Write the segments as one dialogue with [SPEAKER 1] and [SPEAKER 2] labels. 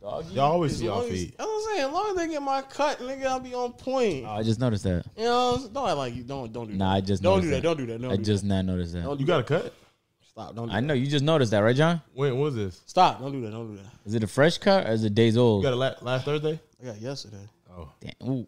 [SPEAKER 1] Dog,
[SPEAKER 2] Y'all always
[SPEAKER 3] As
[SPEAKER 2] see y'all
[SPEAKER 3] long as-
[SPEAKER 2] feet.
[SPEAKER 3] I was saying, as long as they get my cut, nigga, I'll be on point.
[SPEAKER 1] Oh, I just noticed that.
[SPEAKER 3] you know, what I'm saying? don't act like you don't don't do that.
[SPEAKER 1] Nah, I just
[SPEAKER 3] don't
[SPEAKER 1] noticed
[SPEAKER 3] do that.
[SPEAKER 1] that.
[SPEAKER 3] Don't do that. Don't
[SPEAKER 1] I
[SPEAKER 3] do
[SPEAKER 1] just now noticed that.
[SPEAKER 3] that. Don't do
[SPEAKER 2] You got a cut?
[SPEAKER 3] that. stop. Don't do
[SPEAKER 1] I
[SPEAKER 3] that.
[SPEAKER 1] know you just noticed that, right, John?
[SPEAKER 2] When was this?
[SPEAKER 3] Stop. Don't do that. Don't do that.
[SPEAKER 1] Is it a fresh cut or is it days
[SPEAKER 2] You
[SPEAKER 1] old?
[SPEAKER 2] got a la- last Thursday?
[SPEAKER 3] I got yesterday.
[SPEAKER 2] Oh,
[SPEAKER 1] Damn. Ooh.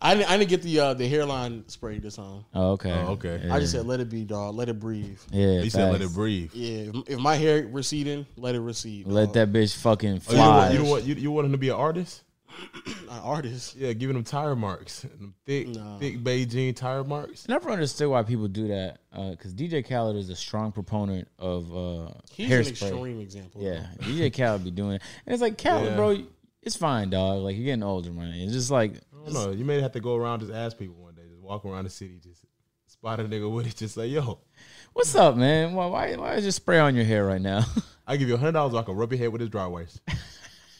[SPEAKER 3] I didn't, I didn't get the uh, the hairline spray this time.
[SPEAKER 1] Oh, okay.
[SPEAKER 2] Oh, okay.
[SPEAKER 1] Yeah.
[SPEAKER 3] I just said let it be, dog. Let it breathe.
[SPEAKER 1] yeah.
[SPEAKER 2] you said let
[SPEAKER 1] facts.
[SPEAKER 2] it breathe.
[SPEAKER 3] Yeah. If, if my hair receding, let it recede.
[SPEAKER 1] Let
[SPEAKER 3] dog.
[SPEAKER 1] that bitch fucking
[SPEAKER 2] Oh, you, don't
[SPEAKER 1] fly.
[SPEAKER 2] want, you don't want you, you want him to be an artist?
[SPEAKER 3] An artist.
[SPEAKER 2] Yeah, giving him tire marks, them thick
[SPEAKER 3] Nah.
[SPEAKER 2] thick Beijing tire marks.
[SPEAKER 1] I never understood why people do that. uh, Because DJ Khaled is a strong proponent of uh,
[SPEAKER 3] He's an
[SPEAKER 1] hairspray.
[SPEAKER 3] extreme example.
[SPEAKER 1] Yeah, DJ Khaled be doing it, and it's like Khaled,
[SPEAKER 2] Yeah.
[SPEAKER 1] bro. It's fine, dog. Like you're getting older, man. It's just like
[SPEAKER 2] I don't know. You may have to go around just ask people one day, just walk around the city, just spot a nigga with it, just say, "Yo,
[SPEAKER 1] What's up, man? Why why, why is your spray on your hair right now?
[SPEAKER 2] I give you a hundred dollars, I can rub your head with his dry wipes."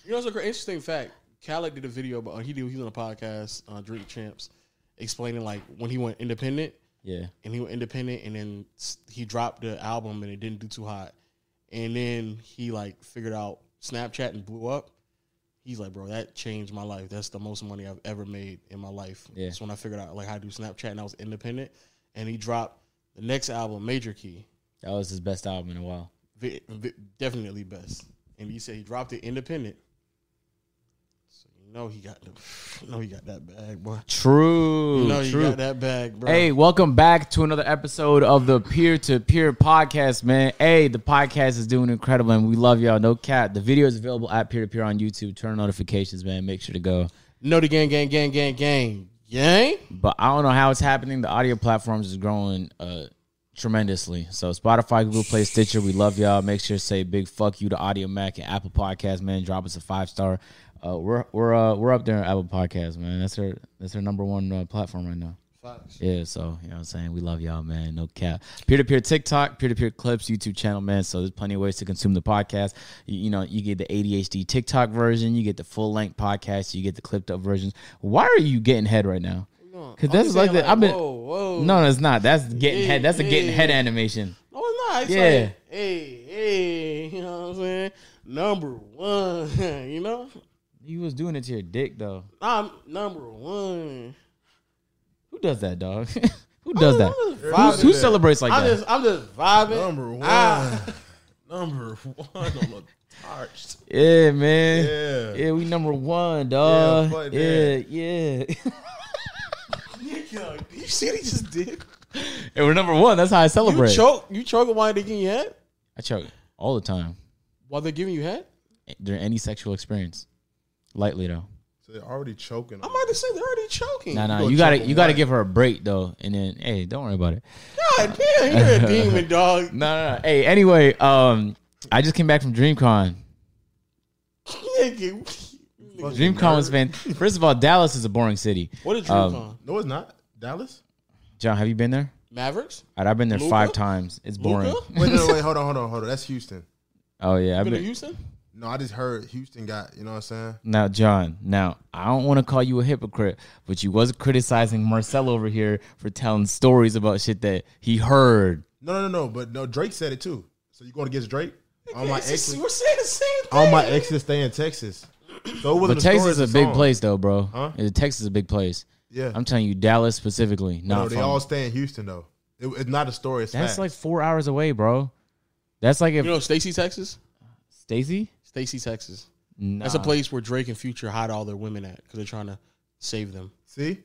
[SPEAKER 3] You know, it's an interesting fact. Khaled did a video, but he did. He's on a podcast, uh, Drink Champs, explaining like when he went independent
[SPEAKER 1] yeah,
[SPEAKER 3] and he went independent, and then s- he dropped the album and it didn't do too hot, and then he like figured out Snapchat and blew up. He's like, bro, that changed my life. That's the most money I've ever made in my life.
[SPEAKER 1] Yeah.
[SPEAKER 3] That's when I figured out like how to do Snapchat and I was independent. And he dropped the next album, Major Key,
[SPEAKER 1] that was his best album in a while.
[SPEAKER 3] vi- vi- definitely best. And he said he dropped it independent. So you know he got the, you know he got that bag, boy.
[SPEAKER 1] True,
[SPEAKER 3] You know you
[SPEAKER 1] true.
[SPEAKER 3] got that bag, bro.
[SPEAKER 1] Hey, welcome back to another episode of the Peer to Peer podcast, man. Hey, the podcast is doing incredible, and we love y'all. No cat. The video is available at Peer to Peer on YouTube. Turn on notifications, man. Make sure to go.
[SPEAKER 3] know the gang, gang, gang, gang, gang, gang.
[SPEAKER 1] but I don't know how it's happening. The audio platforms is growing uh, tremendously. So Spotify, Google Play, Stitcher, we love y'all. Make sure to say big fuck you to Audio Mac and Apple Podcast, man. Drop us a five star. Uh, we're we're uh, we're up there on Apple Podcast, man. That's their that's their number one uh, platform right now.
[SPEAKER 3] Facts.
[SPEAKER 1] Yeah, so you know what I'm saying? We love y'all, man. No cap. Peer to peer TikTok, peer to peer clips, YouTube channel, man. So there's plenty of ways to consume the podcast. You, you know, you get the ADHD TikTok version, you get the full length podcast, you get the clipped up versions. Why are you getting head right now? Because that's like, the, I've been.
[SPEAKER 3] Whoa, whoa.
[SPEAKER 1] No, no, it's not. That's getting
[SPEAKER 3] Yeah,
[SPEAKER 1] head. That's a getting
[SPEAKER 3] yeah.
[SPEAKER 1] head animation.
[SPEAKER 3] No, it's not. It's
[SPEAKER 1] Yeah.
[SPEAKER 3] like, hey, hey, you know what I'm saying? Number one, you know?
[SPEAKER 1] You was doing it to your dick though.
[SPEAKER 3] I'm number one.
[SPEAKER 1] Who does that, dog? who does that?
[SPEAKER 3] I'm just
[SPEAKER 1] Who,
[SPEAKER 3] vibing.
[SPEAKER 1] who celebrates like
[SPEAKER 3] I'm
[SPEAKER 1] that?
[SPEAKER 3] just, I'm just vibing.
[SPEAKER 2] Number one,
[SPEAKER 3] Ah.
[SPEAKER 2] number one on the charts.
[SPEAKER 1] yeah, man.
[SPEAKER 2] Yeah.
[SPEAKER 1] Yeah, we number one, dog.
[SPEAKER 2] fuck
[SPEAKER 1] Yeah,
[SPEAKER 2] that.
[SPEAKER 1] yeah.
[SPEAKER 3] Nigga, you see what he just did?
[SPEAKER 1] Hey, we're number one. That's how I
[SPEAKER 3] You
[SPEAKER 1] celebrate.
[SPEAKER 3] choke, you choking while they're giving you head?
[SPEAKER 1] I choke all the time eh,
[SPEAKER 3] While they're giving you head?
[SPEAKER 1] during any sexual experience. Lightly though.
[SPEAKER 2] So they're already choking.
[SPEAKER 3] I'm about to say they're already choking.
[SPEAKER 1] Nah, nah.
[SPEAKER 2] go
[SPEAKER 1] You gotta
[SPEAKER 2] choke
[SPEAKER 1] you gotta
[SPEAKER 2] away.
[SPEAKER 1] give her a break though, and then hey, don't worry about it.
[SPEAKER 3] God damn, you're a demon, dog.
[SPEAKER 1] No, no, no. Hey, anyway, um, I just came back from DreamCon.
[SPEAKER 3] Nigga. Nigga.
[SPEAKER 1] DreamCon was fan. First of all, Dallas is a boring city.
[SPEAKER 3] What is
[SPEAKER 1] Um,
[SPEAKER 3] DreamCon?
[SPEAKER 2] No, it's not Dallas.
[SPEAKER 1] John, have you been there?
[SPEAKER 3] Mavericks?
[SPEAKER 1] All right, I've been there
[SPEAKER 3] Luka?
[SPEAKER 1] five times. It's boring.
[SPEAKER 3] Luka?
[SPEAKER 4] Wait, no, no, wait, hold on, hold on, hold on. That's Houston.
[SPEAKER 1] Oh yeah, I've
[SPEAKER 3] Been to
[SPEAKER 1] been.
[SPEAKER 3] Houston?
[SPEAKER 4] No, I just heard Houston got. You know what I'm saying?
[SPEAKER 1] Now, John. Now, I don't want to call you a hypocrite, but you was criticizing Marcel over here for telling stories about shit that he heard.
[SPEAKER 4] No, no, no, no. But no, Drake said it too. So you going against Drake? All my
[SPEAKER 3] It's just-
[SPEAKER 4] exes,
[SPEAKER 3] We're saying the same thing.
[SPEAKER 4] all my exes stay in Texas. So it wasn't
[SPEAKER 1] But
[SPEAKER 4] a
[SPEAKER 1] Texas
[SPEAKER 4] story,
[SPEAKER 1] is
[SPEAKER 4] it's
[SPEAKER 1] a big
[SPEAKER 4] song.
[SPEAKER 1] place, though, bro.
[SPEAKER 4] Huh?
[SPEAKER 1] Yeah, Texas is a big place.
[SPEAKER 4] Yeah,
[SPEAKER 1] I'm telling you, Dallas specifically, not
[SPEAKER 4] no, they
[SPEAKER 1] from-
[SPEAKER 4] all stay in Houston though. It, it's not a story. It's
[SPEAKER 1] That's
[SPEAKER 4] facts.
[SPEAKER 1] like four hours away, bro. That's like if
[SPEAKER 3] You know Stacy, Texas?
[SPEAKER 1] Stacy.
[SPEAKER 3] Stacy, Texas.
[SPEAKER 1] Nah.
[SPEAKER 3] That's a place where Drake and Future hide all their women at because they're trying to save them.
[SPEAKER 4] see,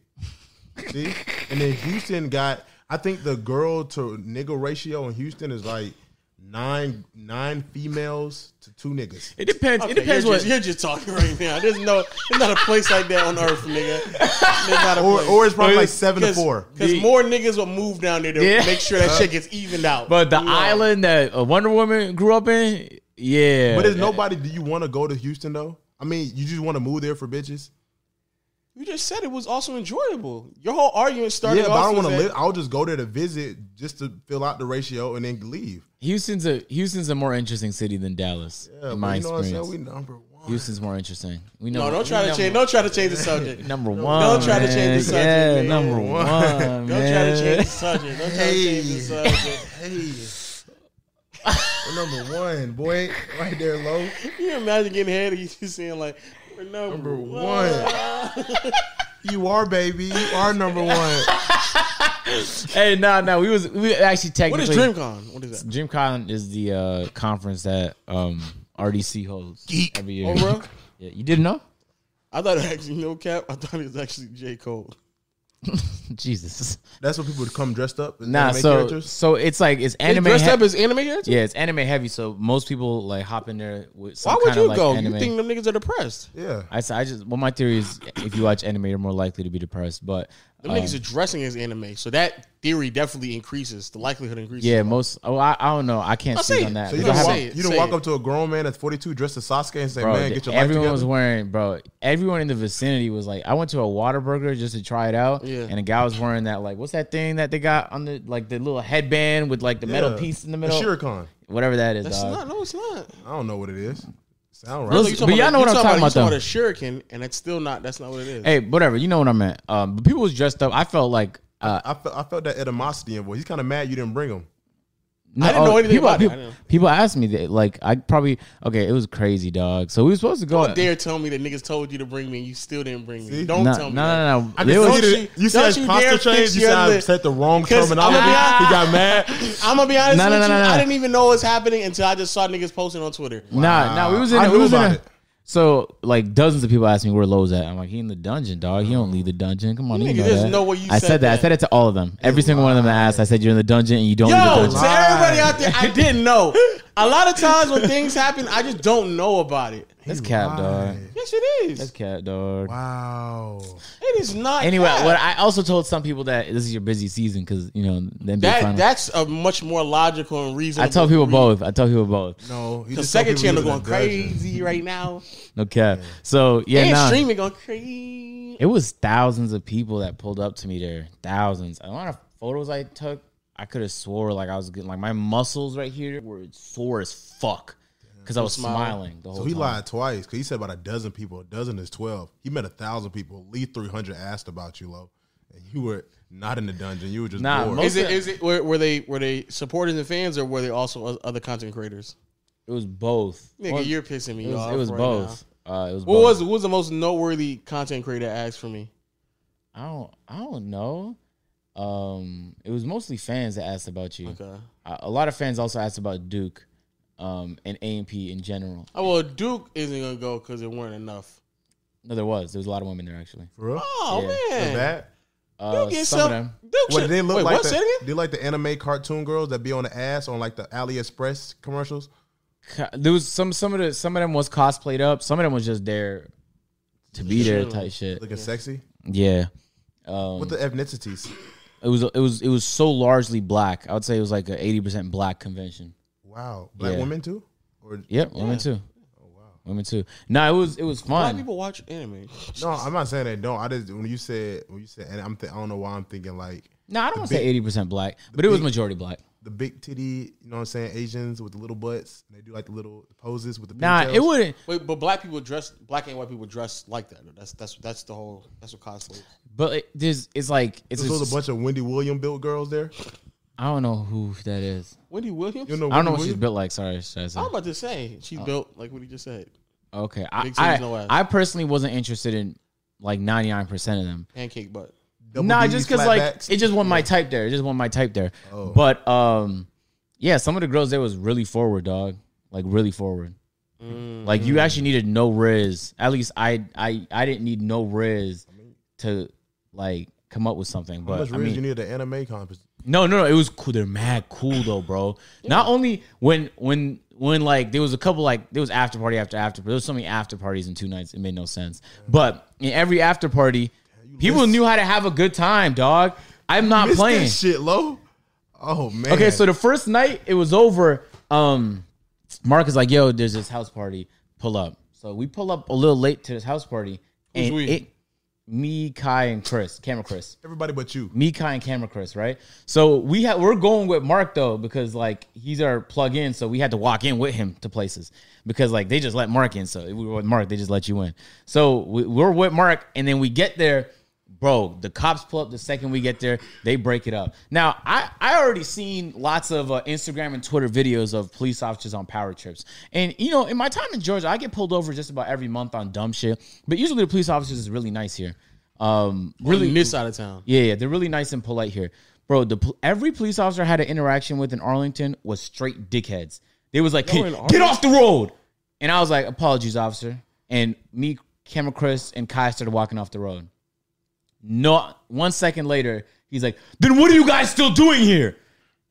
[SPEAKER 4] see, and then Houston got. I think the girl to nigga ratio in Houston is like nine nine females to two niggas.
[SPEAKER 1] It depends. it depends
[SPEAKER 3] you're
[SPEAKER 1] what.
[SPEAKER 3] just, you're just talking right now. There's no, there's not a place like that on earth, nigga. There's not a
[SPEAKER 4] Or,
[SPEAKER 3] place.
[SPEAKER 4] or it's probably
[SPEAKER 1] Or
[SPEAKER 4] like
[SPEAKER 1] it's-
[SPEAKER 4] seven to four.
[SPEAKER 3] because
[SPEAKER 1] The-
[SPEAKER 3] more niggas will move down there to
[SPEAKER 1] Yeah. Uh,
[SPEAKER 3] make sure that shit gets evened out.
[SPEAKER 1] But the
[SPEAKER 3] You know?
[SPEAKER 1] island that uh, Wonder Woman grew up in, yeah.
[SPEAKER 4] But there's nobody. Do you want to go to Houston though? I mean, you just want to move there for bitches.
[SPEAKER 3] you just said it was also enjoyable. Your whole argument started.
[SPEAKER 4] yeah, but I don't
[SPEAKER 3] want to
[SPEAKER 4] want to live. I'll just go there to visit just to fill out the ratio and then leave.
[SPEAKER 1] Houston's a Houston's a more interesting city than Dallas.
[SPEAKER 4] Yeah,
[SPEAKER 1] in
[SPEAKER 4] but
[SPEAKER 1] my
[SPEAKER 4] you know what I'm
[SPEAKER 1] experience,
[SPEAKER 4] saying? We number one.
[SPEAKER 1] Houston's more interesting. We know.
[SPEAKER 3] No, don't
[SPEAKER 1] we
[SPEAKER 3] try to
[SPEAKER 1] number-
[SPEAKER 3] change. Don't try to change the subject. Don't
[SPEAKER 1] Number one.
[SPEAKER 3] try to
[SPEAKER 1] man.
[SPEAKER 3] change the subject,
[SPEAKER 1] Yeah,
[SPEAKER 3] man.
[SPEAKER 1] number one. man.
[SPEAKER 3] try to change the subject. Don't try to change the subject.
[SPEAKER 4] Hey, We're number one, boy, right there, low.
[SPEAKER 3] you imagine getting head and you just saying like we're number,
[SPEAKER 4] Number
[SPEAKER 3] one.
[SPEAKER 4] one. You are, baby. You are number one.
[SPEAKER 1] hey, no, no, we was we actually
[SPEAKER 3] What
[SPEAKER 1] technically.
[SPEAKER 3] is DreamCon? What is that?
[SPEAKER 1] DreamCon is the uh, conference that um, RDC holds every year.
[SPEAKER 3] Oh, bro.
[SPEAKER 1] Yeah, you didn't know?
[SPEAKER 3] I thought it actually no cap. I thought it was actually J Cole.
[SPEAKER 1] Jesus.
[SPEAKER 4] That's what people would come dressed up. As
[SPEAKER 1] Nah,
[SPEAKER 4] anime
[SPEAKER 1] so
[SPEAKER 4] characters.
[SPEAKER 1] so it's like it's
[SPEAKER 3] They
[SPEAKER 1] anime.
[SPEAKER 3] dressed
[SPEAKER 1] hea-
[SPEAKER 3] up as anime characters.
[SPEAKER 1] yeah, it's anime heavy. So most people like hop in there with some
[SPEAKER 3] Why would
[SPEAKER 1] kind
[SPEAKER 3] you
[SPEAKER 1] of like
[SPEAKER 3] go?
[SPEAKER 1] anime.
[SPEAKER 3] You think them niggas are depressed?
[SPEAKER 4] Yeah,
[SPEAKER 1] I, s- I just well, my theory is if you watch anime, you're more likely to be depressed. But
[SPEAKER 3] Them
[SPEAKER 1] um,
[SPEAKER 3] niggas are dressing as anime, so that theory definitely increases. The likelihood increases.
[SPEAKER 1] yeah, most. Oh, I, I don't know. I can't
[SPEAKER 3] I'll say
[SPEAKER 1] speak
[SPEAKER 3] it.
[SPEAKER 1] on that.
[SPEAKER 4] so you
[SPEAKER 1] But I
[SPEAKER 4] don't
[SPEAKER 3] Say
[SPEAKER 1] have-
[SPEAKER 4] walk,
[SPEAKER 3] it,
[SPEAKER 4] you don't
[SPEAKER 3] say
[SPEAKER 4] walk
[SPEAKER 3] it.
[SPEAKER 4] up to a grown man that's 42 dressed as Sasuke and say,
[SPEAKER 1] bro,
[SPEAKER 4] "Man,
[SPEAKER 1] th-
[SPEAKER 4] get your life
[SPEAKER 1] everyone
[SPEAKER 4] together."
[SPEAKER 1] was wearing, bro. Everyone in the vicinity was like, I went to a water burger just to try it out,
[SPEAKER 3] Yeah.
[SPEAKER 1] and a guy was wearing that like, what's that thing that they got on the like the little headband with like the metal
[SPEAKER 4] Yeah.
[SPEAKER 1] piece in the
[SPEAKER 4] A
[SPEAKER 1] middle,
[SPEAKER 4] Shurikan.
[SPEAKER 1] whatever that is.
[SPEAKER 3] That's
[SPEAKER 1] dog.
[SPEAKER 3] not. No, it's not.
[SPEAKER 4] I don't know what it is. Sound
[SPEAKER 1] Those-
[SPEAKER 4] right?
[SPEAKER 3] You
[SPEAKER 1] but
[SPEAKER 3] talking
[SPEAKER 1] y'all
[SPEAKER 3] about-
[SPEAKER 1] know
[SPEAKER 3] you
[SPEAKER 1] what I'm talking about,
[SPEAKER 3] You talking about a shuriken, and it's still not. That's not what it is.
[SPEAKER 1] hey, whatever. You know what I meant. Um, but people was dressed up. I felt like. Uh,
[SPEAKER 4] I felt, I felt that animosity in voice. He's kind of mad you didn't bring him.
[SPEAKER 1] no,
[SPEAKER 3] didn't know
[SPEAKER 1] oh,
[SPEAKER 3] anything
[SPEAKER 1] people,
[SPEAKER 3] about it. I
[SPEAKER 1] people,
[SPEAKER 3] didn't know.
[SPEAKER 1] people asked me that, like, I probably okay. It was crazy, dog. So we were supposed to go.
[SPEAKER 3] Don't dare tell me that niggas told you to bring me and you still didn't bring me.
[SPEAKER 4] See?
[SPEAKER 3] Don't
[SPEAKER 1] no,
[SPEAKER 3] tell me.
[SPEAKER 1] no,
[SPEAKER 3] that.
[SPEAKER 1] no, no.
[SPEAKER 4] I
[SPEAKER 1] It
[SPEAKER 4] can
[SPEAKER 1] was-
[SPEAKER 4] see that- you
[SPEAKER 3] Don't
[SPEAKER 4] said
[SPEAKER 3] you
[SPEAKER 4] you
[SPEAKER 3] dare
[SPEAKER 4] posture change.
[SPEAKER 3] fix
[SPEAKER 4] You
[SPEAKER 3] your
[SPEAKER 4] said I
[SPEAKER 3] lip.
[SPEAKER 4] said the wrong
[SPEAKER 3] 'Cause
[SPEAKER 4] terminology.
[SPEAKER 3] I'ma be-
[SPEAKER 4] he got mad.
[SPEAKER 3] I'm gonna be honest
[SPEAKER 1] No,
[SPEAKER 3] with
[SPEAKER 1] no, no,
[SPEAKER 3] you.
[SPEAKER 1] no, no.
[SPEAKER 3] I didn't even know what's happening until I just saw niggas posting on Twitter.
[SPEAKER 1] Nah, nah, we was in.
[SPEAKER 4] I
[SPEAKER 1] we
[SPEAKER 4] knew
[SPEAKER 1] was in
[SPEAKER 4] about
[SPEAKER 1] a-
[SPEAKER 4] it.
[SPEAKER 1] So like dozens of people asked me where Lowe's at. I'm like, he in the dungeon, dog. He don't leave the dungeon. Come on,
[SPEAKER 3] Nigga,
[SPEAKER 1] you know
[SPEAKER 3] there's
[SPEAKER 1] that.
[SPEAKER 3] no way you
[SPEAKER 1] I
[SPEAKER 3] said
[SPEAKER 1] said, that. I
[SPEAKER 3] that.
[SPEAKER 1] said it to all of them. Every single one of them that asked. I said you're in the dungeon and you don't leave the
[SPEAKER 3] Yo, to
[SPEAKER 1] dungeon.
[SPEAKER 3] everybody out there, I didn't know. A lot of times when things happen, I just don't know about it.
[SPEAKER 1] That's cap, dog.
[SPEAKER 3] Yes, it is.
[SPEAKER 1] That's cap, dog.
[SPEAKER 4] Wow.
[SPEAKER 3] It is not.
[SPEAKER 1] Anyway,
[SPEAKER 3] that.
[SPEAKER 1] what I also told some people that this is your busy season because you know the NBA
[SPEAKER 3] that
[SPEAKER 1] finals.
[SPEAKER 3] that's a much more logical and reasonable.
[SPEAKER 1] I tell people both. I tell people both.
[SPEAKER 4] No, he
[SPEAKER 3] The
[SPEAKER 4] just
[SPEAKER 3] second
[SPEAKER 4] told people
[SPEAKER 3] channel
[SPEAKER 4] he was
[SPEAKER 3] going
[SPEAKER 4] in the dungeon.
[SPEAKER 3] crazy right now,
[SPEAKER 1] No cap. So yeah,
[SPEAKER 3] and
[SPEAKER 1] nah.
[SPEAKER 3] streaming going crazy.
[SPEAKER 1] It was thousands of people that pulled up to me there. Thousands. A lot of photos I took, I could have swore like I was getting like my muscles right here were sore as fuck because I was smiling the whole
[SPEAKER 4] So he
[SPEAKER 1] time.
[SPEAKER 4] lied twice because he said about a dozen people. A dozen is twelve. He met a thousand people. At least three hundred asked about you, Lo, and you were not in the dungeon. You were just
[SPEAKER 1] Nah,
[SPEAKER 4] bored.
[SPEAKER 1] most-
[SPEAKER 3] Is it? Is it? Were, were they? Were they supporters and fans, or were they also o- other content creators?
[SPEAKER 1] It was both.
[SPEAKER 3] Nigga,
[SPEAKER 1] Well,
[SPEAKER 3] you're pissing me
[SPEAKER 1] it was,
[SPEAKER 3] off.
[SPEAKER 1] it was
[SPEAKER 3] right
[SPEAKER 1] both. Uh, it was.
[SPEAKER 3] now. What
[SPEAKER 1] both.
[SPEAKER 3] was what was the most noteworthy content creator asked for me?
[SPEAKER 1] I don't. I don't know. Um, it was mostly fans that asked about you.
[SPEAKER 3] Okay.
[SPEAKER 1] A, a lot of fans also asked about Duke, um, and AMP in general.
[SPEAKER 3] Oh well, Duke isn't gonna go because there weren't enough.
[SPEAKER 1] No, there was. There was a lot of women there actually.
[SPEAKER 4] For real?
[SPEAKER 3] Oh
[SPEAKER 1] Yeah.
[SPEAKER 3] man,
[SPEAKER 4] That?
[SPEAKER 1] Uh,
[SPEAKER 3] Duke is
[SPEAKER 1] some of
[SPEAKER 3] some-
[SPEAKER 1] them.
[SPEAKER 3] Duke
[SPEAKER 4] What
[SPEAKER 3] should-
[SPEAKER 4] did they look
[SPEAKER 3] wait,
[SPEAKER 4] like?
[SPEAKER 3] what?
[SPEAKER 4] the,
[SPEAKER 3] Say it again?
[SPEAKER 4] They like the anime cartoon girls that be on the ass on like the AliExpress commercials.
[SPEAKER 1] co- there was some some of the some of them was cosplayed up. Some of them was just there to be there type shit.
[SPEAKER 4] Looking sexy
[SPEAKER 1] Yeah, Um,
[SPEAKER 4] with the ethnicities.
[SPEAKER 1] it was it was it was so largely black. I would say it was like a eighty percent black convention.
[SPEAKER 4] Wow, black
[SPEAKER 1] Yeah.
[SPEAKER 4] women too. Or
[SPEAKER 1] Yep, women too. Women too. No, it was it was
[SPEAKER 3] Why
[SPEAKER 1] fun.
[SPEAKER 3] Oh, people watch anime?
[SPEAKER 4] no, I'm not saying they don't. I just when you said when you said, and I'm th- I don't know why I'm thinking like
[SPEAKER 1] no, I don't want to say eighty percent black, but it was majority black.
[SPEAKER 4] the big titty. You know what I'm saying? Asians with the little butts. They do like the little poses with the
[SPEAKER 1] Nah, it
[SPEAKER 4] pigtails.
[SPEAKER 1] wouldn't.
[SPEAKER 3] Wait, but black people dress black and white people dress like that. That's that's that's the whole that's what cosplay. is.
[SPEAKER 1] But it, there's it's like it's.
[SPEAKER 4] So there's
[SPEAKER 1] Just,
[SPEAKER 4] a bunch of Wendy Williams built girls there.
[SPEAKER 1] I don't know who that is.
[SPEAKER 3] Wendy Williams.
[SPEAKER 4] You know,
[SPEAKER 1] I don't know what
[SPEAKER 4] Wendy
[SPEAKER 1] she's
[SPEAKER 4] Williams?
[SPEAKER 1] built like. Sorry, should I say?
[SPEAKER 3] I'm about to say
[SPEAKER 1] Uh,
[SPEAKER 3] she's built like what he just said.
[SPEAKER 1] Okay, I
[SPEAKER 3] Big titties, no
[SPEAKER 1] I,
[SPEAKER 3] ass.
[SPEAKER 1] I personally wasn't interested in like ninety nine percent of them.
[SPEAKER 3] Pancake butt.
[SPEAKER 4] Double
[SPEAKER 1] nah,
[SPEAKER 4] D's,
[SPEAKER 1] just because
[SPEAKER 4] flat
[SPEAKER 1] like
[SPEAKER 4] backs?
[SPEAKER 1] it just won my type there. It just won my type there.
[SPEAKER 4] Oh.
[SPEAKER 1] But um, yeah, some of the girls there was really forward, dog. Like really forward. Like you actually needed no riz. At least I I I didn't need no riz to like come up with something.
[SPEAKER 4] How
[SPEAKER 1] But
[SPEAKER 4] much
[SPEAKER 1] I
[SPEAKER 4] reason
[SPEAKER 1] mean,
[SPEAKER 4] you need an anime conference?
[SPEAKER 1] no, no, no. It was cool. They're mad cool though, bro. Not only when when when like there was a couple like there was after party after after, but there was so many after parties in two nights. It made no sense. But in every after party, people knew how to have a good time, dog. I'm not
[SPEAKER 4] Miss
[SPEAKER 1] playing.
[SPEAKER 4] that shit, low. Oh man.
[SPEAKER 1] Okay, so the first night it was over. Um, Mark is like, "Yo, there's this house party. Pull up." So we pull up a little late to this house party, and
[SPEAKER 3] we?
[SPEAKER 1] it, me, Kai, and Chris, camera Chris
[SPEAKER 4] everybody but you.
[SPEAKER 1] me, Kai, and Camera Chris, right? So we ha- we're going with Mark though because like he's our plug in, so we had to walk in with him to places because like they just let Mark in. So if we were with Mark, they just let you in. So we, we're with Mark, and then we get there. bro, the cops pull up the second we get there. They break it up. Now, I I already seen lots of uh, Instagram and Twitter videos of police officers on power trips, and you know, in my time in Georgia, I get pulled over just about every month on dumb shit. But usually, the police officers is really nice here. Um,
[SPEAKER 3] Really, this out of town.
[SPEAKER 1] yeah, yeah, they're really nice and polite here, bro. The pol- every police officer I had an interaction with in Arlington was straight dickheads. They was like,
[SPEAKER 3] Yo,
[SPEAKER 1] "Kid,
[SPEAKER 3] in
[SPEAKER 1] get off the road," and I was like, "Apologies, officer." And me, Camera Chris, and Kai started walking off the road. No, one second later, he's like, "Then what are you guys still doing here?"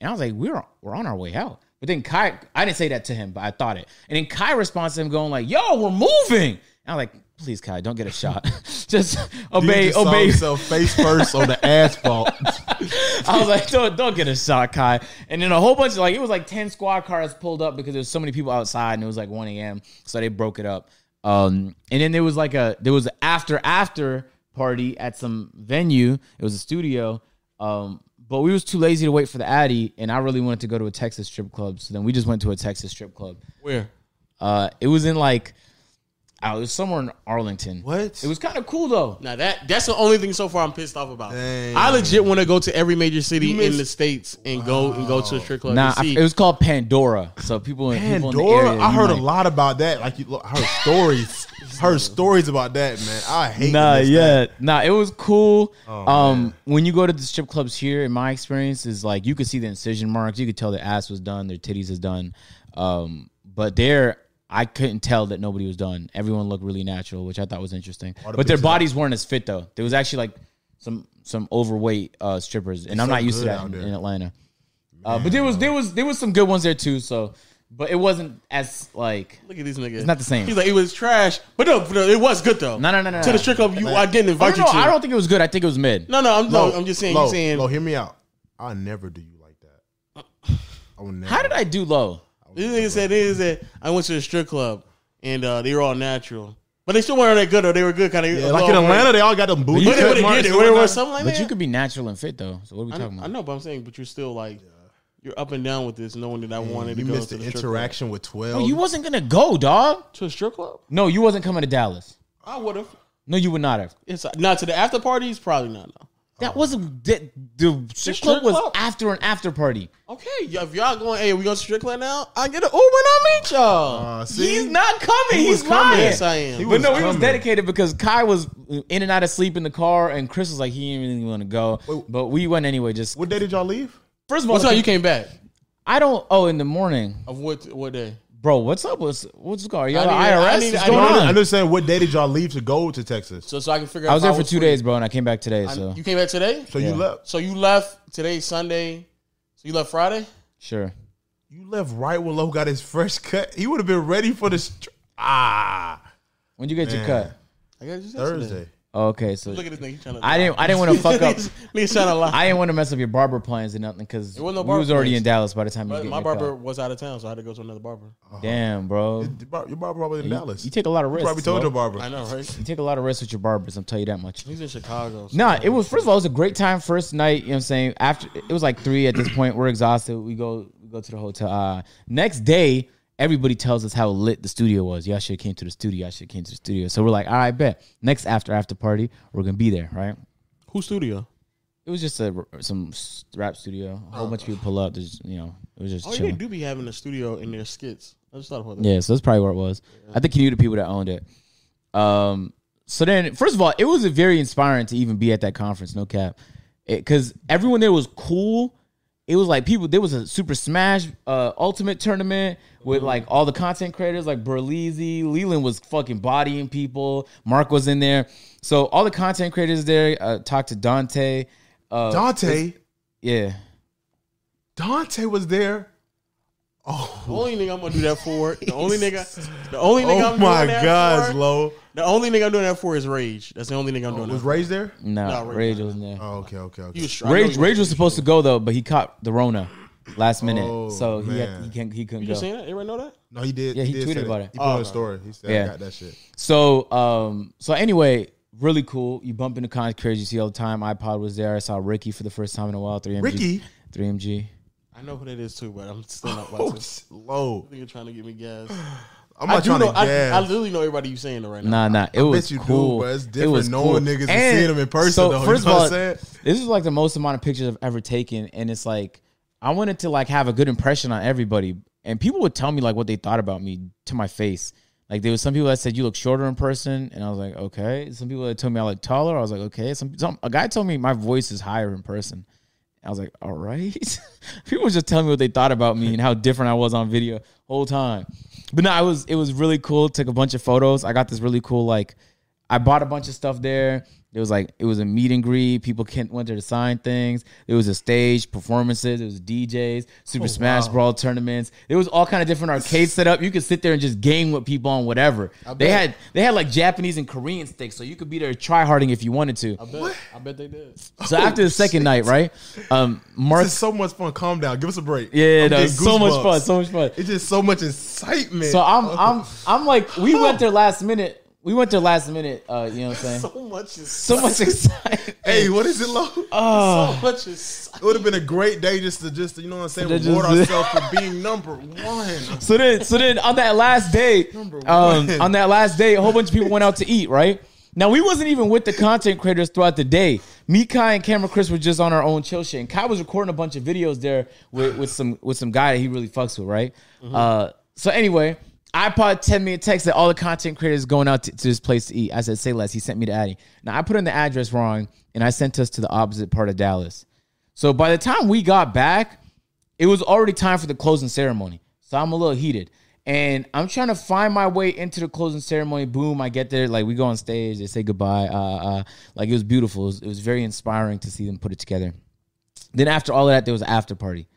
[SPEAKER 1] And I was like, "We're we're on our way out." But then Kai, I didn't say that to him, but I thought it. And then Kai responds to him, going like, "Yo, we're moving." And I'm like, "Please, Kai, don't get a shot. just obey,
[SPEAKER 4] just saw
[SPEAKER 1] obey."
[SPEAKER 4] himself face first on the asphalt.
[SPEAKER 1] I was like, don't, don't get a shot, Kai. And then a whole bunch of like, it was like 10 squad cars pulled up because there's so many people outside and it was like 1 a.m. So they broke it up. Um, and then there was like a, there was an after, after party at some venue. It was a studio. Um, but we was too lazy to wait for the Addy. And I really wanted to go to a Texas strip club. So then we just went to a Texas strip club.
[SPEAKER 3] Where?
[SPEAKER 1] Uh, it was in like, I was somewhere in Arlington.
[SPEAKER 4] What?
[SPEAKER 1] It was kind of cool though.
[SPEAKER 3] Now that that's the only thing so far I'm pissed off about.
[SPEAKER 4] Dang.
[SPEAKER 3] I legit want to go to every major city in the states and go and go to a strip club.
[SPEAKER 1] Nah,
[SPEAKER 3] and
[SPEAKER 1] I-
[SPEAKER 3] see.
[SPEAKER 1] it was called Pandora. So people, in- people in the
[SPEAKER 4] Pandora.
[SPEAKER 1] area,
[SPEAKER 4] I
[SPEAKER 1] you
[SPEAKER 4] heard
[SPEAKER 1] might-
[SPEAKER 4] a lot about that. Like you, look, I heard stories. heard stories about that, man. I hate.
[SPEAKER 1] Nah,
[SPEAKER 4] this
[SPEAKER 1] yeah, nah. It was cool.
[SPEAKER 3] Oh,
[SPEAKER 1] um, when you go to the strip clubs here, in my experience, is like you could see the incision marks. You could tell their ass was done, their titties is done. Um, but there, I couldn't tell that nobody was done. Everyone looked really natural, which I thought was interesting. but their bodies weren't as fit though. There was actually like some some overweight uh, strippers, and I'm
[SPEAKER 4] so
[SPEAKER 1] not used to
[SPEAKER 4] good
[SPEAKER 1] that
[SPEAKER 4] out
[SPEAKER 1] in,
[SPEAKER 4] there.
[SPEAKER 1] in Atlanta. Uh, but there was there was there was some good ones there too. So, but it wasn't as like
[SPEAKER 3] Look at these niggas. It's
[SPEAKER 1] not the same.
[SPEAKER 3] He's like, it was trash, but no, no, it was good though.
[SPEAKER 1] No, no, no, no,
[SPEAKER 3] To
[SPEAKER 1] no.
[SPEAKER 3] the strip club, you I didn't
[SPEAKER 1] Oh,
[SPEAKER 3] invite
[SPEAKER 1] no, no,
[SPEAKER 3] you to.
[SPEAKER 1] I don't think it was good. I think it was mid.
[SPEAKER 3] no, no, I'm,
[SPEAKER 4] Low,
[SPEAKER 3] no, I'm just saying.
[SPEAKER 4] low,
[SPEAKER 3] you saying
[SPEAKER 4] low, hear me out. I never do you like that. I will never.
[SPEAKER 1] How did I do low?
[SPEAKER 3] this nigga said this is that I went to a strip club and uh, they were all natural, but they still weren't that good though. They were good, kind of
[SPEAKER 4] Yeah, like in Atlanta, they all got them booty
[SPEAKER 3] But they
[SPEAKER 4] cut
[SPEAKER 3] would have
[SPEAKER 4] marks
[SPEAKER 3] did it.
[SPEAKER 4] and
[SPEAKER 3] Where it
[SPEAKER 4] whatnot.
[SPEAKER 3] was something like
[SPEAKER 1] But
[SPEAKER 3] that.
[SPEAKER 1] you could be natural and fit though. So what are we
[SPEAKER 3] I
[SPEAKER 1] talking
[SPEAKER 3] know, I
[SPEAKER 1] about?
[SPEAKER 3] know, but I'm saying, but you're still like, you're up and down with this, knowing that I wanted to
[SPEAKER 4] You
[SPEAKER 3] go
[SPEAKER 4] missed
[SPEAKER 3] to
[SPEAKER 4] the
[SPEAKER 3] the strip club.
[SPEAKER 4] interaction with twelve.
[SPEAKER 1] Oh, you wasn't gonna go, dog.
[SPEAKER 3] To a strip club?
[SPEAKER 1] No, you wasn't coming to Dallas.
[SPEAKER 3] I would have.
[SPEAKER 1] No, you would not have.
[SPEAKER 3] It's not to the after parties, probably not. No.
[SPEAKER 1] That wasn't that, the strip club
[SPEAKER 3] strip
[SPEAKER 1] was
[SPEAKER 3] club?
[SPEAKER 1] after an after party.
[SPEAKER 3] Okay, y- if y'all going, hey, we going to strip club now? I get an Uber and I meet y'all.
[SPEAKER 4] Uh, see,
[SPEAKER 1] He's not coming. He's
[SPEAKER 3] Come
[SPEAKER 1] lying.
[SPEAKER 3] Yes, I am.
[SPEAKER 1] But no, he was
[SPEAKER 4] coming.
[SPEAKER 1] dedicated because Kai was in and out of sleep in the car, and Chris was like he didn't really want to go. But we went anyway. Just
[SPEAKER 4] what day did y'all leave?
[SPEAKER 1] first of all,
[SPEAKER 3] What time you came back?
[SPEAKER 1] I don't. Oh, in the morning,
[SPEAKER 3] Of what what day?
[SPEAKER 1] bro. What's up? What's what's going? Are y'all
[SPEAKER 3] I need-
[SPEAKER 1] IRS?
[SPEAKER 3] I need-
[SPEAKER 1] What's
[SPEAKER 3] I
[SPEAKER 1] going
[SPEAKER 3] need-
[SPEAKER 1] on?
[SPEAKER 4] I understand what day did y'all leave to go to Texas?
[SPEAKER 3] So so I can figure out.
[SPEAKER 1] I was
[SPEAKER 3] if
[SPEAKER 1] there for two
[SPEAKER 3] free.
[SPEAKER 1] days, bro, and I came back today.
[SPEAKER 3] I-
[SPEAKER 1] So
[SPEAKER 3] You came back today?
[SPEAKER 4] So
[SPEAKER 1] Yeah.
[SPEAKER 4] you left.
[SPEAKER 3] So you left today, Sunday. So you left Friday?
[SPEAKER 1] sure.
[SPEAKER 4] You left right when Lowe got his fresh cut. He would have been ready for the str- ah
[SPEAKER 1] When would you get your
[SPEAKER 4] Man.
[SPEAKER 1] cut? Oh,
[SPEAKER 3] I got you
[SPEAKER 4] Thursday.
[SPEAKER 1] Okay, so
[SPEAKER 3] Look at this nigga. he tryna-
[SPEAKER 1] I didn't. I didn't want to fuck up.
[SPEAKER 3] Nigga trying to lie.
[SPEAKER 1] I didn't want to mess up your barber plans and nothing because
[SPEAKER 3] wasn't no
[SPEAKER 1] we was
[SPEAKER 3] barber
[SPEAKER 1] already
[SPEAKER 3] plans.
[SPEAKER 1] in Dallas by the time you
[SPEAKER 3] But
[SPEAKER 1] get
[SPEAKER 3] my
[SPEAKER 1] your
[SPEAKER 3] barber
[SPEAKER 1] barber.
[SPEAKER 3] was out of town, so I had to go to another barber.
[SPEAKER 1] Damn, bro.
[SPEAKER 4] Your bar- your barber probably in Dallas.
[SPEAKER 1] You take a lot of risks.
[SPEAKER 4] probably told
[SPEAKER 1] bro.
[SPEAKER 4] your barber.
[SPEAKER 3] I know, right?
[SPEAKER 1] You take a lot of risks with your barbers. I'm telling you that much.
[SPEAKER 3] He's in Chicago. so-
[SPEAKER 1] Nah, it was first of all, it was a great time first night. You know what I'm saying? After it was like three at this point. We're exhausted. We go we go to the hotel. Uh, next day, everybody tells us how lit the studio was. Y'all should have came to the studio. Y'all should have came to the studio. So we're like, all right, bet. Next after after party, we're gonna be there, right?
[SPEAKER 3] Who studio?
[SPEAKER 1] It was just a some s- rap studio. A whole bunch of people pull up. There's you know, it was just
[SPEAKER 3] Oh,
[SPEAKER 1] chilling.
[SPEAKER 3] they do be having a studio in their skits. I just thought about that.
[SPEAKER 1] Yeah, so that's probably where it was. I think he knew the people that owned it. Um, so then, first of all, it was very inspiring to even be at that conference. No cap, because everyone there was cool. It was like people. There was a Super Smash uh, Ultimate tournament with like all the content creators, like Berlizzi. Leland was fucking bodying people. Mark was in there, so all the content creators there uh, talked to Dante. Uh,
[SPEAKER 4] Dante,
[SPEAKER 1] yeah,
[SPEAKER 4] Dante was there.
[SPEAKER 3] The only nigga I'm gonna do that for, the only nigga, the only nigga
[SPEAKER 4] Oh
[SPEAKER 3] I'm
[SPEAKER 4] my
[SPEAKER 3] doing that
[SPEAKER 4] gosh,
[SPEAKER 3] for,
[SPEAKER 4] Lowe
[SPEAKER 3] the only nigga I'm doing that for is Rage. That's the only nigga I'm doing
[SPEAKER 4] was
[SPEAKER 3] that. For.
[SPEAKER 4] raised there.
[SPEAKER 1] no,
[SPEAKER 3] Nah, Rage
[SPEAKER 1] Rage wasn't there.
[SPEAKER 4] Oh, okay, okay, okay.
[SPEAKER 3] He was, I know
[SPEAKER 1] Rage,
[SPEAKER 3] he
[SPEAKER 1] Rage was supposed to go though, but he caught the Rona last minute,
[SPEAKER 4] Oh,
[SPEAKER 1] so he had,
[SPEAKER 4] man.
[SPEAKER 1] he can he couldn't
[SPEAKER 3] You
[SPEAKER 1] go.
[SPEAKER 3] just saying that? Everyone know that?
[SPEAKER 4] no, he did.
[SPEAKER 1] Yeah, he
[SPEAKER 4] did
[SPEAKER 1] tweeted
[SPEAKER 4] say
[SPEAKER 1] about
[SPEAKER 4] that.
[SPEAKER 1] it.
[SPEAKER 4] He put on a story. He said,
[SPEAKER 1] Yeah.
[SPEAKER 4] "I got that shit."
[SPEAKER 1] So um so anyway, really cool. You bump into content creators you see all the time. iPod was there. I saw Ricky for the first time in a while. Three MG.
[SPEAKER 4] Ricky?
[SPEAKER 1] Three MG.
[SPEAKER 3] I know who that is too, but I'm still not about
[SPEAKER 4] Oh,
[SPEAKER 3] to.
[SPEAKER 4] Lowe.
[SPEAKER 3] Nigga trying to get me gas.
[SPEAKER 4] I'm
[SPEAKER 3] I
[SPEAKER 4] not
[SPEAKER 3] do
[SPEAKER 4] trying
[SPEAKER 3] know.
[SPEAKER 4] to
[SPEAKER 3] I, I
[SPEAKER 4] gas.
[SPEAKER 3] literally know everybody you saying it right now.
[SPEAKER 1] Nah, nah. It was
[SPEAKER 4] bet you do,
[SPEAKER 1] cool.
[SPEAKER 4] but it's
[SPEAKER 1] it
[SPEAKER 4] different
[SPEAKER 1] was
[SPEAKER 4] knowing
[SPEAKER 1] cool.
[SPEAKER 4] niggas and seeing 'em in person,
[SPEAKER 1] So
[SPEAKER 4] though, you
[SPEAKER 1] first
[SPEAKER 4] know
[SPEAKER 1] of
[SPEAKER 4] what
[SPEAKER 1] all,
[SPEAKER 4] I'm saying?
[SPEAKER 1] this is like the most amount of pictures I've ever taken, and it's like I wanted to like have a good impression on everybody, and people would tell me like what they thought about me to my face. Like there was some people that said you look shorter in person, and I was like, okay. Some people that told me I look taller, I was like, okay. Some, some a guy told me my voice is higher in person. I was like, all right. People were just telling me what they thought about me and how different I was on video whole time. But no, I was it was really cool. Took a bunch of photos. I got this really cool like I bought a bunch of stuff there. It was like it was a meet and greet. People can went there to sign things. There was a stage, performances. There was DJs, Super Smash Brawl tournaments. There was all kind of different arcades set up. You could sit there and just game with people on whatever. They had they had like Japanese and Korean sticks, so you could be there try harding if you wanted to.
[SPEAKER 3] I bet. I bet they did.
[SPEAKER 1] So after the second night, right? Um, Mark
[SPEAKER 4] It's so much fun. Calm down. Give us a break.
[SPEAKER 1] yeah,
[SPEAKER 4] I'm
[SPEAKER 1] no,
[SPEAKER 4] getting
[SPEAKER 1] so much
[SPEAKER 4] goosebumps.
[SPEAKER 1] fun, so much fun.
[SPEAKER 4] It's just so much excitement.
[SPEAKER 1] So I'm, I'm, I'm like, we went there last minute. We went there last minute. Uh, you know what I'm saying?
[SPEAKER 3] So much is so,
[SPEAKER 1] So much excitement.
[SPEAKER 4] hey, what is it, Lo?
[SPEAKER 1] Oh.
[SPEAKER 3] much is.
[SPEAKER 4] it would have been a great day just to just you know what I'm saying
[SPEAKER 1] To just-
[SPEAKER 4] reward ourselves for being number one.
[SPEAKER 1] So then, so then on that last day, um,
[SPEAKER 4] one.
[SPEAKER 1] on that last day, a whole bunch of people went out to eat. Right now, we wasn't even with the content creators throughout the day. Me, Kai, and Camera Chris were just on our own chill shit. And Kai was recording a bunch of videos there with, with some with some guy that he really fucks with. Right. Uh, so anyway. I probably sent me a text that all the content creators going out to, to this place to eat. I said, "Say less." He sent me the Addy. Now I put in the address wrong, and I sent us to the opposite part of Dallas. So by the time we got back, it was already time for the closing ceremony. So I'm a little heated. And I'm trying to find my way into the closing ceremony. Boom, I get there. Like, we go on stage, they say goodbye. Uh, uh, like, it was beautiful. It was, it was very inspiring to see them put it together. Then, after all of that, there was an after party.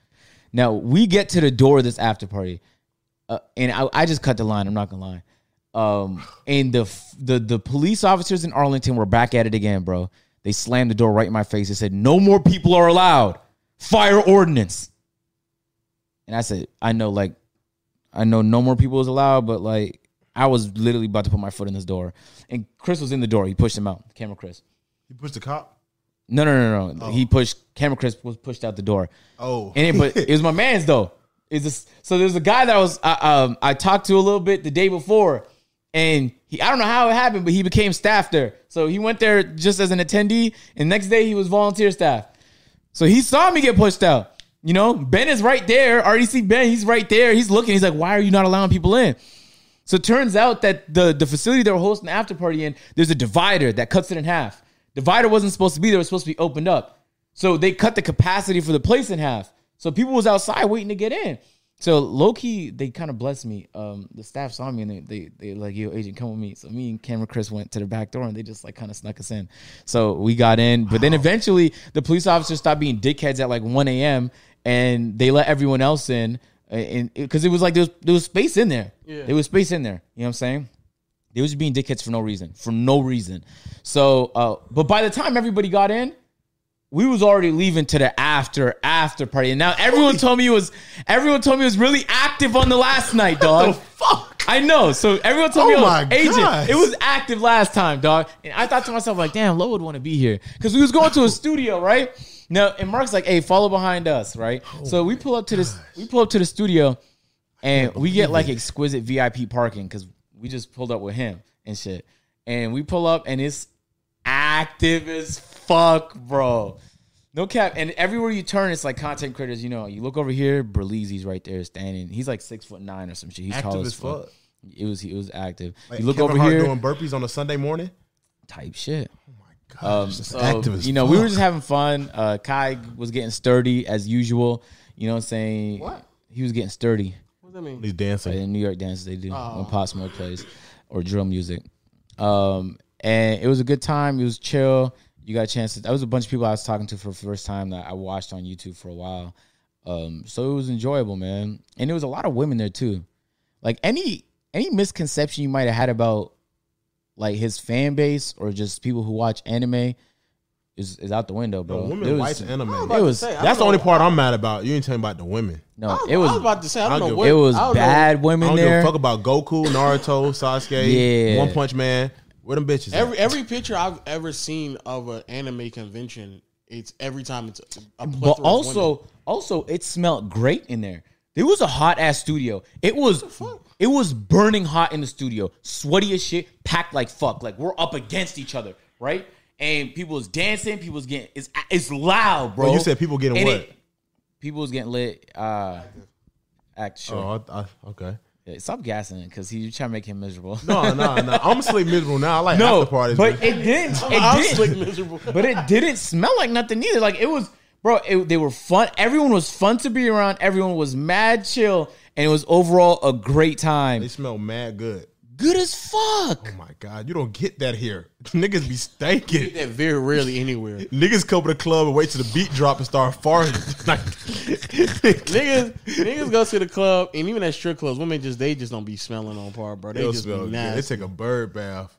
[SPEAKER 1] Now, we get to the door of this after party. Uh, and I, I just cut the line. I'm not going to lie. Um, and the, f- the the police officers in Arlington were back at it again, bro. They slammed the door right in my face. They said, No more people are allowed. Fire ordinance. And I said, I know, like, I know no more people is allowed, but like, I was literally about to put my foot in this door. And Chris was in the door. He pushed him out. Camera Chris.
[SPEAKER 4] You pushed the cop.
[SPEAKER 1] No, no, no, no. He pushed, camera Chris was pushed out the door.
[SPEAKER 4] Oh,
[SPEAKER 1] And it, but it was my man's though. Is this so? There's a guy that I was I, um, I talked to a little bit the day before, and he I don't know how it happened, but he became staff there. So he went there just as an attendee, and next day he was volunteer staff. So he saw me get pushed out. You know, Ben is right there. I Already see Ben. He's right there. He's looking. He's like, why are you not allowing people in? So it turns out that the the facility they were hosting the after party in, there's a divider that cuts it in half. Divider wasn't supposed to be there; it was supposed to be opened up. So they cut the capacity for the place in half. So people was outside waiting to get in. So low key, they kind of blessed me. Um, the staff saw me and they, they they like, yo, agent, come with me. So me and Cameron Chris went to the back door and they just like kind of snuck us in. So we got in, but then eventually the police officers stopped being dickheads at like 1 a.m. and they let everyone else in, and because it was like there was, there was space in there.
[SPEAKER 3] Yeah.
[SPEAKER 1] There was space in there. You know what I'm saying? They was being dickheads for no reason. For no reason. So, uh, but by the time everybody got in, we was already leaving to the after after party. And now everyone told me it was everyone told me it was really active on the last night, dog.
[SPEAKER 4] fuck.
[SPEAKER 1] I know. So everyone told
[SPEAKER 4] Oh
[SPEAKER 1] me, oh,
[SPEAKER 4] my
[SPEAKER 1] agent,
[SPEAKER 4] gosh.
[SPEAKER 1] it was active last time, dog. And I thought to myself, like, damn, Lo would want to be here because we was going to a studio, right? Now, and Mark's like, hey, follow behind us, right?
[SPEAKER 4] Oh
[SPEAKER 1] so we pull up to this, we pull up to the studio, and we get like exquisite VIP parking because we just pulled up with him and shit. And we pull up, and it's active as fuck, bro. No cap. And everywhere you turn, it's like content creators. You know, you look over here, Berlizzi's right there standing. He's like six foot nine or some shit. He's tall
[SPEAKER 4] Active
[SPEAKER 1] as
[SPEAKER 4] as
[SPEAKER 1] fuck.
[SPEAKER 4] fuck.
[SPEAKER 1] It was it was active.
[SPEAKER 4] Like
[SPEAKER 1] you look
[SPEAKER 4] Kevin
[SPEAKER 1] over
[SPEAKER 4] Hart
[SPEAKER 1] here,
[SPEAKER 4] doing burpees on a Sunday morning.
[SPEAKER 1] type shit.
[SPEAKER 4] God,
[SPEAKER 1] Um,
[SPEAKER 4] it's just
[SPEAKER 1] so,
[SPEAKER 4] active as
[SPEAKER 1] you know, we were
[SPEAKER 4] fuck.
[SPEAKER 1] just having fun. Uh, Kai was getting sturdy as usual. You know what I'm saying?
[SPEAKER 3] What?
[SPEAKER 1] He was getting sturdy.
[SPEAKER 3] What does that mean?
[SPEAKER 4] He's dancing.
[SPEAKER 1] in New York dances they
[SPEAKER 3] Oh.
[SPEAKER 1] do when Pop Smoke plays or drill music. Um, and it was a good time. It was chill. You got a chance. To, that was a bunch of people I was talking to for the first time that I watched on YouTube for a while. Um, so it was enjoyable, man. And there was a lot of women there too. Like any any misconception you might have had about like his fan base or just people who watch anime is, is out the window,
[SPEAKER 4] The
[SPEAKER 1] bro. There
[SPEAKER 4] women
[SPEAKER 1] was-
[SPEAKER 4] white anime.
[SPEAKER 3] I was about
[SPEAKER 1] It
[SPEAKER 3] to
[SPEAKER 1] was
[SPEAKER 3] say, I don't
[SPEAKER 4] That's the
[SPEAKER 3] know-
[SPEAKER 4] only part I'm mad about. You ain't talking about the women.
[SPEAKER 1] no,
[SPEAKER 3] I was,
[SPEAKER 1] it
[SPEAKER 3] I was
[SPEAKER 1] was
[SPEAKER 3] about to say I
[SPEAKER 4] I
[SPEAKER 3] don't know
[SPEAKER 4] give-
[SPEAKER 3] what
[SPEAKER 1] it was
[SPEAKER 3] I don't know-
[SPEAKER 1] bad
[SPEAKER 4] I
[SPEAKER 1] women
[SPEAKER 4] don't give
[SPEAKER 1] there.
[SPEAKER 4] a fuck about Goku, Naruto, Sasuke,
[SPEAKER 1] Yeah.
[SPEAKER 4] One Punch Man. Where them bitches? at?
[SPEAKER 3] Every every picture I've ever seen of an anime convention, it's every time it's a plethora
[SPEAKER 1] But
[SPEAKER 3] of women.
[SPEAKER 1] also, also, it smelled great in there. It was a hot ass studio. It was it was burning hot in the studio. Sweaty as shit, packed like fuck. Like we're up against each other, right? And people was dancing, people was getting it's it's loud, bro.
[SPEAKER 4] Well, Oh, you said people getting
[SPEAKER 1] And
[SPEAKER 4] what?
[SPEAKER 1] it- people was getting lit. Uh, act sure.
[SPEAKER 4] Oh, I, I, okay.
[SPEAKER 1] Yeah, stop gassing it because you're trying to make him miserable.
[SPEAKER 4] No, no, no. I'm sleep miserable now. I like
[SPEAKER 1] no,
[SPEAKER 4] after parties,
[SPEAKER 1] but
[SPEAKER 4] man.
[SPEAKER 1] it didn't.
[SPEAKER 3] I'm
[SPEAKER 1] It
[SPEAKER 3] slick
[SPEAKER 1] didn't.
[SPEAKER 3] miserable.
[SPEAKER 1] But it didn't smell like nothing either. Like it was, bro. It, they were fun. Everyone was fun to be around. Everyone was mad chill, and it was overall a great time.
[SPEAKER 4] they smell mad good.
[SPEAKER 1] Good as fuck.
[SPEAKER 4] Oh my god, you don't get that here. Niggas be stinking.
[SPEAKER 3] that very rarely anywhere.
[SPEAKER 4] Niggas come to the club and wait till the beat drop and start farting. like,
[SPEAKER 3] niggas, niggas go to the club and even at strip clubs, women just they just don't be smelling on par, bro. They
[SPEAKER 4] they
[SPEAKER 3] just be
[SPEAKER 4] smell good. They
[SPEAKER 3] nasty.
[SPEAKER 4] take a bird bath,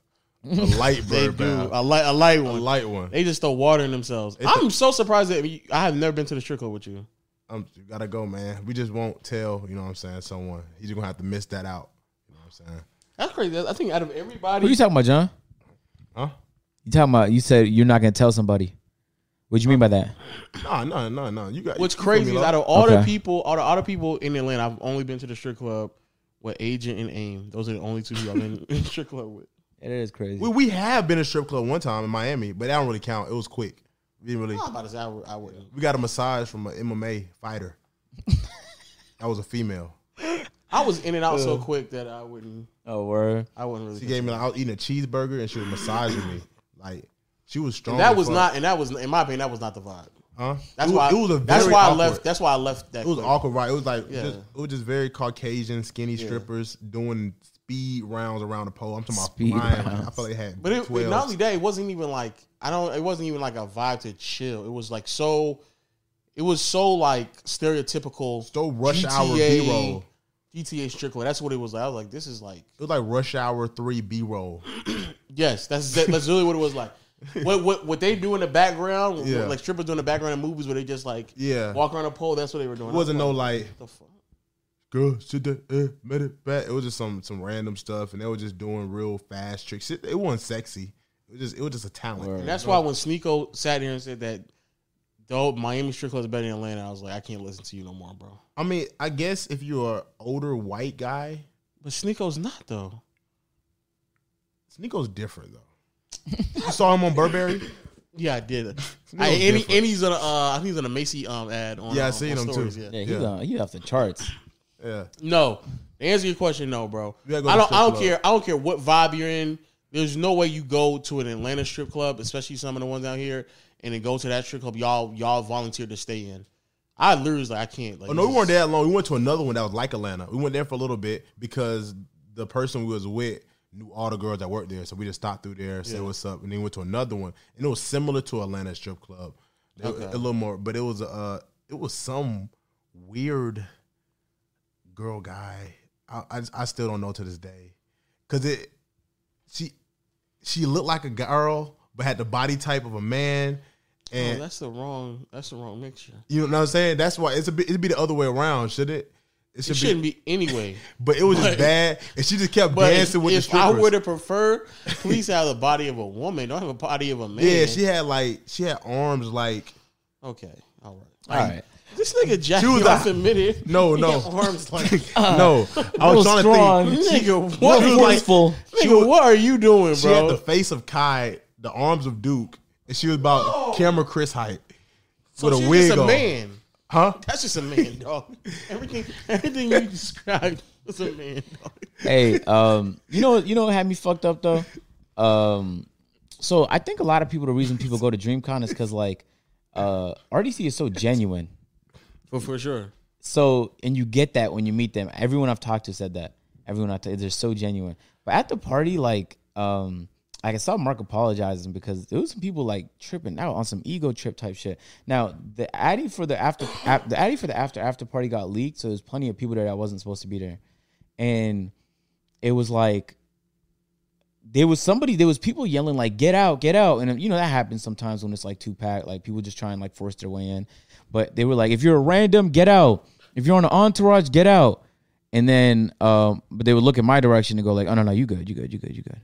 [SPEAKER 4] a light
[SPEAKER 3] They
[SPEAKER 4] bird
[SPEAKER 3] do
[SPEAKER 4] bath,
[SPEAKER 3] a light, a light
[SPEAKER 4] a
[SPEAKER 3] one.
[SPEAKER 4] light one.
[SPEAKER 3] They just throw water in themselves. I'm so surprised that you, I have never been to the strip club with you.
[SPEAKER 4] I'm you gotta go, man. We just won't tell. You know what I'm saying? Someone he's just gonna have to miss that out. You know what I'm saying?
[SPEAKER 3] That's crazy. I think out of everybody,
[SPEAKER 1] What are you talking about, John?
[SPEAKER 4] Huh?
[SPEAKER 1] You talking about? You said you're not gonna tell somebody. What do you mean by that?
[SPEAKER 4] No, no, no, no. You got
[SPEAKER 3] What's
[SPEAKER 4] you feel me,
[SPEAKER 3] crazy is
[SPEAKER 4] like-
[SPEAKER 3] out of all the
[SPEAKER 1] Okay.
[SPEAKER 3] people, out of all the people in Atlanta, I've only been to the strip club with Agent and Aim. Those are the only two people I've been in the strip club with.
[SPEAKER 1] It is crazy.
[SPEAKER 4] we, we have been a strip club one time in Miami, but that don't really count. It was quick. We didn't really.
[SPEAKER 3] I'm about to say I, would- I wouldn't.
[SPEAKER 4] We got a massage from an MMA fighter. that was a female.
[SPEAKER 3] I was in and out so quick that I wouldn't.
[SPEAKER 1] oh word.
[SPEAKER 3] I wouldn't really.
[SPEAKER 4] She gave me like I was eating a cheeseburger and she was massaging me. Like she was strong.
[SPEAKER 3] that
[SPEAKER 4] as
[SPEAKER 3] was
[SPEAKER 4] fuck.
[SPEAKER 3] not, and that was, in my opinion, that was not the vibe.
[SPEAKER 4] Huh?
[SPEAKER 3] That's
[SPEAKER 4] it was,
[SPEAKER 3] why.
[SPEAKER 4] it was a
[SPEAKER 3] that's
[SPEAKER 4] very
[SPEAKER 3] why
[SPEAKER 4] awkward-
[SPEAKER 3] I left. That's why I left. That
[SPEAKER 4] It was
[SPEAKER 3] quick.
[SPEAKER 4] awkward, right? It was like
[SPEAKER 3] Yeah.
[SPEAKER 4] just, it was just very Caucasian skinny strippers doing speed rounds around the pole. I'm talking about
[SPEAKER 1] Speed
[SPEAKER 4] flying. Like, I
[SPEAKER 1] rounds.
[SPEAKER 4] felt like they had
[SPEAKER 3] But it, but
[SPEAKER 4] 12.
[SPEAKER 3] not only that, it wasn't even like I don't. It wasn't even like a vibe to chill. It was like so. It was so like stereotypical.
[SPEAKER 4] so rush hour
[SPEAKER 3] GTA
[SPEAKER 4] B roll.
[SPEAKER 3] GTA strip club. That's what it was. Like. I was like, this is like
[SPEAKER 4] It was like rush hour three B roll.
[SPEAKER 3] yes. That's that, that's really what it was like. What what what they do in the background? what-
[SPEAKER 4] Yeah.
[SPEAKER 3] like strippers do in the background in movies where they just like
[SPEAKER 4] Yeah.
[SPEAKER 3] walk around a pole. That's what they were doing.
[SPEAKER 4] It wasn't
[SPEAKER 3] I
[SPEAKER 4] no
[SPEAKER 3] was
[SPEAKER 4] like
[SPEAKER 3] like, what the fuck?
[SPEAKER 4] girl sit there, eh, made it back. It was just some some random stuff, and they were just doing real fast tricks. It, it wasn't sexy. It was just it was just a talent.
[SPEAKER 1] Word.
[SPEAKER 3] And that's why when Sneeko sat here and said that, though Miami strip club is better than Atlanta, I was like, I can't listen to you no more, bro.
[SPEAKER 4] I mean, I guess if you're an older white guy,
[SPEAKER 3] But Sneeko's not though.
[SPEAKER 4] Sneako's different though. you saw him on Burberry.
[SPEAKER 3] Yeah, I did.
[SPEAKER 4] Sneeko
[SPEAKER 3] I, and, he,
[SPEAKER 4] different.
[SPEAKER 3] and he's on a, uh, I think he's on a Macy um ad on.
[SPEAKER 4] Yeah, I
[SPEAKER 3] um,
[SPEAKER 4] seen
[SPEAKER 3] on
[SPEAKER 4] him
[SPEAKER 3] stories,
[SPEAKER 4] too.
[SPEAKER 1] Yeah,
[SPEAKER 3] Yeah.
[SPEAKER 1] he's
[SPEAKER 4] Yeah.
[SPEAKER 1] on. He off the charts.
[SPEAKER 4] Yeah,
[SPEAKER 3] No, to answer your question, no, bro.
[SPEAKER 4] You
[SPEAKER 3] I
[SPEAKER 4] gotta
[SPEAKER 3] don't.
[SPEAKER 4] go to strip
[SPEAKER 3] I don't
[SPEAKER 4] club.
[SPEAKER 3] care. I don't care what vibe you're in. There's no way you go to an Atlanta strip club, especially some of the ones out here, and then go to that strip club. Y'all, y'all volunteered to stay in. I literally was like, I can't. Like,
[SPEAKER 4] oh, no, we weren't there that long. We went to another one that was like Atlanta. We went there for a little bit because the person we was with knew all the girls that worked there, so we just stopped through there, said
[SPEAKER 3] Yeah.
[SPEAKER 4] what's up, and then went to another one, and it was similar to Atlanta strip club, It-
[SPEAKER 3] Okay.
[SPEAKER 4] a little more, but it was uh, it was some weird girl guy. I I, I still don't know to this day because it she she looked like a girl but had the body type of a man.
[SPEAKER 3] Oh,
[SPEAKER 4] And
[SPEAKER 3] that's the wrong. That's the wrong mixture.
[SPEAKER 4] You know what I'm saying? That's why it's a bit, it'd be the other way around, should it? It
[SPEAKER 3] It
[SPEAKER 4] should
[SPEAKER 3] shouldn't
[SPEAKER 4] be,
[SPEAKER 3] be anyway.
[SPEAKER 4] but it was just
[SPEAKER 3] but-
[SPEAKER 4] bad, and she just kept
[SPEAKER 3] But
[SPEAKER 4] dancing
[SPEAKER 3] if,
[SPEAKER 4] with the
[SPEAKER 3] if I
[SPEAKER 4] strippers.
[SPEAKER 3] would have preferred, please have the body of a woman. Don't have a body of a man.
[SPEAKER 4] yeah, she had like she had arms like
[SPEAKER 3] Okay. All right.
[SPEAKER 1] All right.
[SPEAKER 3] This nigga Jackie
[SPEAKER 4] was
[SPEAKER 3] off
[SPEAKER 4] a-
[SPEAKER 3] in mid
[SPEAKER 4] no,
[SPEAKER 3] He
[SPEAKER 4] no
[SPEAKER 3] got arms like-
[SPEAKER 4] no. I was
[SPEAKER 1] Real
[SPEAKER 4] trying
[SPEAKER 1] strong.
[SPEAKER 4] to think. Well,
[SPEAKER 3] Nigga, what,
[SPEAKER 4] he
[SPEAKER 3] are
[SPEAKER 4] was
[SPEAKER 3] you,
[SPEAKER 4] like-
[SPEAKER 1] Forceful.
[SPEAKER 4] she
[SPEAKER 3] nigga,
[SPEAKER 4] was-
[SPEAKER 3] what are you doing,
[SPEAKER 4] She had
[SPEAKER 3] bro?
[SPEAKER 4] the face of Kai, the arms of Duke, and she was about
[SPEAKER 3] Oh.
[SPEAKER 4] camera Chris height
[SPEAKER 3] So
[SPEAKER 4] with
[SPEAKER 3] she's
[SPEAKER 4] a wig
[SPEAKER 3] just a
[SPEAKER 4] on.
[SPEAKER 3] man.
[SPEAKER 4] Huh?
[SPEAKER 3] That's just a man, dog. Everything, everything you described was a man, dog.
[SPEAKER 1] hey, um, you know, you know what had me fucked up though. Um, so I think a lot of people, the reason people go to DreamCon is because like, uh, RDC is so genuine.
[SPEAKER 3] For, for sure.
[SPEAKER 1] So and you get that when you meet them. Everyone I've talked to said that. Everyone I've talked they're so genuine. But at the party, like, um, like I saw Mark apologizing because there was some people like tripping out on some ego trip type shit. Now the addy for the after ap- the addy for the after after party got leaked, so there's plenty of people there that wasn't supposed to be there, and it was like there was somebody there was people yelling like get out get out and you know that happens sometimes when it's like two pack like people just try and like force their way in but they were like if you're a random get out if you're on an entourage get out and then um but they would look in my direction and go like oh no no you good you good you good you good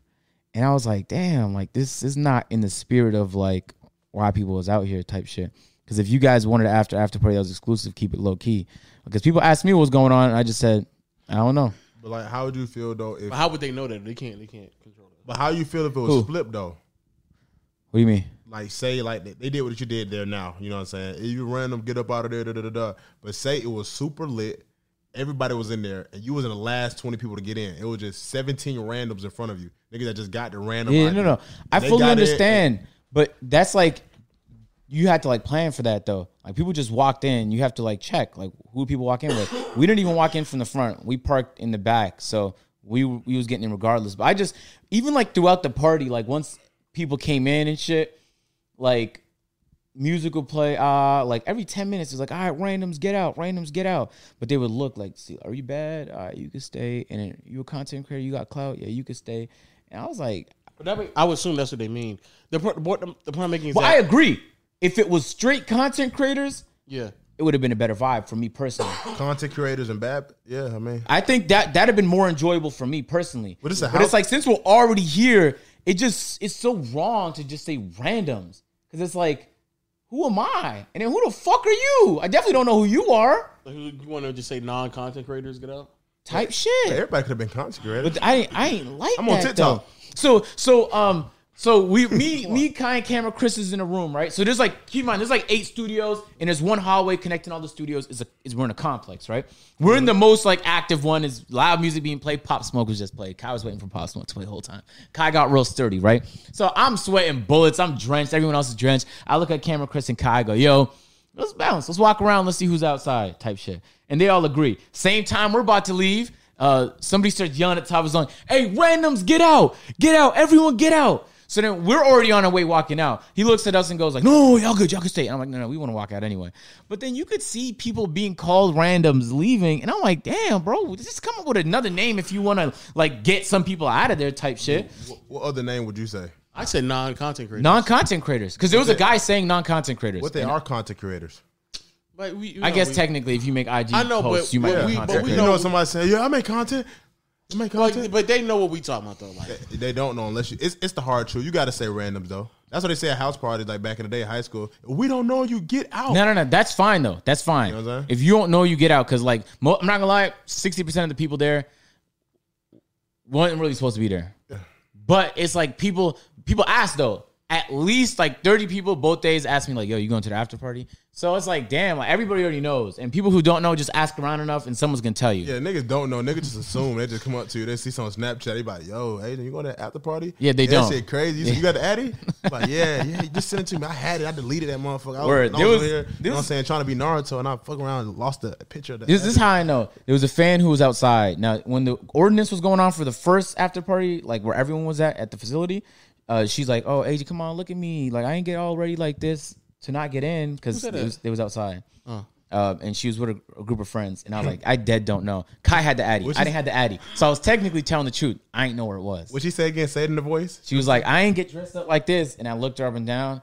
[SPEAKER 1] and i was like damn like this is not in the spirit of like why people was out here type shit Because if you guys wanted an after after party that was exclusive, keep it low key. Because people asked me what's going on, and I just said, I don't know.
[SPEAKER 4] But like, how would you feel though? If
[SPEAKER 3] But how would they know that? They can't. They can't control that.
[SPEAKER 4] but how you feel if it was
[SPEAKER 1] Who?
[SPEAKER 4] flipped though?
[SPEAKER 1] What do you mean?
[SPEAKER 4] Like say like they, they did what you did there now. You know what I'm saying? If you random get up out of there, da da da da. But say it was super lit. Everybody was in there, and you was in the last twenty people to get in. It was just seventeen randoms in front of you, niggas that just got the random.
[SPEAKER 1] Yeah,
[SPEAKER 4] out
[SPEAKER 1] no,
[SPEAKER 4] of
[SPEAKER 1] no.
[SPEAKER 4] it.
[SPEAKER 1] I
[SPEAKER 4] They
[SPEAKER 1] fully
[SPEAKER 4] got in,
[SPEAKER 1] understand, but that's like you have to like plan for that though. Like people just walked in, you have to like check like who people walk in with. We didn't even walk in from the front. We parked in the back, so we we was getting in regardless. But I just even like throughout the party, like once people came in and shit, like music would play. Uh, like every ten minutes, it's like, all right, randoms get out, randoms get out. But they would look like, see, are you bad? All right, you can stay. And then you a content creator, you got clout, yeah, you can stay. And I was like,
[SPEAKER 3] But that may- I would assume that's what they mean. The point, the point, the point I'm making is
[SPEAKER 1] Well, I
[SPEAKER 3] that
[SPEAKER 1] agree. If it was straight content creators,
[SPEAKER 3] yeah,
[SPEAKER 1] it would have been a better vibe for me personally.
[SPEAKER 4] content creators and bad. Yeah, I mean,
[SPEAKER 1] I think that that'd have been more enjoyable for me personally.
[SPEAKER 4] But it's a house-
[SPEAKER 1] like since we're already here, it just it's so wrong to just say randoms because it's like, who am I? And then who the fuck are you? I definitely don't know who you are.
[SPEAKER 3] Like, you want to just say non-content creators get out?
[SPEAKER 1] Type shit.
[SPEAKER 4] everybody could have been content creators.
[SPEAKER 1] But I ain't- I ain't like
[SPEAKER 4] I'm on
[SPEAKER 1] that
[SPEAKER 4] TikTok.
[SPEAKER 1] though. So so um so we me me Kai and camera Chris is in a room right. So there's like keep in mind there's like eight studios and there's one hallway connecting all the studios is a, is we're in a complex right. We're in the
[SPEAKER 4] Mm-hmm.
[SPEAKER 1] most like active one is loud music being played. Pop Smoke was just played. Kai was waiting for Pop Smoke to play the whole time. Kai got real sturdy right. So I'm sweating bullets. I'm drenched. Everyone else is drenched. I look at camera Chris and Kai I go yo. Let's bounce. Let's walk around. Let's see who's outside. Type shit. And they all agree. Same time we're about to leave. Uh, somebody starts yelling at the top of his lung, "Hey, randoms, get out! Get out! Everyone, get out!" So then we're already on our way walking out. He looks at us and goes like, "No, y'all good. Y'all can stay." And I'm like, "No, no, we want to walk out anyway." But then you could see people being called randoms leaving, and I'm like, "Damn, bro, just come up with another name if you want to like get some people out of there." Type shit.
[SPEAKER 4] What, what other name would you say?
[SPEAKER 3] I said non-content creators.
[SPEAKER 1] Non-content creators, because there was a guy saying non-content creators.
[SPEAKER 4] What they
[SPEAKER 1] And
[SPEAKER 4] are content creators.
[SPEAKER 3] But we, you
[SPEAKER 1] I
[SPEAKER 3] know,
[SPEAKER 1] guess
[SPEAKER 3] we-
[SPEAKER 1] technically, if you make IG
[SPEAKER 3] I know, but
[SPEAKER 1] posts, you might
[SPEAKER 3] what
[SPEAKER 1] be a
[SPEAKER 3] we- but
[SPEAKER 1] content
[SPEAKER 3] we
[SPEAKER 1] creator.
[SPEAKER 4] You
[SPEAKER 3] know-
[SPEAKER 4] know, when somebody say, "Yeah, I make content." I make content.
[SPEAKER 3] But, but they know what we talking about though. Like,
[SPEAKER 4] They don't know unless you. It's, it's the hard truth. You got to say randoms though. That's what they say at house parties, like back in the day, high school. We don't know you. Get out.
[SPEAKER 1] No, no, no. That's fine though. That's fine.
[SPEAKER 4] know what I'm saying?
[SPEAKER 1] if you don't know, you get out. Cause like mo- I'm not gonna lie, sixty percent of the people there wasn't really supposed to be there. But it's like people people ask though. At least like thirty people both days ask me like, "Yo, you going to the after party?" So it's like, damn, like everybody already knows, and people who don't know just ask around enough, and someone's gonna tell you.
[SPEAKER 4] Yeah, niggas don't know. Niggas just assume. They just come up to you. They see some Snapchat. They be like, yo, Aiden, you going to the after party?
[SPEAKER 1] Yeah, they don't.
[SPEAKER 4] That shit crazy. You, you got the Addy? like, yeah, yeah, you just send it to me. I had it. I deleted that motherfucker. I
[SPEAKER 1] Word.
[SPEAKER 4] was, I
[SPEAKER 1] There
[SPEAKER 4] was
[SPEAKER 1] was-
[SPEAKER 4] here, you know
[SPEAKER 1] there
[SPEAKER 4] what I'm
[SPEAKER 1] was-
[SPEAKER 4] saying, trying to be Naruto, and I fuck around and lost the picture of the
[SPEAKER 1] This,
[SPEAKER 4] Addy.
[SPEAKER 1] this is how I know. There was a fan who was outside. Now, when the ordinance was going on for the first after party, like where everyone was at at the facility, uh, she's like, "Oh, AJ, come on, look at me. Like I ain't get all ready like this to not get in because
[SPEAKER 3] said
[SPEAKER 1] it
[SPEAKER 3] that?
[SPEAKER 1] was, it was outside." Uh, and she was with a, a group of friends, and I was like, "I dead don't know." Kai had the Addy. I didn't have the Addy, so I was technically telling the truth. I ain't know where it was.
[SPEAKER 4] What she say again? Say it in the voice.
[SPEAKER 1] She was like, "I ain't get dressed up like this," and I looked her up and down.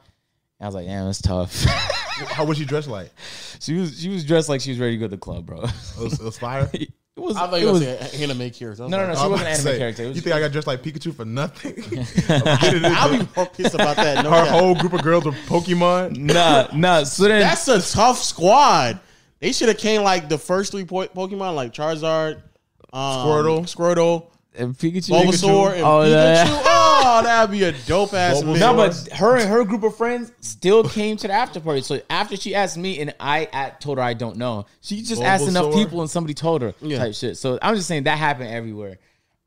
[SPEAKER 1] And I was like, "Damn, that's tough."
[SPEAKER 4] How was she dressed like?
[SPEAKER 1] she was she was dressed like she was ready to go to the club, bro.
[SPEAKER 4] It was, it was fire.
[SPEAKER 1] it was.
[SPEAKER 3] I thought
[SPEAKER 1] it
[SPEAKER 3] you were
[SPEAKER 1] was
[SPEAKER 3] saying anime characters.
[SPEAKER 1] no, no, no. She
[SPEAKER 4] I'm about to
[SPEAKER 1] wasn't an anime
[SPEAKER 4] say,
[SPEAKER 1] character. It was,
[SPEAKER 4] you think I got dressed like Pikachu for nothing?
[SPEAKER 3] I'll be more pissed about that. No,
[SPEAKER 4] Her
[SPEAKER 3] doubt.
[SPEAKER 4] whole group of girls were Pokemon.
[SPEAKER 1] Nah, nah. So then,
[SPEAKER 3] that's a tough squad. They should have came like the first three po- Pokemon, like Charizard, um,
[SPEAKER 4] Squirtle.
[SPEAKER 3] Squirtle,
[SPEAKER 4] eh,
[SPEAKER 1] and Pikachu,
[SPEAKER 3] Bulbasaur, and
[SPEAKER 1] Oh,
[SPEAKER 3] Pikachu.
[SPEAKER 1] yeah.
[SPEAKER 3] Oh, that'd be a dope ass.
[SPEAKER 4] Bulbasaur.
[SPEAKER 1] No, but her and her group of friends still came to the after party. So after she asked me and I at, told her I don't know, she just asked enough
[SPEAKER 4] Bulbasaur.
[SPEAKER 1] people and somebody told her
[SPEAKER 3] Yeah.
[SPEAKER 1] type shit. So I'm just saying that happened everywhere.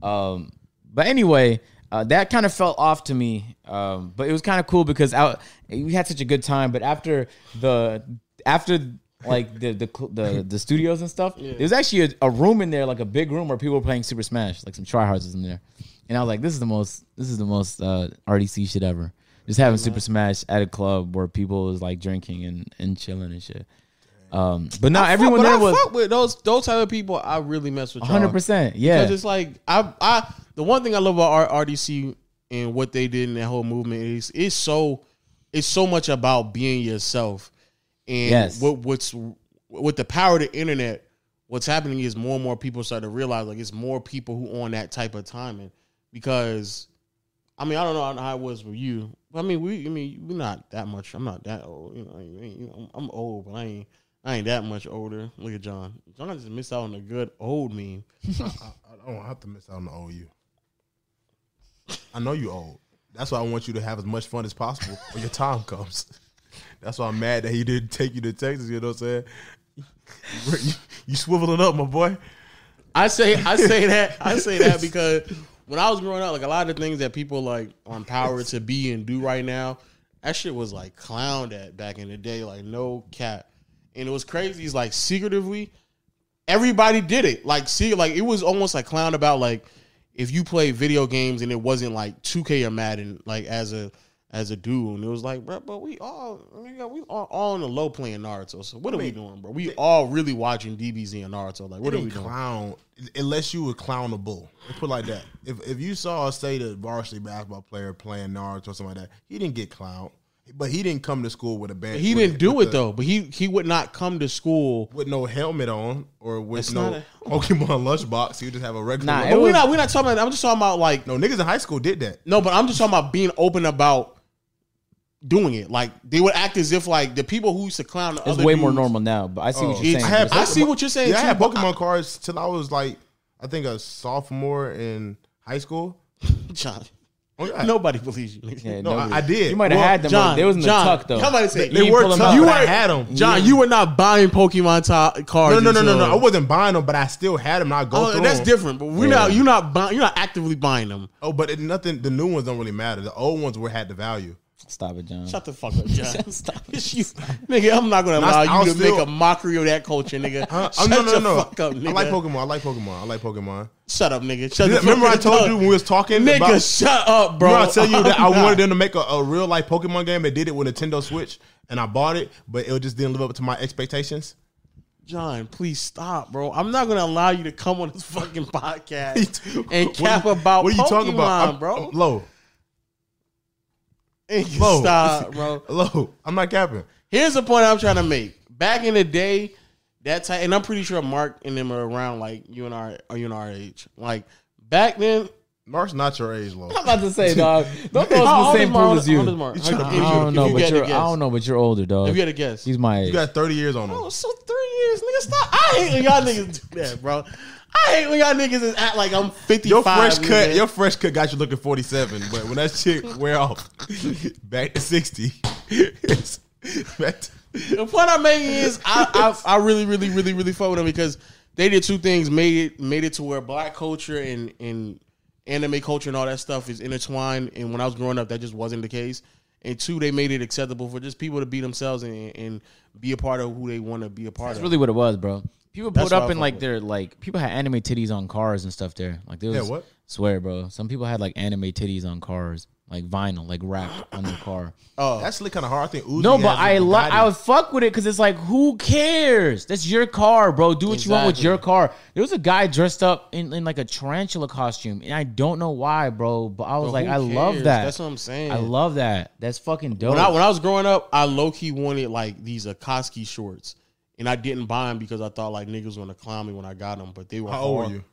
[SPEAKER 1] Um, but anyway, uh, that kind of felt off to me. Um, but it was kind of cool because out we had such a good time. But after the after like the the cl- the, the studios and stuff, there was actually a, a room in there, like a big room where people were playing Super Smash. Like some tryhards was in there, and I was like, this is the most this is the most uh, RDC shit ever. Just having Super Smash at a club where people was like drinking and, and chilling and shit. Um, but not everyone
[SPEAKER 3] But
[SPEAKER 1] there
[SPEAKER 3] I
[SPEAKER 1] was
[SPEAKER 3] fuck with those those type of people. I really mess with. y'all.
[SPEAKER 1] 100. percent Yeah,
[SPEAKER 3] Because it's like I, I, the one thing I love about R- RDC and what they did in that whole movement is it's so, it's so much about being yourself, and
[SPEAKER 1] Yes.
[SPEAKER 3] what what's with the power of the internet. What's happening is more and more people start to realize like it's more people who on that type of timing because, I mean I don't know how it was with you But I mean, we. I mean, we're not that much. I'm not that old. You know, I ain't- I ain't- you know, I'm- I'm old, but I ain't. I ain't that much older. Look at John. John just missed out on a good old meme.
[SPEAKER 4] I, I don't have to miss out on the OU. I know you old. That's why I want you to have as much fun as possible when your time comes. That's why I'm mad that he didn't take you to Texas. You know what I'm saying? You, you swiveling up, my boy.
[SPEAKER 3] I say I say that I say that because when I was growing up, like a lot of the things that people like are empowered to be and do right now, that shit was like clowned at back in the day, like no cap. And it was crazy. It's like secretively, everybody did it. Like see, like it was almost like clowned about like if you played video games and it wasn't like 2K or Madden, like as a as a dude, and it was like, bro, but we all, nigga, we all, all on the low playing Naruto. So what are we doing, bro? We all really watching DBZ and Naruto. Like, what are we
[SPEAKER 4] didn't
[SPEAKER 3] doing?
[SPEAKER 4] clown unless you were clownable. Let's put it like that. If if you saw say the varsity basketball player playing Naruto or something like that, he didn't get clowned. But he didn't come to school with a band.
[SPEAKER 3] He
[SPEAKER 4] with-
[SPEAKER 3] didn't do
[SPEAKER 4] with
[SPEAKER 3] it
[SPEAKER 4] the-
[SPEAKER 3] though, but he he would not come to school.
[SPEAKER 4] with no helmet on or with
[SPEAKER 3] That's
[SPEAKER 4] no
[SPEAKER 3] not a-
[SPEAKER 4] Pokemon lunchbox. You just have a regular.
[SPEAKER 1] Nah,
[SPEAKER 4] lunch-
[SPEAKER 1] it
[SPEAKER 3] But
[SPEAKER 1] was-
[SPEAKER 3] we're not we're not talking. About, I'm just talking about like no,
[SPEAKER 4] no niggas in high school did that.
[SPEAKER 3] but I'm just talking about being open about doing it. Like they would act as if like the people who used to clown the
[SPEAKER 1] It's
[SPEAKER 3] other
[SPEAKER 1] way more
[SPEAKER 3] dudes- Oh.
[SPEAKER 1] normal now, but I see what you're
[SPEAKER 3] It's-
[SPEAKER 1] saying.
[SPEAKER 3] I,
[SPEAKER 4] had-
[SPEAKER 3] see what you're saying.
[SPEAKER 4] Yeah, I
[SPEAKER 3] too,
[SPEAKER 4] had
[SPEAKER 3] but
[SPEAKER 4] Pokemon cards till I was like, I think a sophomore in high school.
[SPEAKER 3] I- John,
[SPEAKER 4] Oh, yeah.
[SPEAKER 3] nobody believes you. nigga.
[SPEAKER 1] Yeah,
[SPEAKER 4] no,
[SPEAKER 1] nobody-
[SPEAKER 4] I- I did.
[SPEAKER 1] You might have
[SPEAKER 4] Well,
[SPEAKER 1] had them. but
[SPEAKER 3] John,
[SPEAKER 1] they was in the
[SPEAKER 3] John,
[SPEAKER 1] tuck though.
[SPEAKER 3] somebody say-
[SPEAKER 1] You
[SPEAKER 3] They
[SPEAKER 1] didn't
[SPEAKER 4] were
[SPEAKER 1] pull them
[SPEAKER 4] tough.
[SPEAKER 1] out.
[SPEAKER 4] You
[SPEAKER 1] You
[SPEAKER 4] were-
[SPEAKER 1] were
[SPEAKER 4] I had 'em.
[SPEAKER 3] John, you were not buying Pokemon to- cards.
[SPEAKER 4] no, no, no, no, no.
[SPEAKER 3] until-
[SPEAKER 4] I wasn't buying them, but I still had them. And I go
[SPEAKER 3] Oh,
[SPEAKER 4] through
[SPEAKER 3] that's
[SPEAKER 4] them.
[SPEAKER 3] different. But we're not. You're not. Buy, you're not actively buying them.
[SPEAKER 4] Oh, but it, nothing. The new ones don't really matter. The old ones were had the value.
[SPEAKER 1] Stop it, John.
[SPEAKER 3] Shut the fuck up, John. Stop it. You, nigga, I'm not gonna
[SPEAKER 4] I-
[SPEAKER 3] allow
[SPEAKER 4] I'll
[SPEAKER 3] you to
[SPEAKER 4] still-
[SPEAKER 3] make a mockery of that culture, nigga.
[SPEAKER 4] Huh? Oh,
[SPEAKER 3] Shut
[SPEAKER 4] no, no,
[SPEAKER 3] the
[SPEAKER 4] no.
[SPEAKER 3] fuck up, nigga.
[SPEAKER 4] I like Pokemon. I like Pokemon. I like Pokemon.
[SPEAKER 3] Shut up, nigga. Shut the
[SPEAKER 4] Remember, I
[SPEAKER 3] fuck
[SPEAKER 4] told
[SPEAKER 3] up.
[SPEAKER 4] you when we was talking
[SPEAKER 3] nigga,
[SPEAKER 4] about
[SPEAKER 3] shut up, bro.
[SPEAKER 4] Bro, I tell you that I
[SPEAKER 3] I'm not.
[SPEAKER 4] wanted them to make a, a real life Pokemon game. They did it with Nintendo Switch, and I bought it, but it just didn't live up to my expectations.
[SPEAKER 3] John, please stop, bro. I'm not gonna allow you to come on this fucking podcast and cap about
[SPEAKER 4] What are you
[SPEAKER 3] Pokemon,
[SPEAKER 4] talking about, I'm-
[SPEAKER 3] bro?
[SPEAKER 4] I'm low,
[SPEAKER 3] Nigga,
[SPEAKER 4] low.
[SPEAKER 3] Stop, bro.
[SPEAKER 4] low. I'm not capping.
[SPEAKER 3] Here's the point I'm trying to make. Back in the day, that type, and I'm pretty sure Mark and them are around like you and our, or you and our age. Like back then,
[SPEAKER 4] Mark's not your age, low.
[SPEAKER 1] I'm about to say, dog. Don't throw
[SPEAKER 3] How old
[SPEAKER 1] us in the
[SPEAKER 3] is
[SPEAKER 1] same
[SPEAKER 3] Mar-
[SPEAKER 1] pool as you.
[SPEAKER 3] how old is Mar-
[SPEAKER 1] I
[SPEAKER 3] How old- if you-
[SPEAKER 1] don't
[SPEAKER 3] if
[SPEAKER 1] know,
[SPEAKER 3] you
[SPEAKER 1] but
[SPEAKER 3] had to
[SPEAKER 1] you're. I
[SPEAKER 3] guess.
[SPEAKER 1] don't know, but you're older,
[SPEAKER 3] If
[SPEAKER 1] dog.
[SPEAKER 3] you had a guess,
[SPEAKER 1] He's my
[SPEAKER 4] You
[SPEAKER 1] age.
[SPEAKER 4] got 30 years on him.
[SPEAKER 3] Oh, so three years, nigga. Stop. I hate when y'all niggas do that, bro. I hate when y'all niggas is act like I'm 55.
[SPEAKER 4] Your fresh cut,
[SPEAKER 3] nigga.
[SPEAKER 4] your fresh cut got you looking 47, but when that shit wear off, back to 60. back to,
[SPEAKER 3] the point I'm making is I, I I really really really really fuck with them because they did two things made it made it to where black culture and and anime culture and all that stuff is intertwined and when I was growing up that just wasn't the case and two they made it acceptable for just people to be themselves and and be a part of who they want to be a part
[SPEAKER 1] That's
[SPEAKER 3] of.
[SPEAKER 1] really what it was, bro. People
[SPEAKER 3] That's
[SPEAKER 1] pulled
[SPEAKER 3] what
[SPEAKER 1] up
[SPEAKER 3] I
[SPEAKER 1] in
[SPEAKER 3] fuck
[SPEAKER 1] like
[SPEAKER 3] with.
[SPEAKER 1] their like people had anime titties on cars and stuff there. Like there was
[SPEAKER 4] what?
[SPEAKER 1] swear, bro. Some people had like anime titties on cars, like vinyl, like wrapped on their car.
[SPEAKER 3] oh,
[SPEAKER 4] that's kind of hard. I think Uzi
[SPEAKER 1] No,
[SPEAKER 4] has
[SPEAKER 1] but
[SPEAKER 4] a
[SPEAKER 1] I li-
[SPEAKER 4] Bugatti.
[SPEAKER 1] I would fuck with it because it's like, who cares? That's your car, bro. Do what you want with
[SPEAKER 3] Exactly.
[SPEAKER 1] your car. There was a guy dressed up in, in like a tarantula costume, and I don't know why, bro. But I was
[SPEAKER 3] But
[SPEAKER 1] like,
[SPEAKER 3] who
[SPEAKER 1] I love
[SPEAKER 3] cares?
[SPEAKER 1] that.
[SPEAKER 3] That's what I'm saying.
[SPEAKER 1] I love that. That's fucking dope.
[SPEAKER 3] When I when I was growing up, I low key wanted like these Akoski shorts, and I didn't buy them because I thought like niggas were gonna clown me when I got them. But they were
[SPEAKER 4] How old
[SPEAKER 3] hard.
[SPEAKER 4] are you?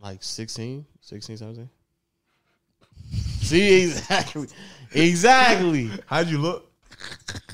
[SPEAKER 3] Like 16, 16, 17. See exactly, exactly.
[SPEAKER 4] How'd you look?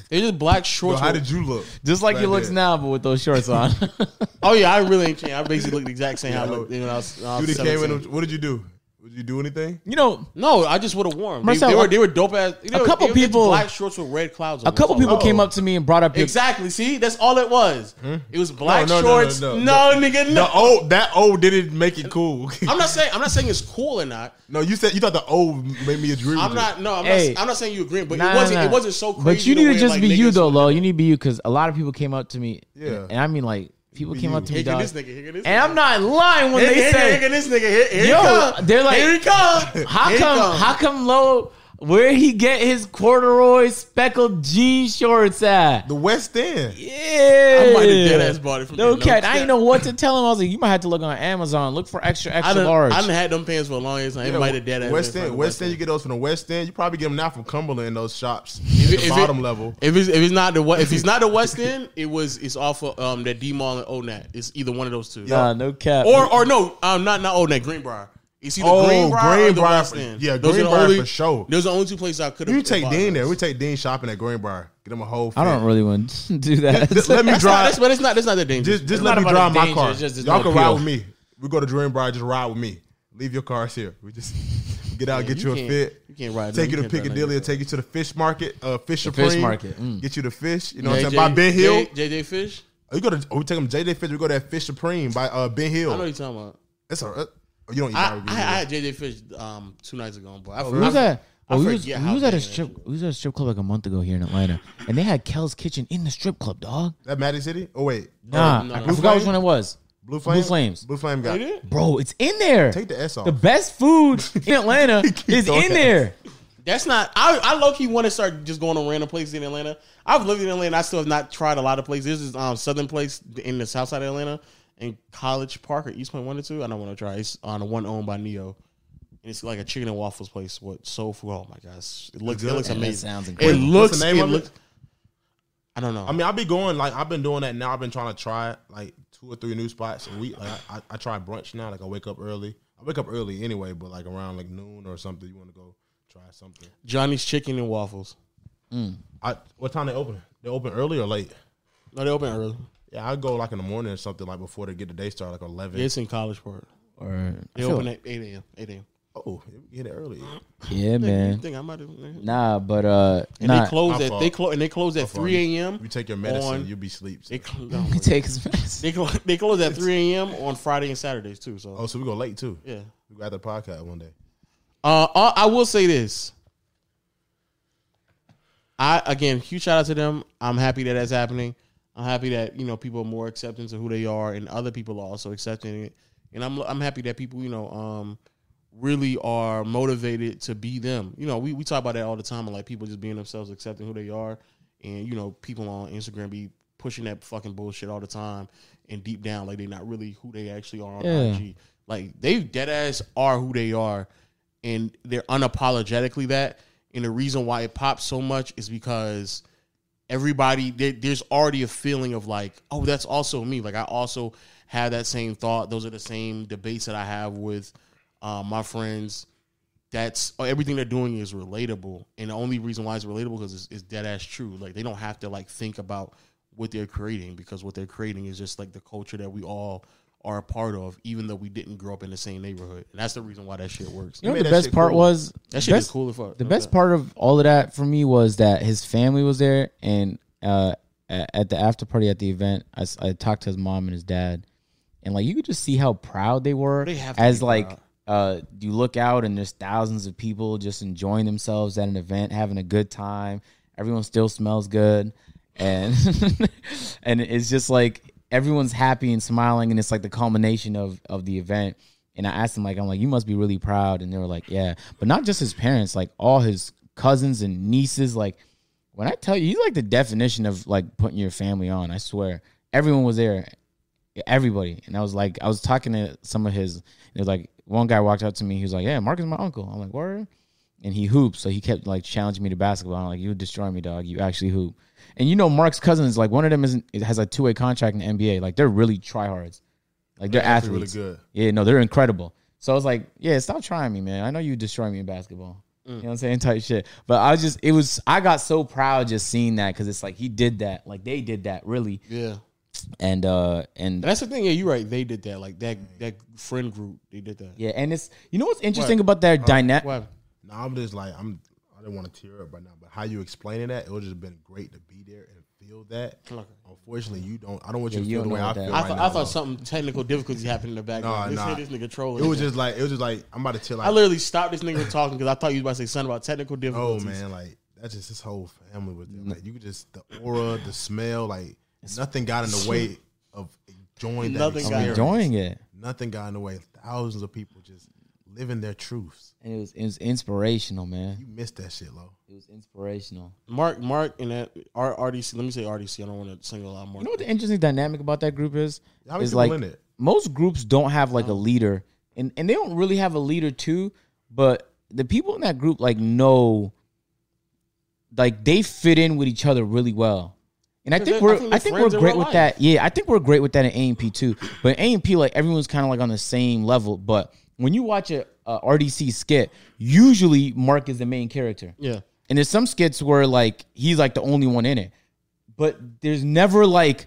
[SPEAKER 3] They just black
[SPEAKER 4] Bro,
[SPEAKER 3] shorts.
[SPEAKER 4] how
[SPEAKER 3] with-
[SPEAKER 4] did you look?
[SPEAKER 1] Just like
[SPEAKER 4] Right
[SPEAKER 1] he looks
[SPEAKER 4] there.
[SPEAKER 1] now, but with those shorts on.
[SPEAKER 3] oh yeah, I really ain't changed. I basically look the exact same how I
[SPEAKER 4] Yeah,
[SPEAKER 3] looked when I was. When I
[SPEAKER 4] You
[SPEAKER 3] was
[SPEAKER 4] done came in.
[SPEAKER 3] 17.
[SPEAKER 4] What did you do? Did you do anything?
[SPEAKER 1] you know,
[SPEAKER 3] no, I just would have worn. 'em. They,
[SPEAKER 1] Marcel,
[SPEAKER 3] they were
[SPEAKER 1] a-
[SPEAKER 3] they were dope ass. they were-
[SPEAKER 1] couple
[SPEAKER 3] they were just
[SPEAKER 1] people-
[SPEAKER 3] black shorts with red clouds. On
[SPEAKER 1] a
[SPEAKER 3] them.
[SPEAKER 1] couple
[SPEAKER 3] That's all
[SPEAKER 1] people
[SPEAKER 3] it
[SPEAKER 1] came up to me and brought up your
[SPEAKER 3] Exactly. See, that's all it was. It was black
[SPEAKER 4] Hmm? No, no, no, no,
[SPEAKER 3] shorts. No,
[SPEAKER 4] no.
[SPEAKER 3] nigga, no.
[SPEAKER 4] The old that old didn't make it cool.
[SPEAKER 3] I'm not saying I'm not saying it's cool or not.
[SPEAKER 4] no, you said you thought the old made me agree.
[SPEAKER 3] I'm
[SPEAKER 4] with
[SPEAKER 3] not. No, I'm,
[SPEAKER 1] Hey.
[SPEAKER 3] not, I'm not saying you agree, but
[SPEAKER 1] Nah,
[SPEAKER 3] it wasn't.
[SPEAKER 1] nah, nah.
[SPEAKER 3] It wasn't so crazy.
[SPEAKER 1] But you need
[SPEAKER 3] the
[SPEAKER 1] to
[SPEAKER 3] way,
[SPEAKER 1] just
[SPEAKER 3] like,
[SPEAKER 1] be you
[SPEAKER 3] niggas-
[SPEAKER 1] though, Lo. You need to be you because a lot of people came up to me.
[SPEAKER 4] Yeah.
[SPEAKER 1] and I mean like people came up to me,
[SPEAKER 3] Here go
[SPEAKER 1] dog.
[SPEAKER 3] this nigga. Here go this
[SPEAKER 1] And
[SPEAKER 3] nigga.
[SPEAKER 1] I'm not lying when
[SPEAKER 3] Here,
[SPEAKER 1] they
[SPEAKER 3] here, here
[SPEAKER 1] say,
[SPEAKER 3] go this nigga. Here, here he
[SPEAKER 1] Yo,
[SPEAKER 3] come.
[SPEAKER 1] they're like-
[SPEAKER 3] here he come.
[SPEAKER 1] how
[SPEAKER 3] Here he
[SPEAKER 1] come, how come Lo, where he get his corduroy speckled jean shorts at?
[SPEAKER 4] you. the West End.
[SPEAKER 1] Yeah,
[SPEAKER 3] I might have dead ass bought it from
[SPEAKER 1] No
[SPEAKER 3] you, no
[SPEAKER 1] cat, I
[SPEAKER 3] cap.
[SPEAKER 1] didn't know what to tell him. I was like, you might have to look on Amazon, look for extra
[SPEAKER 3] I
[SPEAKER 1] extra
[SPEAKER 3] done,
[SPEAKER 1] large.
[SPEAKER 3] I done had them pants for a long time. I might have dead ass.
[SPEAKER 4] West
[SPEAKER 3] been
[SPEAKER 4] End.
[SPEAKER 3] fucking
[SPEAKER 4] West End. You get those from the West End. You probably get them now from Cumberland in those shops. At
[SPEAKER 3] it-
[SPEAKER 4] the
[SPEAKER 3] if
[SPEAKER 4] bottom
[SPEAKER 3] it-
[SPEAKER 4] level.
[SPEAKER 3] If it's if it's not the West, if it's not the West End, it was it's off of um that D Mall and Onat. It's either one of those two.
[SPEAKER 1] nah, no cap.
[SPEAKER 3] Or or no, um not not Onat Greenbrier. It's either
[SPEAKER 2] Oh,
[SPEAKER 3] Greenbrier, or the
[SPEAKER 2] Greenbrier
[SPEAKER 3] West
[SPEAKER 2] for-
[SPEAKER 3] End.
[SPEAKER 2] yeah,
[SPEAKER 3] Those are the
[SPEAKER 2] Greenbrier
[SPEAKER 3] only-
[SPEAKER 2] for sure.
[SPEAKER 3] Those are the only two places I could have.
[SPEAKER 4] You take Dean there. We take Dean shopping at Greenbrier. Get him a whole.
[SPEAKER 1] I don't
[SPEAKER 4] fit.
[SPEAKER 1] really want to do that.
[SPEAKER 4] Just let me
[SPEAKER 3] That's not,
[SPEAKER 4] drive.
[SPEAKER 3] that's, but it's not. That's not that dangerous.
[SPEAKER 4] Just, just
[SPEAKER 1] not
[SPEAKER 4] let me
[SPEAKER 1] about
[SPEAKER 4] drive
[SPEAKER 1] the
[SPEAKER 4] my
[SPEAKER 1] danger,
[SPEAKER 4] car.
[SPEAKER 1] it's just there's
[SPEAKER 4] Y'all
[SPEAKER 1] no
[SPEAKER 4] can ride
[SPEAKER 1] appeal.
[SPEAKER 4] with me. We go to Greenbrier. Just ride with me. Leave your car here. We just get out, get you, a
[SPEAKER 3] can't-
[SPEAKER 4] fit.
[SPEAKER 3] you can't ride-
[SPEAKER 4] Take
[SPEAKER 3] no,
[SPEAKER 4] you to
[SPEAKER 3] you can't ride like
[SPEAKER 4] Piccadilly.
[SPEAKER 3] that.
[SPEAKER 4] Take you to the fish market. Uh, fish
[SPEAKER 1] fish
[SPEAKER 4] Supreme,
[SPEAKER 1] market, mm.
[SPEAKER 4] Get you the fish. You know what I'm
[SPEAKER 3] JJ
[SPEAKER 4] saying? By Ben Hill.
[SPEAKER 3] J- JJ Fish.
[SPEAKER 4] Oh, you go to. Oh, we take him JJ Fish. We go to that Fish Supreme by uh, Ben
[SPEAKER 3] I know what
[SPEAKER 4] Hill.
[SPEAKER 3] you're talking about.
[SPEAKER 4] That's all right. Oh, you don't eat
[SPEAKER 3] I,
[SPEAKER 4] barbecue.
[SPEAKER 3] I, I had JJ Fish um, two nights ago, but I,
[SPEAKER 1] We was
[SPEAKER 3] I,
[SPEAKER 1] at
[SPEAKER 3] I
[SPEAKER 1] oh, we was, we
[SPEAKER 3] forget how
[SPEAKER 1] was at
[SPEAKER 3] big
[SPEAKER 1] a
[SPEAKER 3] it
[SPEAKER 1] strip we was at a strip club like a month ago here in Atlanta, and they had Kel's Kitchen in the strip club, dog.
[SPEAKER 4] that Maddie City. Oh wait,
[SPEAKER 1] Nah,
[SPEAKER 3] no,
[SPEAKER 1] I,
[SPEAKER 3] no.
[SPEAKER 1] I forgot which one it was.
[SPEAKER 4] Blue Flames.
[SPEAKER 1] Flames.
[SPEAKER 4] Blue Flame
[SPEAKER 3] They
[SPEAKER 4] got.
[SPEAKER 3] did?
[SPEAKER 1] Bro, it's in there.
[SPEAKER 4] Take the S off.
[SPEAKER 1] The best food in Atlanta is
[SPEAKER 4] throwing that.
[SPEAKER 1] in there.
[SPEAKER 3] That's not. I, I low key want to start just going to random places in Atlanta. I've lived in Atlanta. I still have not tried a lot of places. This is um southern place in the south side of Atlanta, in College Park or East Point One or Two. I don't want to try. It's on the one owned by Neo, and it's like a chicken and waffles place with soul food. Oh my gosh, it looks it looks
[SPEAKER 1] Man, that
[SPEAKER 3] amazing.
[SPEAKER 1] sounds
[SPEAKER 3] it
[SPEAKER 1] incredible.
[SPEAKER 3] looks.
[SPEAKER 2] the name
[SPEAKER 3] it
[SPEAKER 2] of it?
[SPEAKER 3] looks. I don't know.
[SPEAKER 2] I mean, I'll be going like I've been doing that now. I've been trying to try like two or three new spots a week. Like I, I, I try brunch now. Like I wake up early. I wake up early anyway, but like around like noon or something, you want to go try something.
[SPEAKER 3] Johnny's Chicken and Waffles.
[SPEAKER 2] I what time they open? They open early or late?
[SPEAKER 3] No, they open early.
[SPEAKER 2] Yeah, I go like in the morning or something, like before they get the day started, like eleven.
[SPEAKER 3] Yeah, it's in College Park.
[SPEAKER 1] Or, I
[SPEAKER 3] They
[SPEAKER 1] feel-
[SPEAKER 3] open at eight a.m. Eight a.m.
[SPEAKER 2] Oh, you get it early.
[SPEAKER 1] yeah,
[SPEAKER 3] You
[SPEAKER 1] man.
[SPEAKER 3] think I might have? And
[SPEAKER 1] Nah, but uh,
[SPEAKER 3] they
[SPEAKER 1] nah.
[SPEAKER 3] close
[SPEAKER 2] my
[SPEAKER 3] at
[SPEAKER 2] fault.
[SPEAKER 3] they close and they close at three a.m.
[SPEAKER 2] You take your medicine,
[SPEAKER 3] On-
[SPEAKER 2] you be sleep.
[SPEAKER 3] They cl- no,
[SPEAKER 1] He takes his
[SPEAKER 3] they, cl- they close at 3 a.m. on Friday and Saturdays too. So
[SPEAKER 2] Oh, so we go late too.
[SPEAKER 3] yeah,
[SPEAKER 2] We go after the podcast one day.
[SPEAKER 3] uh, uh, I will say this. I again, huge shout out to them. I'm happy that that's happening. I'm happy that you know people are more acceptance of who they are, and other people are also accepting it. And I'm I'm happy that people you know um really are motivated to be them. You know, we we talk about that all the time, like people just being themselves, accepting who they are, and you know, people on Instagram be pushing that fucking bullshit all the time, and deep down, like they're not really who they actually are on
[SPEAKER 1] Yeah.
[SPEAKER 3] IG. Like they dead ass are who they are, and they're unapologetically that. And the reason why it pops so much is because everybody there, there's already a feeling of like oh that's also me like i also have that same thought those are the same debates that i have with uh, my friends that's oh, everything they're doing is relatable and the only reason why it's relatable because it's, it's dead ass true like they don't have to like think about what they're creating because what they're creating is just like the culture that we all are a part of even though we didn't grow up in the same neighborhood and that's the reason why that shit works
[SPEAKER 1] You know
[SPEAKER 2] made
[SPEAKER 1] what the
[SPEAKER 2] that
[SPEAKER 1] best
[SPEAKER 2] shit
[SPEAKER 1] part
[SPEAKER 2] cool.
[SPEAKER 1] was?
[SPEAKER 3] that shit
[SPEAKER 1] best,
[SPEAKER 3] is cool as fuck
[SPEAKER 1] The best part of all of that for me was that his family was there, and uh, a- at the after party at the event, I, s- I talked to his mom and his dad, and like you could just see how proud they were.
[SPEAKER 3] They have to
[SPEAKER 1] as
[SPEAKER 3] be
[SPEAKER 1] like
[SPEAKER 3] proud.
[SPEAKER 1] uh, you look out and there's thousands of people just enjoying themselves at an event, having a good time. Everyone still smells good, and and it's just like everyone's happy and smiling, and it's like the culmination of of the event. And I asked him like, I'm like, you must be really proud, and they were like, yeah, but not just his parents, like all his cousins and nieces, like. When I tell you, he's like the definition of like putting your family on. I swear, everyone was there, everybody. And I was like, I was talking to some of his. It was like one guy walked up to me. He was like, "Yeah, Mark is my uncle." I'm like, "Word," and he hoops. So he kept like challenging me to basketball. I'm like, "You destroy me, dog. You actually hoop." And you know, Mark's cousins, like one of them isn't it has a two way contract in the NBA. Like they're really tryhards. Like they're
[SPEAKER 2] Really
[SPEAKER 1] athletes.
[SPEAKER 2] good.
[SPEAKER 1] Yeah, no, they're incredible. So I was like, yeah, stop trying me, man. I know you destroy me in basketball.
[SPEAKER 2] Mm.
[SPEAKER 1] You know what I'm saying? Type shit. But I was just, it was, I got so proud just seeing that because it's like he did that. Like they did that, really.
[SPEAKER 3] yeah
[SPEAKER 1] And, uh, and,
[SPEAKER 3] And that's the thing. Yeah, you're right. They did that. Like that that friend group, they did that.
[SPEAKER 1] yeah, and it's, you know what's interesting about that dynamic?
[SPEAKER 3] Why?
[SPEAKER 2] No, I'm just like I'm. I didn't want to tear up right now, but how you explaining that? It would just been great to be there and feel that. Unfortunately, you don't. I don't want you
[SPEAKER 1] Yeah,
[SPEAKER 2] to
[SPEAKER 1] you
[SPEAKER 2] feel the
[SPEAKER 1] don't
[SPEAKER 2] way
[SPEAKER 1] know
[SPEAKER 2] I
[SPEAKER 1] what that
[SPEAKER 2] feel
[SPEAKER 1] is.
[SPEAKER 3] I
[SPEAKER 2] right
[SPEAKER 3] thought
[SPEAKER 2] now.
[SPEAKER 3] I thought something technical difficulty happened in the
[SPEAKER 2] Nah,
[SPEAKER 3] background.
[SPEAKER 2] nah.
[SPEAKER 3] This, this nigga trolling.
[SPEAKER 2] it was just like it was just like I'm about to tear. Like,
[SPEAKER 3] I literally stopped this nigga talking because I thought you was about to say something about technical
[SPEAKER 2] oh
[SPEAKER 3] difficulties.
[SPEAKER 2] man, like that's just his whole family was there. Like you could just the aura, the smell, like nothing got in the way of enjoying that.
[SPEAKER 3] Nothing
[SPEAKER 2] Nothing
[SPEAKER 3] got in the
[SPEAKER 2] got
[SPEAKER 3] way.
[SPEAKER 1] Enjoying it.
[SPEAKER 2] Nothing got in the way. Thousands of people just living their truths.
[SPEAKER 1] And it was, it was inspirational, man.
[SPEAKER 2] You missed that shit, Lo.
[SPEAKER 1] It was inspirational.
[SPEAKER 3] Mark, Mark, and that R- RDC. Let me say RDC. I don't want to single out Mark.
[SPEAKER 1] You know what the interesting dynamic about that group is?
[SPEAKER 2] How many
[SPEAKER 1] Is
[SPEAKER 2] people
[SPEAKER 1] like
[SPEAKER 2] in it?
[SPEAKER 1] most groups don't have like a leader, and and they don't really have a leader too. But the people in that group like know, like they fit in with each other really well. And I
[SPEAKER 3] Yeah,
[SPEAKER 1] think
[SPEAKER 3] they- I
[SPEAKER 1] we're I
[SPEAKER 3] think
[SPEAKER 1] think,
[SPEAKER 3] they're
[SPEAKER 1] we're
[SPEAKER 3] friends in
[SPEAKER 1] great
[SPEAKER 3] real
[SPEAKER 1] with
[SPEAKER 3] life.
[SPEAKER 1] that. Yeah, I think we're great with that in AMP too. But in AMP like everyone's kind of like on the same level. But when you watch a, a RDC skit, usually Mark is the main character.
[SPEAKER 3] Yeah.
[SPEAKER 1] And there's some skits where like he's like the only one in it. But there's never like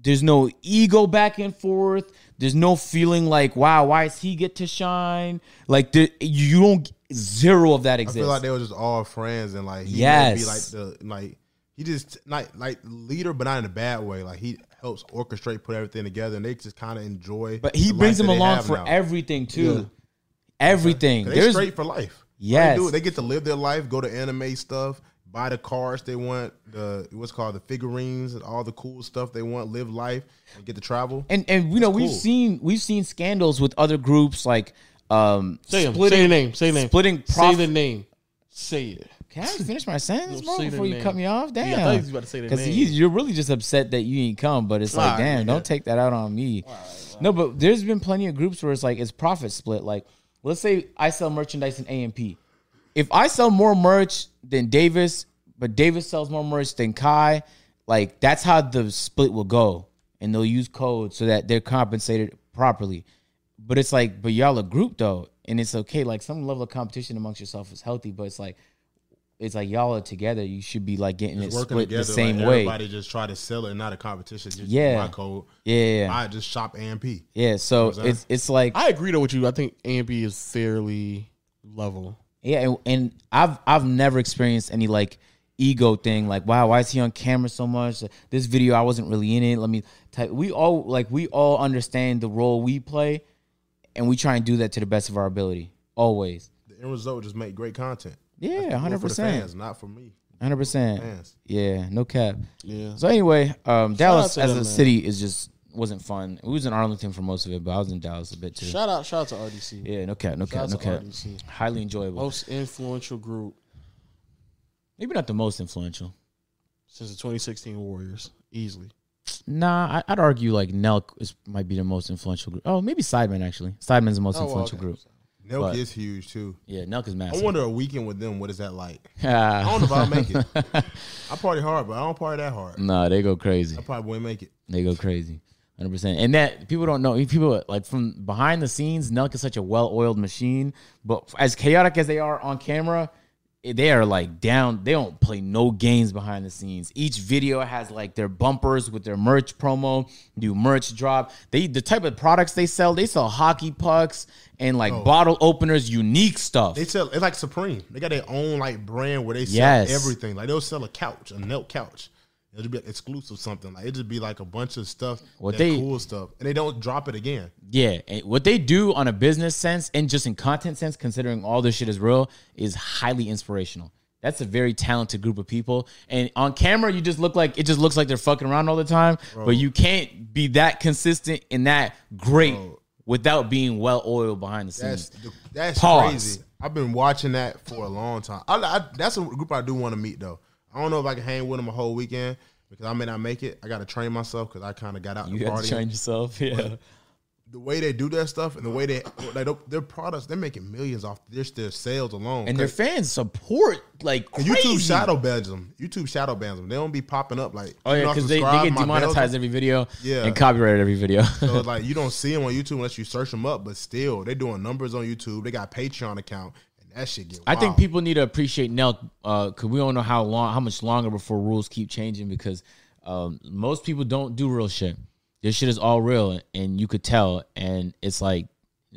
[SPEAKER 1] there's no ego back and forth. There's no feeling like, wow, why does he get to shine? Like there, you don't zero of that
[SPEAKER 4] I
[SPEAKER 1] exists.
[SPEAKER 4] feel like they were just all friends and like he would be like
[SPEAKER 1] Yes.
[SPEAKER 4] the like he just not like leader, but not in a bad way. Like he helps orchestrate, put everything together, and they just kind of enjoy.
[SPEAKER 1] but he
[SPEAKER 4] the life
[SPEAKER 1] brings him
[SPEAKER 4] that they
[SPEAKER 1] along
[SPEAKER 4] have
[SPEAKER 1] for
[SPEAKER 4] now.
[SPEAKER 1] everything too. Everything.
[SPEAKER 4] They
[SPEAKER 1] There's
[SPEAKER 4] straight for life. They,
[SPEAKER 1] yes.
[SPEAKER 4] do it. they get to live their life, go to anime stuff, buy the cars they want, the what's called the figurines and all the cool stuff they want, live life, and get to travel.
[SPEAKER 1] and and you know we've
[SPEAKER 4] cool.
[SPEAKER 1] seen we've seen scandals with other groups like um
[SPEAKER 3] Say 'em.
[SPEAKER 1] splitting
[SPEAKER 3] Say the name. Say the name.
[SPEAKER 1] splitting
[SPEAKER 3] Say
[SPEAKER 1] prof-
[SPEAKER 3] the name. Say it.
[SPEAKER 1] Can I finish my sentence,
[SPEAKER 3] Yo,
[SPEAKER 1] bro?
[SPEAKER 3] say the
[SPEAKER 1] Before you
[SPEAKER 3] name.
[SPEAKER 1] cut me off, damn.
[SPEAKER 3] Yeah, I thought you was about to say the name.
[SPEAKER 1] you- you're really just upset that you ain't come, but it's like,
[SPEAKER 4] Alright,
[SPEAKER 1] damn,
[SPEAKER 4] nigga.
[SPEAKER 1] don't take that out on me. No, but there's been plenty of groups where it's like it's profit split. Like, let's say I sell merchandise in A and P. If I sell more merch than Davis, but Davis sells more merch than Kai, like that's how the split will go, and they'll use code so that they're compensated properly. But it's like, but y'all a group though, and it's okay. Like some level of competition amongst yourself is healthy, but it's like, it's like y'all are together. You should be like getting it
[SPEAKER 2] Working
[SPEAKER 1] split
[SPEAKER 2] together,
[SPEAKER 1] the same
[SPEAKER 2] like,
[SPEAKER 1] way.
[SPEAKER 2] Everybody just try to sell it, not a competition. Just
[SPEAKER 1] Yeah.
[SPEAKER 2] my code.
[SPEAKER 1] Yeah, yeah, yeah.
[SPEAKER 2] I just shop AMP.
[SPEAKER 1] yeah. So it's it's like
[SPEAKER 3] I agree though with you. I think A and B is fairly level.
[SPEAKER 1] yeah, and, and I've I've never experienced any like ego thing. Like wow, why is he on camera so much? This video I wasn't really in it. Let me type. We all like we all understand the role we play, and we try and do that to the best of our ability always.
[SPEAKER 4] The end result just make great content.
[SPEAKER 1] Yeah,
[SPEAKER 4] Do it
[SPEAKER 1] hundred
[SPEAKER 4] for the
[SPEAKER 1] percent,
[SPEAKER 4] fans, not for me.
[SPEAKER 1] hundred percent.
[SPEAKER 4] Fans.
[SPEAKER 1] Yeah, no cap.
[SPEAKER 3] Yeah.
[SPEAKER 1] So anyway, um, Dallas
[SPEAKER 3] to
[SPEAKER 1] as a
[SPEAKER 3] them, man.
[SPEAKER 1] city is just wasn't fun. We was in Arlington for most of it, but I was in Dallas a bit too.
[SPEAKER 3] Shout out, shout out to RDC.
[SPEAKER 1] yeah, no cap, no cap,
[SPEAKER 3] Shout
[SPEAKER 1] no
[SPEAKER 3] out to
[SPEAKER 1] cap.
[SPEAKER 3] RDC.
[SPEAKER 1] Highly enjoyable.
[SPEAKER 3] Most influential group
[SPEAKER 1] Maybe not the most influential.
[SPEAKER 3] since the 2016 Warriors, easily.
[SPEAKER 1] Nah, I, I'd argue like Nelk is might be the most influential group. Oh, maybe Sidemen actually. Sidemen's the most
[SPEAKER 4] Oh,
[SPEAKER 3] well,
[SPEAKER 1] influential
[SPEAKER 3] okay.
[SPEAKER 1] group.
[SPEAKER 4] Nelk
[SPEAKER 1] But-
[SPEAKER 4] is huge too.
[SPEAKER 1] Yeah, Nelk is
[SPEAKER 4] I
[SPEAKER 1] massive.
[SPEAKER 4] wonder a weekend with them. What is that like? I
[SPEAKER 1] Ah,
[SPEAKER 4] don't know if I'll make it. I party hard, but I don't party that hard.
[SPEAKER 1] nah, they go crazy.
[SPEAKER 4] I probably wouldn't make it.
[SPEAKER 1] They go crazy. 100%. And that people don't know. People like from behind the scenes, Nelk is such a well oiled machine. But as chaotic as they are on camera, they are like down. They don't play no games behind the scenes. Each video has like their bumpers with their merch promo, new merch drop. They the type of products they sell. They sell hockey pucks and like bottle openers, unique stuff.
[SPEAKER 4] They sell it's like Supreme. They got their own like brand where they sell
[SPEAKER 1] Yes.
[SPEAKER 4] everything. Like they'll sell a couch, a Nelk couch. It'll be exclusive something. Like it'll just be like a bunch of stuff,
[SPEAKER 1] Well,
[SPEAKER 4] that
[SPEAKER 1] they-
[SPEAKER 4] cool stuff, and they don't drop it again.
[SPEAKER 1] Yeah, and what they do on a business sense and just in content sense, considering all this shit is real, is highly inspirational. That's a very talented group of people, and on camera, you just look like it just looks like they're fucking around all the time. But you can't be that consistent and that great without being well oiled behind the
[SPEAKER 4] That's
[SPEAKER 1] scenes.
[SPEAKER 4] that's
[SPEAKER 1] Pause.
[SPEAKER 4] crazy. I've been watching that for a long time. I, I, that's a group I do want to meet though. I don't know if I can hang with them a whole weekend because I may not make it. I got to train myself because I kind of got out
[SPEAKER 1] You
[SPEAKER 4] the
[SPEAKER 1] got to
[SPEAKER 4] party.
[SPEAKER 1] train yourself. Yeah,
[SPEAKER 4] The way they do that stuff and the way they like don't- their products, they're making millions off just their sales alone.
[SPEAKER 1] and their fans support like
[SPEAKER 4] And
[SPEAKER 1] crazy.
[SPEAKER 4] YouTube shadow bans them. YouTube shadow bans them. They don't be popping up like
[SPEAKER 1] Oh yeah,
[SPEAKER 4] you know,
[SPEAKER 1] because they, they
[SPEAKER 4] subscribe
[SPEAKER 1] get
[SPEAKER 4] my bells.
[SPEAKER 1] demonetized every video
[SPEAKER 4] Yeah.
[SPEAKER 1] and copyrighted every video.
[SPEAKER 4] So it's like you don't see them on YouTube unless you search them up. But still, they doing numbers on YouTube. They got Patreon account, and that shit get.
[SPEAKER 1] I
[SPEAKER 4] wild.
[SPEAKER 1] think people need to appreciate Nelk because we don't know how long, how much longer before rules keep changing because um, most people don't do real shit. This shit is all real, and you could tell. And it's like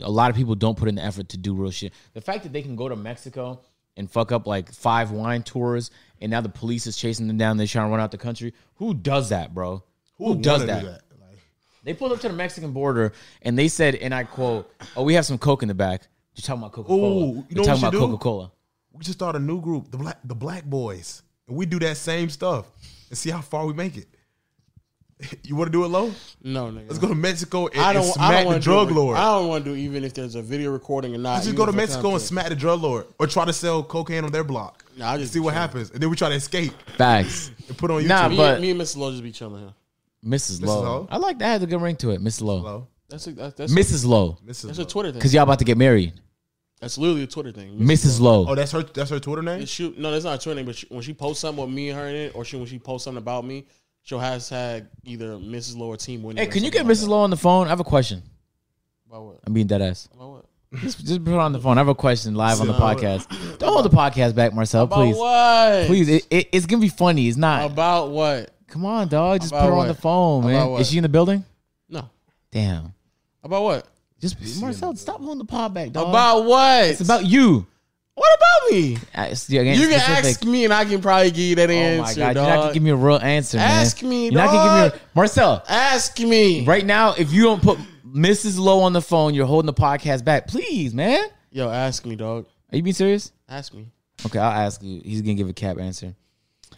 [SPEAKER 1] a lot of people don't put in the effort to do real shit. The fact that they can go to Mexico and fuck up like five wine tours, and now the police is chasing them down. They're trying to run out the country. Who does that, bro? Who,
[SPEAKER 4] Wanna
[SPEAKER 1] does
[SPEAKER 4] do
[SPEAKER 1] that?
[SPEAKER 4] Like,
[SPEAKER 1] They pulled up to the Mexican border and they said, and I quote, "Oh, we have some coke in the back." You're talking about Coca
[SPEAKER 4] Ooh,
[SPEAKER 1] Cola.
[SPEAKER 4] you know
[SPEAKER 1] You're
[SPEAKER 4] what
[SPEAKER 1] talking
[SPEAKER 4] you
[SPEAKER 1] about
[SPEAKER 4] do?
[SPEAKER 1] Coca Cola.
[SPEAKER 4] we just start a new group, the black the Black Boys, and we do that same stuff and see how far we make it. You want to do it low?
[SPEAKER 3] No, nigga.
[SPEAKER 4] Let's go to Mexico and,
[SPEAKER 3] I
[SPEAKER 4] and
[SPEAKER 3] don't.
[SPEAKER 4] smack
[SPEAKER 3] I don't
[SPEAKER 4] the
[SPEAKER 3] want to
[SPEAKER 4] drug lord.
[SPEAKER 3] I don't want to do even if there's a video recording or not.
[SPEAKER 4] Let's just
[SPEAKER 3] even
[SPEAKER 4] go to
[SPEAKER 3] if I
[SPEAKER 4] Mexico and
[SPEAKER 3] content.
[SPEAKER 4] smack the drug lord, or try to sell cocaine on their block.
[SPEAKER 3] Nah, I just
[SPEAKER 4] see what
[SPEAKER 3] chill.
[SPEAKER 4] happens, and then we try to escape
[SPEAKER 1] Facts.
[SPEAKER 4] and put on YouTube.
[SPEAKER 1] Nah,
[SPEAKER 3] Me,
[SPEAKER 1] but
[SPEAKER 3] me and Mrs. Lowe just be chilling here.
[SPEAKER 1] Mrs. Lowe.
[SPEAKER 4] Lowe?
[SPEAKER 1] I like that. Had a good ring to it, Mrs. Lowe.
[SPEAKER 4] Hello,
[SPEAKER 3] That's a, that, that's
[SPEAKER 1] Mrs. Lowe.
[SPEAKER 4] Mrs.
[SPEAKER 3] that's
[SPEAKER 4] Lowe.
[SPEAKER 3] a Twitter thing.
[SPEAKER 1] Because y'all about to get married.
[SPEAKER 3] That's literally a Twitter thing.
[SPEAKER 1] Mrs. Lowe.
[SPEAKER 4] Oh, that's her. That's her Twitter name.
[SPEAKER 3] It shoot- no, that's not a Twitter thing. But she, when she posts something with me and her in it, or she when she posts something about me, she'll hashtag either Mrs. Lowe or Team Winnie.
[SPEAKER 1] hey,
[SPEAKER 3] or
[SPEAKER 1] can you
[SPEAKER 3] something
[SPEAKER 1] get
[SPEAKER 3] like
[SPEAKER 1] Mrs.
[SPEAKER 3] that.
[SPEAKER 1] Lowe on the phone? I have a question.
[SPEAKER 3] About what?
[SPEAKER 1] I'm being dead ass.
[SPEAKER 3] About what?
[SPEAKER 1] Just, just put it on the phone. I have a question live on the podcast. Don't hold the podcast back, Marcel.
[SPEAKER 3] About
[SPEAKER 1] please,
[SPEAKER 3] what?
[SPEAKER 1] please. It, it, it's gonna be funny. It's not.
[SPEAKER 3] About what?
[SPEAKER 1] Come on, dog. Just put
[SPEAKER 3] About
[SPEAKER 1] her on
[SPEAKER 3] what?
[SPEAKER 1] the phone,
[SPEAKER 3] About
[SPEAKER 1] man.
[SPEAKER 3] what?
[SPEAKER 1] Is she in the building?
[SPEAKER 3] No.
[SPEAKER 1] Damn.
[SPEAKER 3] About what?
[SPEAKER 1] Just Marcel, stop holding the pod back, dog.
[SPEAKER 3] About what?
[SPEAKER 1] it's about you. Uh,
[SPEAKER 3] what about me?
[SPEAKER 1] I- it's- you're getting
[SPEAKER 3] You can
[SPEAKER 1] specific.
[SPEAKER 3] ask me, and I can probably give you that
[SPEAKER 1] Oh
[SPEAKER 3] answer.
[SPEAKER 1] my god, you're not gonna
[SPEAKER 3] dog.
[SPEAKER 1] give me a real answer, man.
[SPEAKER 3] Ask me,
[SPEAKER 1] You're not gonna give me
[SPEAKER 3] dog.
[SPEAKER 1] a, Marcel.
[SPEAKER 3] ask me.
[SPEAKER 1] Right now, if you don't put Mrs. Lowe on the phone, you're holding the podcast back. Please, man. Are
[SPEAKER 3] Yo, ask me, dog.
[SPEAKER 1] you being serious?
[SPEAKER 3] Ask me.
[SPEAKER 1] Okay, I'll ask you. He's gonna give a cap answer.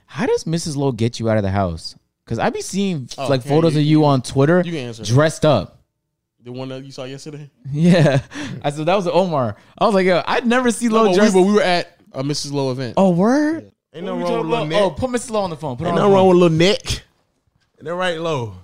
[SPEAKER 1] How does Mrs. Lowe get you out of the house? Because I be seeing
[SPEAKER 3] Oh,
[SPEAKER 1] like
[SPEAKER 3] yeah,
[SPEAKER 1] photos
[SPEAKER 3] you-
[SPEAKER 1] of you on Twitter
[SPEAKER 3] you can answer that.
[SPEAKER 1] dressed up.
[SPEAKER 3] The one that you saw yesterday.
[SPEAKER 1] Yeah, I said that was Omar. I was like, yo, I'd never see Low
[SPEAKER 3] But we,
[SPEAKER 1] dressed.
[SPEAKER 3] but we were at a Mrs. Low event.
[SPEAKER 1] oh, word.
[SPEAKER 2] Ain't nothing
[SPEAKER 1] What we
[SPEAKER 2] wrong with
[SPEAKER 1] talking
[SPEAKER 2] little
[SPEAKER 1] about?
[SPEAKER 2] Nick.
[SPEAKER 1] Oh, put Mrs. Low on the phone. Put her
[SPEAKER 2] Ain't
[SPEAKER 1] on
[SPEAKER 2] nothing
[SPEAKER 1] the
[SPEAKER 2] wrong
[SPEAKER 1] phone.
[SPEAKER 2] with little Nick. And they're right low.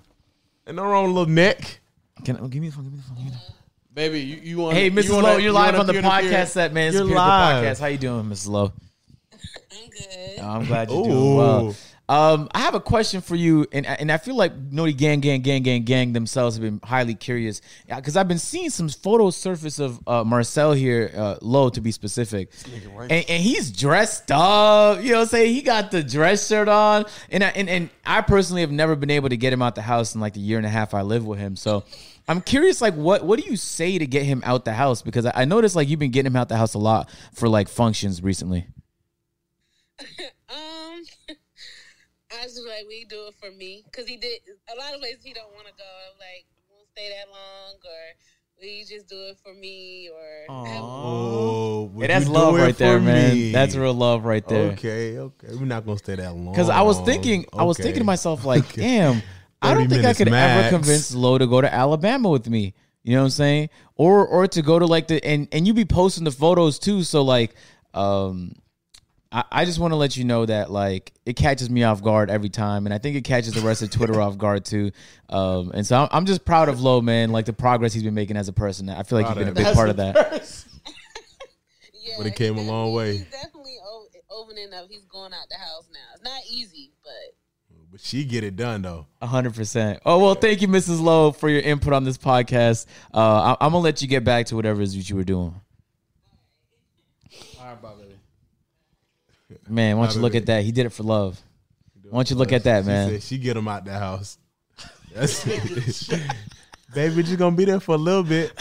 [SPEAKER 2] Ain't nothing wrong with little
[SPEAKER 1] Uh-huh.
[SPEAKER 2] Nick.
[SPEAKER 1] Can I, give me the phone. Give me the phone. Give me the phone.
[SPEAKER 3] Baby, you, you want?
[SPEAKER 1] Hey, Mrs.
[SPEAKER 3] You wanna-
[SPEAKER 1] Lowe, you're
[SPEAKER 3] you
[SPEAKER 1] live
[SPEAKER 3] wanna
[SPEAKER 1] on the
[SPEAKER 3] peer-to-peer?
[SPEAKER 1] podcast set, man. It's
[SPEAKER 2] You're
[SPEAKER 1] a peer-to-peer
[SPEAKER 2] live.
[SPEAKER 1] podcast. How you doing, Mrs. Lowe? Oh,
[SPEAKER 5] I'm good.
[SPEAKER 1] I'm glad you're doing well.
[SPEAKER 2] Ooh.
[SPEAKER 1] Um, I have a question for you, and and I feel like Naughty Gang, Gang, Gang, Gang, Gang themselves have been highly curious because I've been seeing some photos surface of uh, Marcel here, uh, low to be specific, and, and he's dressed up. You know, what I'm saying he got the dress shirt on, and I and, and I personally have never been able to get him out the house in like the year and a half I live with him, so. I'm curious, like, what what do you say to get him out the house? Because I, I noticed, like, you've been getting him out the house a lot for like functions recently.
[SPEAKER 5] Um, I just feel like we do it for me because he did a lot of places he don't want to go. Like won't stay that long, or we just do it for me, or
[SPEAKER 2] Oh, would
[SPEAKER 1] Hey, that's
[SPEAKER 2] you do
[SPEAKER 1] love
[SPEAKER 2] it
[SPEAKER 1] right there,
[SPEAKER 2] for
[SPEAKER 1] man.
[SPEAKER 2] me?
[SPEAKER 1] That's real love right there.
[SPEAKER 2] Okay, okay. We're not gonna stay that long.
[SPEAKER 1] Because I was thinking, I was thinking to
[SPEAKER 2] Okay.
[SPEAKER 1] myself, like, damn, I
[SPEAKER 2] 30
[SPEAKER 1] don't think I
[SPEAKER 2] minutes
[SPEAKER 1] could
[SPEAKER 2] max.
[SPEAKER 1] ever convince Lo to go to Alabama with me. You know what I'm saying? Or or to go to like the and and you be posting the photos too. So like, um, I, I just want to let you know that like it catches me off guard every time, and I think it catches the rest of Twitter off guard too. Um, and so I'm, I'm just proud of Lo, man. Like the progress he's been making as a person. I feel like you've been a big part of that.
[SPEAKER 5] yeah.
[SPEAKER 2] But it came a
[SPEAKER 5] he's
[SPEAKER 2] long
[SPEAKER 5] definitely-
[SPEAKER 2] way.
[SPEAKER 5] He's definitely o- opening up. He's going out the house now. It's not easy, but
[SPEAKER 2] But she get it done though.
[SPEAKER 1] hundred percent. Oh well, thank you, Mrs. Lowe, for your input on this podcast. Uh, I, I'm gonna let you get back to whatever it is that you were doing.
[SPEAKER 3] All right, bye, baby.
[SPEAKER 1] Man, why don't you look at that? He did it for love. Why don't you look at that,
[SPEAKER 2] She
[SPEAKER 1] man?
[SPEAKER 2] said she get him out the house. That's Baby, just gonna be there for a little bit.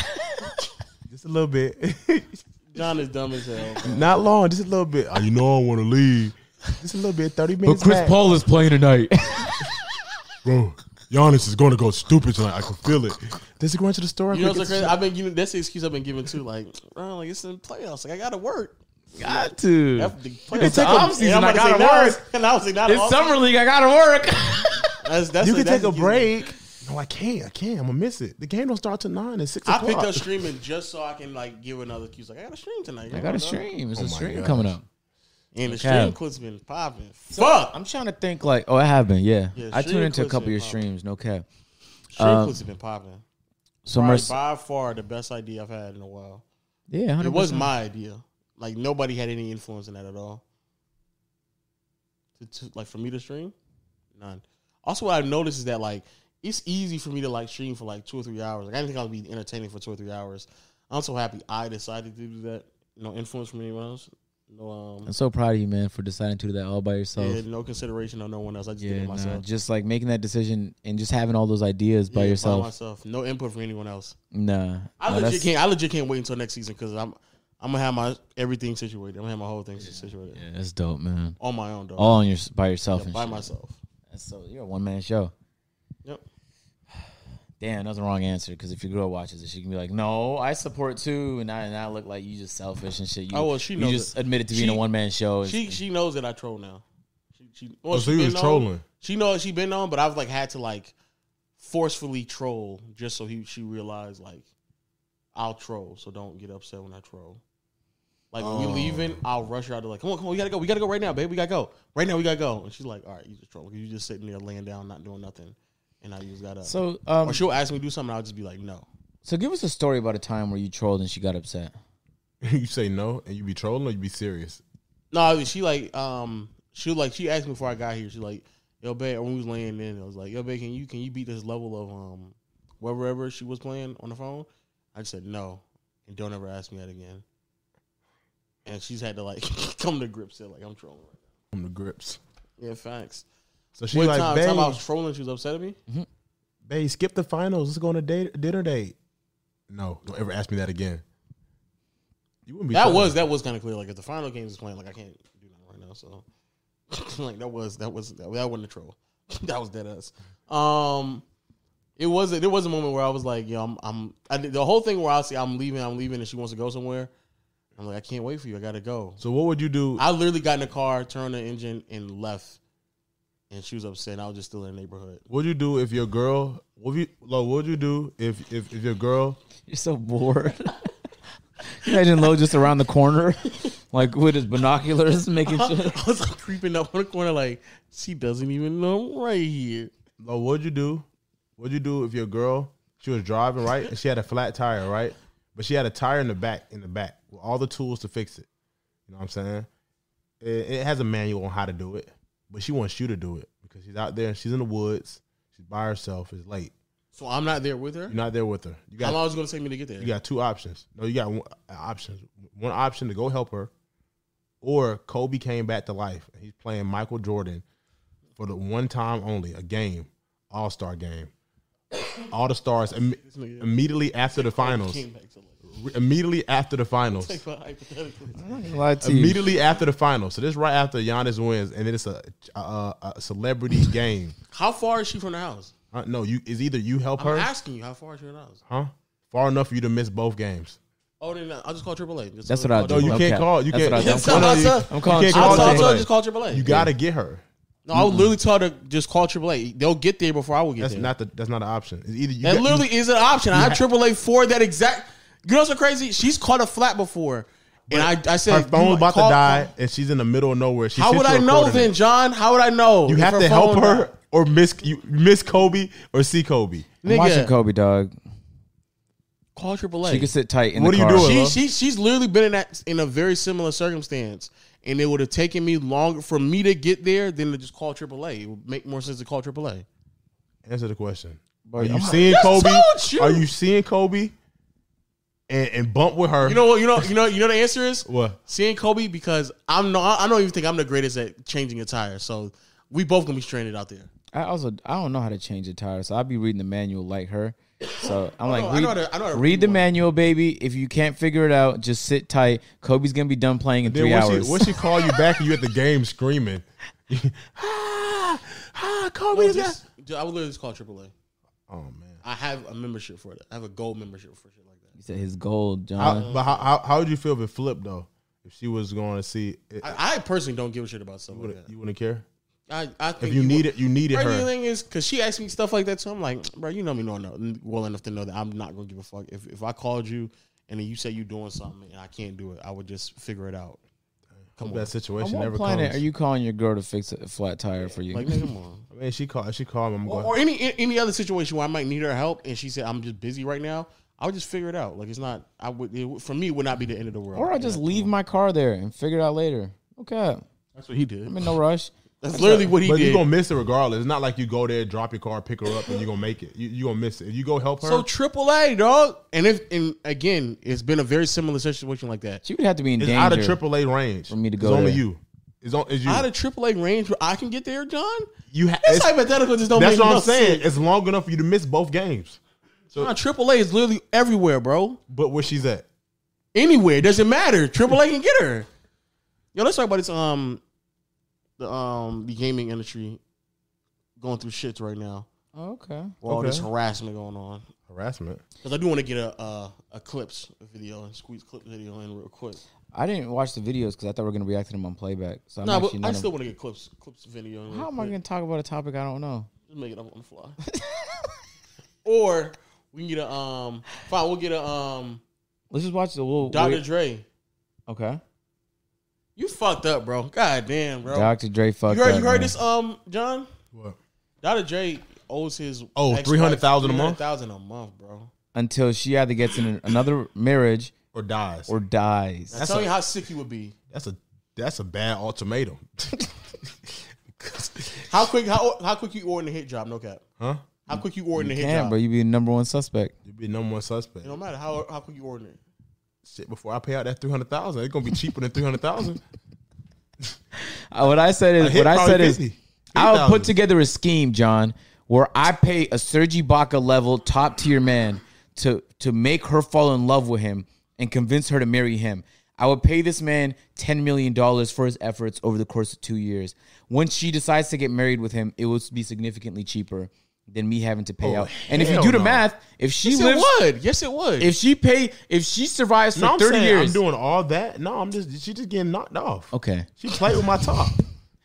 [SPEAKER 2] just a little bit.
[SPEAKER 3] John is dumb as hell. bro.
[SPEAKER 2] not long, just a little bit. Oh, you know I wanna leave. Just a little bit, 30 minutes. max.
[SPEAKER 1] Paul is playing tonight.
[SPEAKER 2] Bro, Giannis is gonna go stupid tonight. I can feel it. Does he go into the store?
[SPEAKER 3] You know what's so crazy? I've been giving that's the excuse I've been giving too. Like, bro, like it's in playoffs. Like I gotta work.
[SPEAKER 1] Got to.
[SPEAKER 3] That- the playoffs.
[SPEAKER 1] the off
[SPEAKER 3] And
[SPEAKER 1] season,
[SPEAKER 3] I'm
[SPEAKER 1] I
[SPEAKER 3] about to say,
[SPEAKER 1] gotta
[SPEAKER 3] now
[SPEAKER 1] work.
[SPEAKER 3] it's- And I was like, not
[SPEAKER 1] It's
[SPEAKER 3] off
[SPEAKER 1] summer
[SPEAKER 3] season.
[SPEAKER 1] league. I gotta work.
[SPEAKER 3] That's, that's
[SPEAKER 2] You
[SPEAKER 3] the-
[SPEAKER 2] can
[SPEAKER 3] that's
[SPEAKER 2] take a
[SPEAKER 3] the-
[SPEAKER 2] break. No, I can't. I can't. I'm gonna miss it. The game don't start till nine and six
[SPEAKER 3] I
[SPEAKER 2] o'clock.
[SPEAKER 3] picked up streaming just so I can like give another excuse. Like I gotta stream tonight.
[SPEAKER 1] I got a stream. It's a
[SPEAKER 2] Oh my
[SPEAKER 1] stream
[SPEAKER 2] gosh.
[SPEAKER 1] coming up.
[SPEAKER 3] And the
[SPEAKER 1] Cap.
[SPEAKER 3] stream clip's been popping. Fuck.
[SPEAKER 1] I'm trying to think. Like, oh, I have been. Yeah,
[SPEAKER 3] Yeah,
[SPEAKER 1] I tuned
[SPEAKER 3] stream
[SPEAKER 1] into a
[SPEAKER 3] clips
[SPEAKER 1] couple of
[SPEAKER 3] been
[SPEAKER 1] your
[SPEAKER 3] popping.
[SPEAKER 1] streams. No cap.
[SPEAKER 3] Stream
[SPEAKER 1] um,
[SPEAKER 3] clips have been popping.
[SPEAKER 1] So,
[SPEAKER 3] Probably
[SPEAKER 1] Marce-
[SPEAKER 3] by far the best idea I've had in a while.
[SPEAKER 1] yeah, 100%.
[SPEAKER 3] It was my idea. Like nobody had any influence in that at all. To, to- like for me to stream, none. Also, what I've noticed is that like it's easy for me to like stream for like two or three hours. Like I didn't think I'd be entertaining for two or three hours. I'm so happy I decided to do that. No influence from anyone else. No, um,
[SPEAKER 1] I'm so proud of you, man, for deciding to do that all by yourself.
[SPEAKER 3] yeah, no consideration of no one else. I just did
[SPEAKER 1] Yeah,
[SPEAKER 3] it
[SPEAKER 1] nah,
[SPEAKER 3] myself.
[SPEAKER 1] just like making that decision and just having all those ideas by
[SPEAKER 3] Yeah,
[SPEAKER 1] yourself.
[SPEAKER 3] By myself. No input from anyone else.
[SPEAKER 1] Nah,
[SPEAKER 3] I
[SPEAKER 1] nah,
[SPEAKER 3] legit
[SPEAKER 1] that's-
[SPEAKER 3] can't. I legit can't wait until next season because I'm. I'm gonna have my everything situated. I'm gonna have my whole thing situated
[SPEAKER 1] Yeah, that's dope, man.
[SPEAKER 3] on my own, though.
[SPEAKER 1] All on your by yourself
[SPEAKER 3] Yeah,
[SPEAKER 1] and
[SPEAKER 3] by
[SPEAKER 1] shit.
[SPEAKER 3] myself.
[SPEAKER 1] That's so you're a one man show.
[SPEAKER 3] Yep.
[SPEAKER 1] Damn, that's the wrong answer. Because if your girl watches it, she can be like, "No, I support too," and I and I look like you just selfish and shit. You,
[SPEAKER 3] Oh, well, she
[SPEAKER 1] you
[SPEAKER 3] knows
[SPEAKER 1] just admitted to
[SPEAKER 3] She-
[SPEAKER 1] being a one man show. and-
[SPEAKER 3] She she knows that I troll now. She, she, well,
[SPEAKER 2] Oh, so
[SPEAKER 3] she
[SPEAKER 2] you
[SPEAKER 3] been
[SPEAKER 2] was
[SPEAKER 3] on-
[SPEAKER 2] trolling.
[SPEAKER 3] She knows she been on, but I've like had to like forcefully troll just so he she realized like I'll troll, so don't get upset when I troll. Like when we leaving, I'll rush her out to like, come on, come on, we gotta go, we gotta go right now, babe, we gotta go right now, we gotta go. And she's like, all right, you just trolling, you just sitting there laying down, not doing nothing, and I just got up.
[SPEAKER 1] so um,
[SPEAKER 3] or she'll ask me to do something, I'll just be like, no.
[SPEAKER 1] so give us a story about a time where you trolled and she got upset.
[SPEAKER 2] you say no and you be trolling or you be serious.
[SPEAKER 3] No, I mean, she like um she was like she asked me before I got here. She like, yo, babe, when we was laying in, I was like, yo, babe, can you can you beat this level of um whatever she was playing on the phone? I just said no. and don't ever ask me that again. And she's had to like come to grips with it, like I'm trolling right
[SPEAKER 4] From the grips.
[SPEAKER 3] now. Yeah, facts.
[SPEAKER 4] So she's
[SPEAKER 3] One
[SPEAKER 4] like,
[SPEAKER 3] time,
[SPEAKER 4] babe,
[SPEAKER 3] time I was trolling, she was upset at me.
[SPEAKER 4] babe, skip the finals. Let's go on a date, dinner date. No, don't ever ask me that again. You wouldn't be.
[SPEAKER 3] That
[SPEAKER 4] trolling.
[SPEAKER 3] was that was kind of clear. Like if the final games is playing, like I can't do that right now. So like that was that was that, that wasn't a troll. that was dead ass. Um, it was there was a moment where I was like, yo, I'm I'm I, did- the whole thing where I say I'm leaving, I'm leaving, and she wants to go somewhere. I'm like, I can't wait for you. I gotta go.
[SPEAKER 4] So what would you do?
[SPEAKER 3] I literally got in the car, turned the engine, and left. And she was upset. I was just still in the neighborhood.
[SPEAKER 4] What would you do if your girl? What would you? Like, what would you do if if, if your girl?
[SPEAKER 1] You're so bored. Imagine Lo just around the corner, like with his binoculars, making sure.
[SPEAKER 3] I was like creeping up on the corner, like she doesn't even know I'm right here.
[SPEAKER 4] Like, what would you do? What would you do if your girl? She was driving right, and she had a flat tire, right? But she had a tire in the back, in the back, with all the tools to fix it. You know what I'm saying? It, it has a manual on how to do it, but she wants you to do it because she's out there and she's in the woods. She's by herself. It's late.
[SPEAKER 3] So I'm not there with her.
[SPEAKER 4] You're not there with her. You
[SPEAKER 3] How
[SPEAKER 4] got
[SPEAKER 3] long is it gonna take me to get there?
[SPEAKER 4] you got two options. No, you got one, uh, options. One option to go help her, or Kobe came back to life and he's playing Michael Jordan for the one time only a game, All Star game. All the stars im-
[SPEAKER 3] This nigga-
[SPEAKER 4] immediately after the finals.
[SPEAKER 3] Came back to life.
[SPEAKER 4] Re- immediately after the finals.
[SPEAKER 3] Like, but hypothetically.
[SPEAKER 1] Lie to you.
[SPEAKER 4] Immediately after the finals. So this is right after Giannis wins, and then it's a, a, a celebrity game.
[SPEAKER 3] How far is she from the house?
[SPEAKER 4] Uh, no, you is either you help
[SPEAKER 3] I'm
[SPEAKER 4] her,
[SPEAKER 3] asking you, how far is she from the house?
[SPEAKER 4] huh? Far enough for you to miss both games.
[SPEAKER 3] Oh, then I'll just call AAA. Just
[SPEAKER 1] That's what
[SPEAKER 3] call
[SPEAKER 1] I
[SPEAKER 3] AAA.
[SPEAKER 1] do.
[SPEAKER 4] No, you
[SPEAKER 1] Okay.
[SPEAKER 4] can't call. You
[SPEAKER 1] That's
[SPEAKER 4] can't.
[SPEAKER 1] what I
[SPEAKER 4] No,
[SPEAKER 1] do. I'm
[SPEAKER 3] That's how I
[SPEAKER 4] no,
[SPEAKER 3] said.
[SPEAKER 1] I'm calling.
[SPEAKER 4] You can't
[SPEAKER 3] I
[SPEAKER 4] call
[SPEAKER 3] told- I
[SPEAKER 4] AAA.
[SPEAKER 3] told her just call AAA.
[SPEAKER 4] You gotta get her.
[SPEAKER 3] no, I would literally tell her to just call AAA. They'll get there before I will get
[SPEAKER 4] That's
[SPEAKER 3] there.
[SPEAKER 4] not the. That's not an option. It's either you.
[SPEAKER 3] that
[SPEAKER 4] got-
[SPEAKER 3] literally is an option. I had AAA for that exact. You know what's so crazy? She's caught a flat before, and I, I
[SPEAKER 4] you-
[SPEAKER 3] said
[SPEAKER 4] her phone's
[SPEAKER 3] you
[SPEAKER 4] about
[SPEAKER 3] call-
[SPEAKER 4] to die, and she's in the middle of nowhere. She
[SPEAKER 3] How
[SPEAKER 4] sent
[SPEAKER 3] would
[SPEAKER 4] you
[SPEAKER 3] I
[SPEAKER 4] a
[SPEAKER 3] know
[SPEAKER 4] coordinate.
[SPEAKER 3] then, John? How would I know?
[SPEAKER 4] You
[SPEAKER 3] if
[SPEAKER 4] have to
[SPEAKER 3] phone
[SPEAKER 4] help her
[SPEAKER 3] died?
[SPEAKER 4] or miss you miss Kobe or see Kobe.
[SPEAKER 1] I'm watching
[SPEAKER 3] Nigga,
[SPEAKER 1] Kobe, dog.
[SPEAKER 3] call
[SPEAKER 1] She can
[SPEAKER 3] AAA.
[SPEAKER 1] sit tight in
[SPEAKER 4] What
[SPEAKER 1] the
[SPEAKER 4] are you
[SPEAKER 1] car.
[SPEAKER 4] doing?
[SPEAKER 3] She,
[SPEAKER 4] Hello?
[SPEAKER 3] she she's literally been in that in a very similar circumstance, and it would have taken me longer for me to get there than to just call AAA. It would make more sense to call AAA.
[SPEAKER 4] Answer the question.
[SPEAKER 1] Bro,
[SPEAKER 4] Are you
[SPEAKER 1] I'm-
[SPEAKER 4] seeing
[SPEAKER 3] just
[SPEAKER 4] Kobe?
[SPEAKER 3] told you.
[SPEAKER 4] Are you seeing Kobe? And, and bump with her.
[SPEAKER 3] You know what? You know you know you know the answer is
[SPEAKER 4] what?
[SPEAKER 3] seeing Kobe because I'm no I don't even think I'm the greatest at changing a tire. So we both gonna be stranded out there.
[SPEAKER 1] I also I don't know how to change a tire, so I'll be reading the manual like her. So I'm like,
[SPEAKER 3] no, I
[SPEAKER 1] read,
[SPEAKER 3] know how to- I know how to
[SPEAKER 1] read
[SPEAKER 3] read
[SPEAKER 1] the
[SPEAKER 3] one.
[SPEAKER 1] manual, baby. If you can't figure it out, just sit tight. Kobe's gonna be done playing in
[SPEAKER 4] Then
[SPEAKER 1] three
[SPEAKER 4] when
[SPEAKER 1] hours.
[SPEAKER 4] she when she call you back and you at the game screaming, ah, ah, Kobe is
[SPEAKER 3] Just- I would literally just call AAA.
[SPEAKER 4] Oh man.
[SPEAKER 3] I have a membership for it. I have a gold membership for shit like that.
[SPEAKER 1] He said his gold, John.
[SPEAKER 4] How, but how, how how would you feel if it flipped though? If she was going to see, it,
[SPEAKER 3] I, I personally don't give a shit about stuff like that.
[SPEAKER 4] you wouldn't care.
[SPEAKER 3] I, I think
[SPEAKER 4] If you
[SPEAKER 3] would-
[SPEAKER 4] need it, you needed
[SPEAKER 3] Crazy
[SPEAKER 4] her.
[SPEAKER 3] thing is, cause she asked me stuff like that too. I'm like, bro, you know me no, no, well enough to know that I'm not gonna give a fuck. If if I called you and then you say you doing something and I can't do it, I would just figure it out. Come on,
[SPEAKER 4] That
[SPEAKER 1] On
[SPEAKER 4] situation
[SPEAKER 1] what
[SPEAKER 4] never
[SPEAKER 1] planet
[SPEAKER 4] comes.
[SPEAKER 1] are you calling your girl to fix a flat tire for you?
[SPEAKER 3] like nigga, come on.
[SPEAKER 4] I mean, she called. She called. me, I'm
[SPEAKER 3] Or,
[SPEAKER 4] going.
[SPEAKER 3] or any any other situation where I might need her help and she said I'm just busy right now, I would just figure it out. Like it's not, I would it, would- for me it would not be the end of the world.
[SPEAKER 1] or I just leave my car there and figure it out later. Okay,
[SPEAKER 3] That's what he did.
[SPEAKER 1] I'm in no rush.
[SPEAKER 3] That's literally what he
[SPEAKER 4] But
[SPEAKER 3] did.
[SPEAKER 4] you're gonna miss it regardless. It's not like you go there, drop your car, pick her up, and you're gonna make it. You you gonna miss it. If you go help her,
[SPEAKER 3] so triple A dog, and if and again, it's been a very similar situation like that.
[SPEAKER 1] She would have to be in
[SPEAKER 4] it's out
[SPEAKER 1] danger.
[SPEAKER 4] of AAA range
[SPEAKER 1] for me to
[SPEAKER 4] It's
[SPEAKER 1] go
[SPEAKER 4] only
[SPEAKER 1] there.
[SPEAKER 4] you. It's on. It's you.
[SPEAKER 3] Out of AAA range where I can get there, John.
[SPEAKER 4] you ha-
[SPEAKER 3] This
[SPEAKER 4] it's-
[SPEAKER 3] hypothetical just don't
[SPEAKER 4] that's
[SPEAKER 3] make
[SPEAKER 4] what
[SPEAKER 3] no
[SPEAKER 4] I'm saying.
[SPEAKER 3] sense.
[SPEAKER 4] It's long enough for you to miss both games.
[SPEAKER 3] Nah, AAA is literally everywhere, bro.
[SPEAKER 4] But where she's at,
[SPEAKER 3] Anywhere. It doesn't matter. AAA can get her. Yo, let's talk about this um the um the gaming industry going through shits right now.
[SPEAKER 1] Oh, okay.
[SPEAKER 3] With All
[SPEAKER 4] Okay.
[SPEAKER 3] this harassment going on.
[SPEAKER 4] harassment.
[SPEAKER 3] Because I do want to get a, a a clips video and squeeze clip video in real quick.
[SPEAKER 1] I didn't watch the videos because I thought we were gonna react to them on playback. So I'm
[SPEAKER 3] No, but
[SPEAKER 1] actually
[SPEAKER 3] I
[SPEAKER 1] not.
[SPEAKER 3] still want to get clips clips video. In real
[SPEAKER 1] how am I
[SPEAKER 3] quick.
[SPEAKER 1] gonna talk about a topic I don't know?
[SPEAKER 3] Just make it up on the fly. or we can get a um fine, we'll get a um
[SPEAKER 1] Let's just watch the. We'll,
[SPEAKER 3] Dr.
[SPEAKER 1] wait-
[SPEAKER 3] Dre.
[SPEAKER 1] Okay.
[SPEAKER 3] You fucked up, bro. God damn, bro.
[SPEAKER 1] Dr. Dre fucked
[SPEAKER 3] You heard,
[SPEAKER 1] up.
[SPEAKER 3] you heard
[SPEAKER 1] man.
[SPEAKER 3] this, um, John?
[SPEAKER 4] What?
[SPEAKER 3] Dr. J owes his
[SPEAKER 4] Oh,
[SPEAKER 3] ex-wife
[SPEAKER 4] 300,000 a month?
[SPEAKER 3] 300,000 a month, bro.
[SPEAKER 1] Until she either gets in another marriage
[SPEAKER 4] Or dies.
[SPEAKER 1] or dies.
[SPEAKER 3] That's tell me how sick you would be.
[SPEAKER 4] that's a that's a bad ultimatum.
[SPEAKER 3] How quick? How how quick you ordering a hit job? No cap.
[SPEAKER 4] huh?
[SPEAKER 3] How quick you ordering a hit
[SPEAKER 1] Damn,
[SPEAKER 3] job?
[SPEAKER 1] bro, you be the number one suspect.
[SPEAKER 4] You'd be number one suspect.
[SPEAKER 3] It don't matter how how quick you ordering it.
[SPEAKER 4] shit, before I pay out that three hundred thousand, it's gonna be cheaper than three hundred thousand.
[SPEAKER 1] Uh, what I said is, what I said is, I'll put
[SPEAKER 4] 50,000.
[SPEAKER 1] together a scheme, John, where I pay a Sergi Baca level top tier man to to make her fall in love with him and convince her to marry him. I would pay this man ten million dollars for his efforts over the course of two years. Once she decides to get married with him, it will be significantly cheaper than me having to pay out. And if you do the math, if she
[SPEAKER 3] Oh, Yes,
[SPEAKER 1] lives,
[SPEAKER 3] it would. Yes, it would.
[SPEAKER 1] if she pay, if she survives for
[SPEAKER 4] No, I'm
[SPEAKER 1] thirty
[SPEAKER 4] saying
[SPEAKER 1] years,
[SPEAKER 4] I'm doing all that. No, I'm just she just getting knocked off.
[SPEAKER 1] okay.
[SPEAKER 4] She played with my top.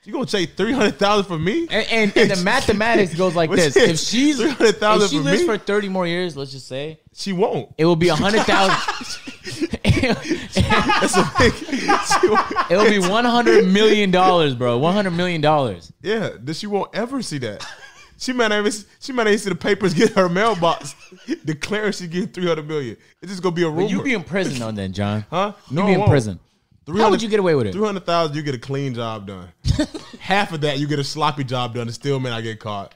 [SPEAKER 4] You gonna take three hundred thousand for me?
[SPEAKER 1] And, and, and the mathematics goes like
[SPEAKER 4] What's
[SPEAKER 1] this:
[SPEAKER 4] it?
[SPEAKER 1] if she's if
[SPEAKER 4] 300,000
[SPEAKER 1] she
[SPEAKER 4] for
[SPEAKER 1] lives
[SPEAKER 4] me?
[SPEAKER 1] for thirty more years, let's just say
[SPEAKER 4] She won't.
[SPEAKER 1] it will be a hundred thousand.
[SPEAKER 4] That's a big. she won't.
[SPEAKER 1] It'll be one hundred million dollars, bro. One hundred million dollars.
[SPEAKER 4] Yeah, that she won't ever see that. She might not even she might not even see the papers get her mailbox declaring she getting three hundred million. It's just gonna be a rumor.
[SPEAKER 1] But you be in prison on then, John.
[SPEAKER 4] huh?
[SPEAKER 1] You be in prison. How would you get away with it?
[SPEAKER 4] Three hundred thousand, you get a clean job done. Half of that, you get a sloppy job done, and still may not get caught.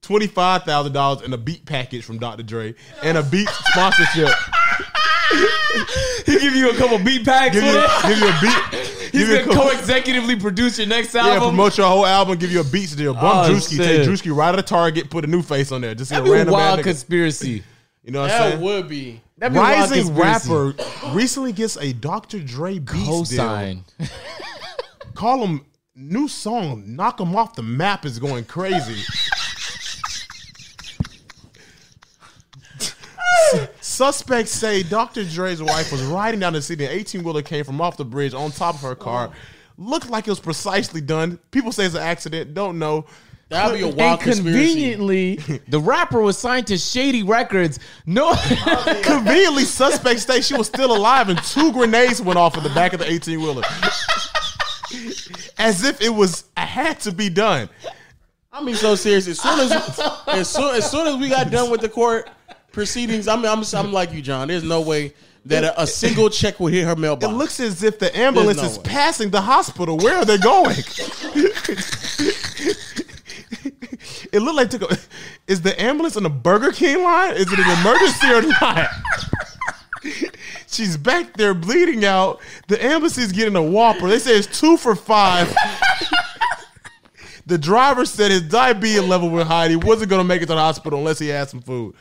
[SPEAKER 4] Twenty five thousand dollars and a beat package from Dr. Dre and a beat sponsorship.
[SPEAKER 1] He give you a couple beat packs.
[SPEAKER 4] give, you, give you a beat. give you a couple-
[SPEAKER 1] co-executively produce your next
[SPEAKER 4] yeah, promote your whole album, give you a beats deal. Bum
[SPEAKER 1] Oh,
[SPEAKER 4] Drewski,
[SPEAKER 1] shit.
[SPEAKER 4] take Drewski right out of Target, put a new face on there. Just see a
[SPEAKER 1] That'd be a
[SPEAKER 4] random ass
[SPEAKER 1] wild
[SPEAKER 4] nigga.
[SPEAKER 1] conspiracy.
[SPEAKER 4] You know what I'm
[SPEAKER 3] that
[SPEAKER 4] saying?
[SPEAKER 3] would be.
[SPEAKER 1] That'd be a wild
[SPEAKER 4] Rising
[SPEAKER 1] conspiracy.
[SPEAKER 4] rapper recently gets a Dr. Dre beats deal.
[SPEAKER 1] cosign.
[SPEAKER 4] Call him new song. Knock him off the map is going crazy. Su- Suspects say Dr. Dre's wife was riding down the city. An 18 wheeler came from off the bridge on top of her car. Looked like it was precisely done. People say it's an accident. Don't know.
[SPEAKER 3] That'd be a
[SPEAKER 1] And
[SPEAKER 3] wild conspiracy.
[SPEAKER 1] conveniently, the rapper was signed to Shady Records. No,
[SPEAKER 4] Conveniently, suspects say she was still alive and two grenades went off in the back of the 18 wheeler. As if it was had to be done.
[SPEAKER 3] I mean, so seriously, as soon as as soon, as soon as we got done with the court proceedings, I mean, I'm I'm like you, John. There's no way that a, a single check would hit her
[SPEAKER 4] It
[SPEAKER 3] mailbox.
[SPEAKER 4] looks as if the ambulance
[SPEAKER 3] There's no
[SPEAKER 4] is
[SPEAKER 3] way.
[SPEAKER 4] passing the hospital. Where are they going? it looked like took a, is the ambulance in a Burger King line? Is it an emergency or not? She's back there bleeding out. The ambulance is getting a whopper. They say it's two for five. the driver said his diabetes level was high. He wasn't going to make it to the hospital unless he had some food.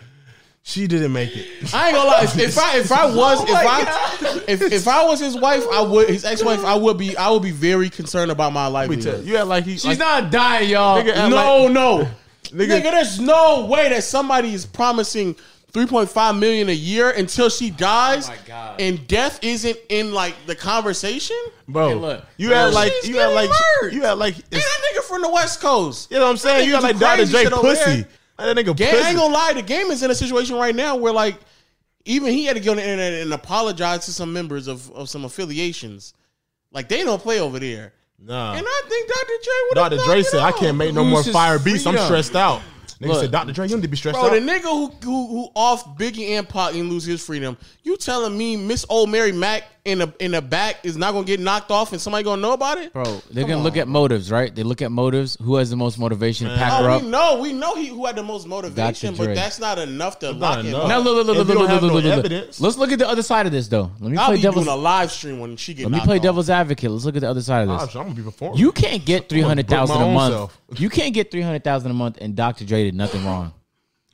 [SPEAKER 4] She didn't make it.
[SPEAKER 3] I ain't gonna lie. If, if I if I
[SPEAKER 1] Oh
[SPEAKER 3] was if I if, if I was his wife, I would his ex wife. I would be I would be very concerned about my
[SPEAKER 4] Wait,
[SPEAKER 3] livelihood.
[SPEAKER 4] you act like he.
[SPEAKER 1] she's not dying, y'all.
[SPEAKER 4] Nigga, act
[SPEAKER 3] No,
[SPEAKER 4] like-
[SPEAKER 3] no,
[SPEAKER 4] Nigga-
[SPEAKER 3] nigga, There's no way that somebody is promising 3.5 million a year until she dies,
[SPEAKER 1] my God.
[SPEAKER 3] and death isn't in like the conversation.
[SPEAKER 4] Bro,
[SPEAKER 1] Hey, look.
[SPEAKER 4] you act
[SPEAKER 3] She's
[SPEAKER 4] like you act
[SPEAKER 3] getting
[SPEAKER 4] like
[SPEAKER 3] murked.
[SPEAKER 4] you act like
[SPEAKER 3] Hey,
[SPEAKER 4] it's-
[SPEAKER 3] that nigga from the West Coast.
[SPEAKER 4] you know what I'm saying. You act
[SPEAKER 3] nigga
[SPEAKER 4] like
[SPEAKER 3] do
[SPEAKER 4] Dr.
[SPEAKER 3] crazy
[SPEAKER 4] J
[SPEAKER 3] shit over
[SPEAKER 4] pussy.
[SPEAKER 3] there.
[SPEAKER 4] Like that nigga
[SPEAKER 3] Game, I
[SPEAKER 4] pussy.
[SPEAKER 3] ain't gonna lie, the game is in a situation right now where like even he had to go on the internet and apologize to some members of, of some affiliations. Like they don't play over there.
[SPEAKER 4] nah.
[SPEAKER 3] And I think Dr. Dre would have
[SPEAKER 4] Dr. Dre said, "I can't make no
[SPEAKER 1] Lose
[SPEAKER 4] more
[SPEAKER 1] his
[SPEAKER 4] fire beats. I'm
[SPEAKER 1] freedom.
[SPEAKER 4] stressed out." Nigga
[SPEAKER 1] Look.
[SPEAKER 4] said, "Dr. Dre, you don't need to be stressed
[SPEAKER 3] Bro, the
[SPEAKER 4] out."
[SPEAKER 3] nigga who, who who off Biggie and Pac and lose his freedom. You telling me Miss Old Mary Mac in the in the back is not gonna get knocked off and somebody gonna know about it?
[SPEAKER 1] Bro, they're gonna look at motives, right? They look at motives. Who has the most motivation to pack
[SPEAKER 3] Oh,
[SPEAKER 1] her up?
[SPEAKER 3] we know, we know he who had the most motivation,
[SPEAKER 1] Dr.
[SPEAKER 3] but
[SPEAKER 1] Dre.
[SPEAKER 3] that's not enough to lock him
[SPEAKER 4] enough.
[SPEAKER 3] up.
[SPEAKER 1] Now look,
[SPEAKER 4] If
[SPEAKER 1] look, look,
[SPEAKER 4] you
[SPEAKER 1] look,
[SPEAKER 4] don't
[SPEAKER 1] look,
[SPEAKER 4] have
[SPEAKER 1] look,
[SPEAKER 4] no
[SPEAKER 1] look, look.
[SPEAKER 4] evidence-
[SPEAKER 1] Let's look at the other side of this, though. Let me
[SPEAKER 3] I'll
[SPEAKER 1] play
[SPEAKER 3] be
[SPEAKER 1] devil's.
[SPEAKER 3] doing a live stream when she get.
[SPEAKER 1] Let me
[SPEAKER 3] knocked
[SPEAKER 1] play
[SPEAKER 3] off.
[SPEAKER 1] devil's advocate. Let's look at the other side of
[SPEAKER 4] Gosh,
[SPEAKER 1] this.
[SPEAKER 4] I'm gonna be performing.
[SPEAKER 1] You can't get three hundred thousand
[SPEAKER 4] my
[SPEAKER 1] a
[SPEAKER 4] own
[SPEAKER 1] month.
[SPEAKER 4] self.
[SPEAKER 1] You can't get three hundred thousand a month, and Dr. Dre did nothing wrong.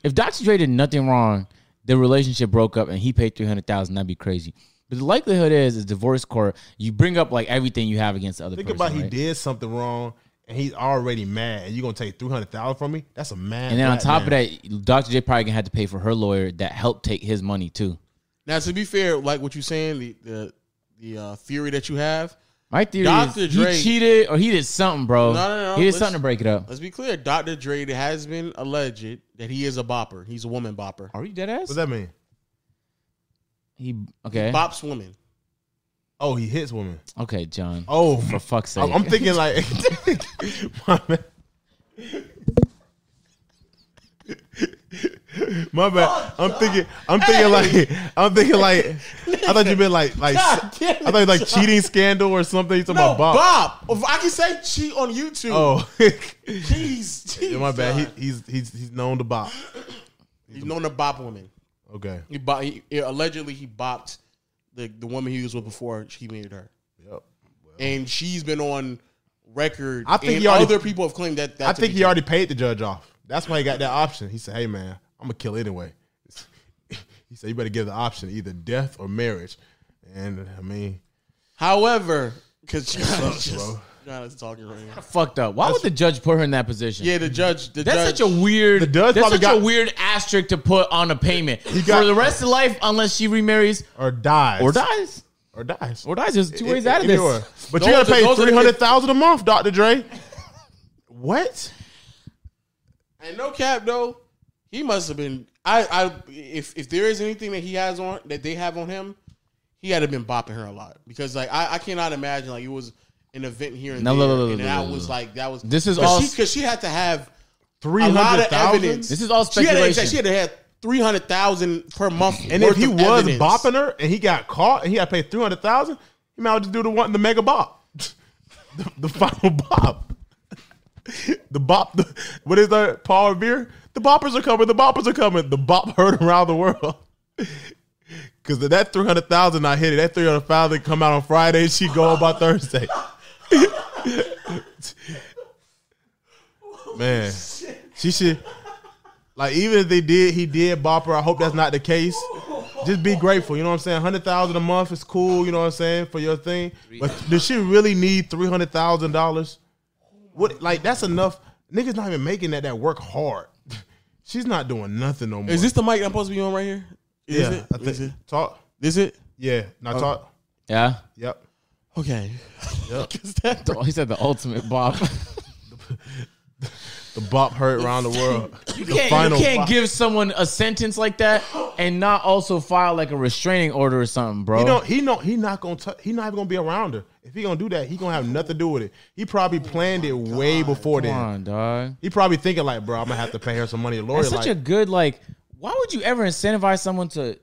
[SPEAKER 1] If Dr. Dre did nothing wrong, the relationship broke up, and he paid three hundred thousand. That'd be crazy. But the likelihood is, is divorce court. You bring up like everything you have against the other
[SPEAKER 4] think
[SPEAKER 1] person,
[SPEAKER 4] about he
[SPEAKER 1] right?
[SPEAKER 4] did something wrong and he's already mad, and you gonna take three hundred thousand from me? That's a mad.
[SPEAKER 1] And then on
[SPEAKER 4] black
[SPEAKER 1] top
[SPEAKER 4] man.
[SPEAKER 1] of that, Dr. J probably gonna have to pay for her lawyer that helped take his money too.
[SPEAKER 3] Now, to be fair, like what you're saying, the the, the uh, theory that you have.
[SPEAKER 1] My theory
[SPEAKER 3] Dr.
[SPEAKER 1] is
[SPEAKER 3] Dre-
[SPEAKER 1] he cheated or he did something, bro.
[SPEAKER 3] No, no, no,
[SPEAKER 1] He did
[SPEAKER 3] let's-
[SPEAKER 1] something to break it up.
[SPEAKER 3] Let's be clear. Dr. Dre has been alleged that he is a bopper. He's a woman bopper.
[SPEAKER 1] Are you dead ass?
[SPEAKER 4] what does that mean?
[SPEAKER 1] He okay.
[SPEAKER 3] Bops women.
[SPEAKER 4] Oh, he hits women.
[SPEAKER 1] Okay, John.
[SPEAKER 4] Oh,
[SPEAKER 1] For fuck's sake.
[SPEAKER 4] I'm, I'm thinking like, my bad. My bad. I'm thinking. I'm thinking like. I'm thinking like. I thought you meant like like.
[SPEAKER 3] God
[SPEAKER 4] I
[SPEAKER 3] damn it,
[SPEAKER 4] thought you like cheating scandal or something. You talking
[SPEAKER 3] No,
[SPEAKER 4] about Bob?
[SPEAKER 3] Bop. If I can say cheat on YouTube.
[SPEAKER 4] Oh,
[SPEAKER 3] Jeez, jeez,
[SPEAKER 4] Yeah, my bad.
[SPEAKER 3] John.
[SPEAKER 4] He, he's he's he's known to Bob.
[SPEAKER 3] he's known to bop women.
[SPEAKER 4] Okay.
[SPEAKER 3] He, bop, he yeah, allegedly he bopped the the woman he was with before he married her,
[SPEAKER 6] Yep.
[SPEAKER 3] and she's been on record.
[SPEAKER 4] I think
[SPEAKER 3] and
[SPEAKER 4] he already-
[SPEAKER 3] other people have claimed that. that
[SPEAKER 4] I
[SPEAKER 3] to
[SPEAKER 4] think
[SPEAKER 3] be
[SPEAKER 4] he already paid the judge off. That's why he got that option. He said, "Hey man, I'm gonna kill anyway." he said, "You better give the option either death or marriage." And I mean,
[SPEAKER 3] However, because Gianna's
[SPEAKER 4] sucks,
[SPEAKER 3] just
[SPEAKER 4] bro.
[SPEAKER 3] Gianna's talking right now.
[SPEAKER 1] Fucked up. Why would the judge put her in that position?
[SPEAKER 3] Yeah, the judge. The
[SPEAKER 1] That's
[SPEAKER 3] judge,
[SPEAKER 1] such a weird.
[SPEAKER 4] judge
[SPEAKER 1] that's
[SPEAKER 4] probably
[SPEAKER 1] such a
[SPEAKER 4] got-
[SPEAKER 1] weird asterisk to put on a payment
[SPEAKER 4] got-
[SPEAKER 1] for the rest of life, unless she remarries
[SPEAKER 4] or dies
[SPEAKER 1] or dies.
[SPEAKER 4] or dies
[SPEAKER 1] Or dies. There's two ways out of this.
[SPEAKER 4] Anywhere. But
[SPEAKER 3] Those
[SPEAKER 4] you
[SPEAKER 3] are-
[SPEAKER 4] gotta pay
[SPEAKER 3] those are the
[SPEAKER 4] three hundred thousand a month, Dr. Dre. what?
[SPEAKER 3] And no cap though, he must have been. I, I, if if there is anything that he has on that they have on him, he had to been bopping her a lot because like I, I cannot imagine like it was an event here and
[SPEAKER 1] No,
[SPEAKER 3] there,
[SPEAKER 1] no, no, no,
[SPEAKER 3] and
[SPEAKER 1] no,
[SPEAKER 3] that
[SPEAKER 1] no,
[SPEAKER 3] was
[SPEAKER 1] no.
[SPEAKER 3] like that was
[SPEAKER 1] This is
[SPEAKER 3] cause
[SPEAKER 1] all-
[SPEAKER 3] because she, had to have
[SPEAKER 4] Three
[SPEAKER 3] a lot
[SPEAKER 4] hundred
[SPEAKER 3] of evidence.
[SPEAKER 4] thousand.
[SPEAKER 1] This is all
[SPEAKER 3] She had to,
[SPEAKER 1] speculation.
[SPEAKER 3] she had to have three hundred thousand per month,
[SPEAKER 4] And if
[SPEAKER 3] worth
[SPEAKER 4] he
[SPEAKER 3] of
[SPEAKER 4] was
[SPEAKER 3] evidence.
[SPEAKER 4] bopping her and he got caught and he got paid three hundred thousand, he might as well just do the one the mega bop, the, the final bop, the bop. The, what is that? Paul Revere. The boppers are coming. The boppers are coming. The bop heard around the world. Cause that three hundred thousand I hit it. That three hundred thousand come out on Friday. She go by Thursday. Man, she should. Like even if they did, he did bop her. I hope that's not the case. Just be grateful. You know what I'm saying? Hundred thousand a month is cool. You know what I'm saying for your thing. But does she really need three hundred thousand dollars? What? Like that's enough. Niggas not even making that. That work hard. She's not doing nothing no more.
[SPEAKER 3] Is this the mic I'm supposed to be on right here? Is
[SPEAKER 4] yeah?
[SPEAKER 3] it?
[SPEAKER 4] I think-
[SPEAKER 3] Is it? Oh.
[SPEAKER 4] talk.
[SPEAKER 3] Is it?
[SPEAKER 4] Yeah. Now talk.
[SPEAKER 1] yeah. Oh,
[SPEAKER 4] Yep.
[SPEAKER 3] Okay. 'Cause that-
[SPEAKER 1] He said the ultimate bop.
[SPEAKER 4] The bop heard around the world.
[SPEAKER 1] You
[SPEAKER 4] The
[SPEAKER 1] can't,
[SPEAKER 4] final
[SPEAKER 1] you can't
[SPEAKER 4] bop.
[SPEAKER 1] give someone a sentence like that and not also file like a restraining order or something, bro.
[SPEAKER 4] He don't. He don't. He not gonna. T- he not even gonna be around her. If he gonna do that, he gonna have nothing to do with it. He probably planned it way before
[SPEAKER 1] Oh Come
[SPEAKER 4] then.
[SPEAKER 1] on, dog.
[SPEAKER 4] He probably thinking like, bro, I'm gonna have to pay her some money. Lori
[SPEAKER 1] That's
[SPEAKER 4] like,
[SPEAKER 1] such a good like. Why would you ever incentivize someone to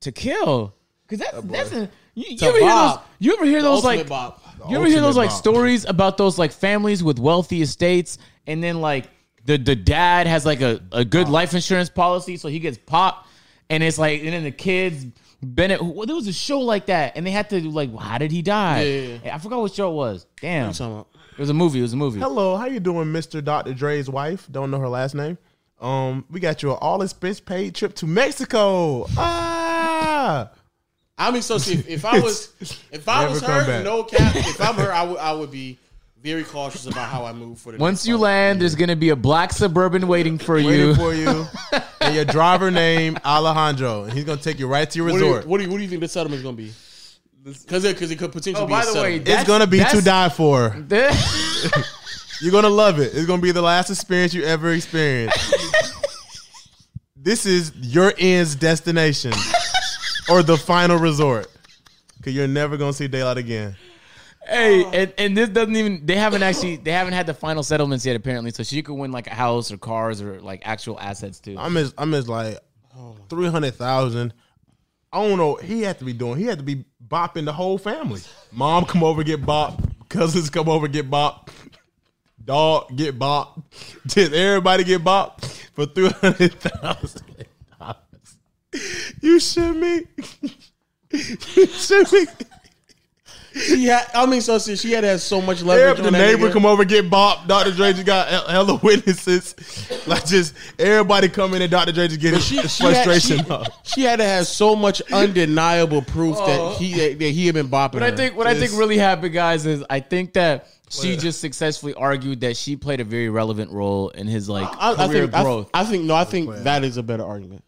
[SPEAKER 1] to kill? Because that's that's a, you, you ever hear those?
[SPEAKER 3] bop.
[SPEAKER 1] You ever hear those
[SPEAKER 3] ultimate
[SPEAKER 1] like?
[SPEAKER 3] bop.
[SPEAKER 1] You ever hear those
[SPEAKER 4] ultimate
[SPEAKER 1] like
[SPEAKER 4] bop.
[SPEAKER 1] stories about those like families with wealthy estates, and then like the the dad has like a a good life insurance policy, so he gets popped, and it's like, and then the kids. Bennett, well, there was a show like that, and they had to like, well, how did he die?
[SPEAKER 3] Yeah, yeah,
[SPEAKER 1] I forgot what show it was. Damn,
[SPEAKER 3] You
[SPEAKER 1] it
[SPEAKER 3] talking about?
[SPEAKER 1] was a movie. It was a movie.
[SPEAKER 4] hello, how you doing, Mister Dr. Dre's wife? Don't know her last name. Um, we got you an all expense paid trip to Mexico. Ah,
[SPEAKER 3] I mean, so see, if, if I was, if I
[SPEAKER 4] Never
[SPEAKER 3] was
[SPEAKER 4] come
[SPEAKER 3] her,
[SPEAKER 4] back.
[SPEAKER 3] no cap. If I'm her, I would, I would be very cautious about how I move for the.
[SPEAKER 1] Once
[SPEAKER 3] next
[SPEAKER 1] you
[SPEAKER 3] fight.
[SPEAKER 1] land, there's gonna be a black suburban waiting for
[SPEAKER 4] waiting
[SPEAKER 1] you.
[SPEAKER 4] for you, and your driver name Alejandro, and he's gonna take you right to your
[SPEAKER 3] what do, you, what
[SPEAKER 4] resort.
[SPEAKER 3] do you, what do you think the settlement's gonna be? Because it, because it could potentially.
[SPEAKER 1] Oh,
[SPEAKER 3] be
[SPEAKER 1] by
[SPEAKER 3] a
[SPEAKER 1] the way,
[SPEAKER 3] settlement.
[SPEAKER 1] that-
[SPEAKER 4] it's gonna be
[SPEAKER 1] That's-
[SPEAKER 4] to die for.
[SPEAKER 1] That-
[SPEAKER 4] You're gonna love it. It's gonna be the last experience you ever experience. this is your end's destination or the final resort. Cause you're never gonna see daylight again.
[SPEAKER 1] hey, and, and this doesn't even they haven't actually they haven't had the final settlements yet apparently, so she could win like a house or cars or like actual assets too.
[SPEAKER 4] I'm as I'm as like three hundred thousand. I don't know. He had to be doing. He had to be bopping the whole family. Mom come over get bop. Cousins come over get bop. Dog get bop. Just everybody get bop for three hundred thousand. You should me. you should me.
[SPEAKER 3] she had, I mean, so see, she had had so much leverage.
[SPEAKER 4] If the
[SPEAKER 3] on that
[SPEAKER 4] neighbor
[SPEAKER 3] nigga.
[SPEAKER 4] come over get bopped, Dr. Dre just got he- hella witnesses. Like just everybody come in and Dr. Dre just get his
[SPEAKER 3] she,
[SPEAKER 4] his
[SPEAKER 3] she had-
[SPEAKER 4] frustration
[SPEAKER 3] she-
[SPEAKER 4] up.
[SPEAKER 3] She, had to have so much undeniable proof that he that, that he had been bopping.
[SPEAKER 1] Oh. What I
[SPEAKER 3] her.
[SPEAKER 1] think what I think really happened, guys, is I think that she just successfully argued that she played a very relevant role in his like
[SPEAKER 3] I, I
[SPEAKER 1] career
[SPEAKER 3] think I-
[SPEAKER 1] growth.
[SPEAKER 3] I, think no. I think that is a better argument.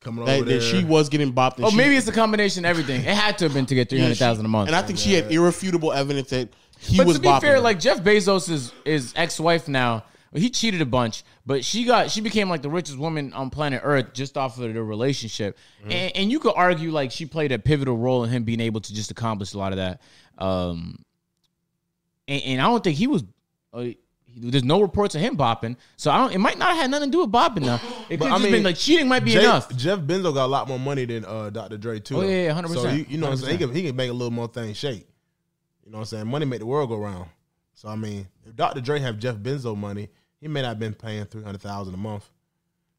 [SPEAKER 4] Coming over
[SPEAKER 3] That, that she was getting bopped. and
[SPEAKER 1] oh,
[SPEAKER 3] she-
[SPEAKER 1] maybe it's a combination of everything. It had to have been to get three hundred thousand a month.
[SPEAKER 3] And I think she had irrefutable evidence that he
[SPEAKER 1] but
[SPEAKER 3] was
[SPEAKER 1] to be
[SPEAKER 3] bopping
[SPEAKER 1] fair,
[SPEAKER 3] her.
[SPEAKER 1] like Jeff Bezos is is ex wife now. He cheated a bunch, but she got she became like the richest woman on planet Earth just off of their relationship.
[SPEAKER 3] Mm-hmm.
[SPEAKER 1] And, and you could argue like she played a pivotal role in him being able to just accomplish a lot of that. Um, and, and I don't think he was. Uh, he- there's no reports of him bopping, so I don't. It might not have had nothing to do with bopping now. It could
[SPEAKER 4] I
[SPEAKER 1] have just
[SPEAKER 4] mean,
[SPEAKER 1] been like cheating might be
[SPEAKER 4] Jay-
[SPEAKER 1] enough.
[SPEAKER 4] Jeff Benzo got a lot more money than uh, Dr. Dre too.
[SPEAKER 1] Oh, yeah, yeah,
[SPEAKER 4] So
[SPEAKER 1] 100%,
[SPEAKER 4] you, you know what I'm saying? He can, he can make a little more thing shake. You know what I'm saying? Money make the world go round. So I mean, if Dr. Dre have Jeff Benzo money, he may not have been paying three hundred thousand a month.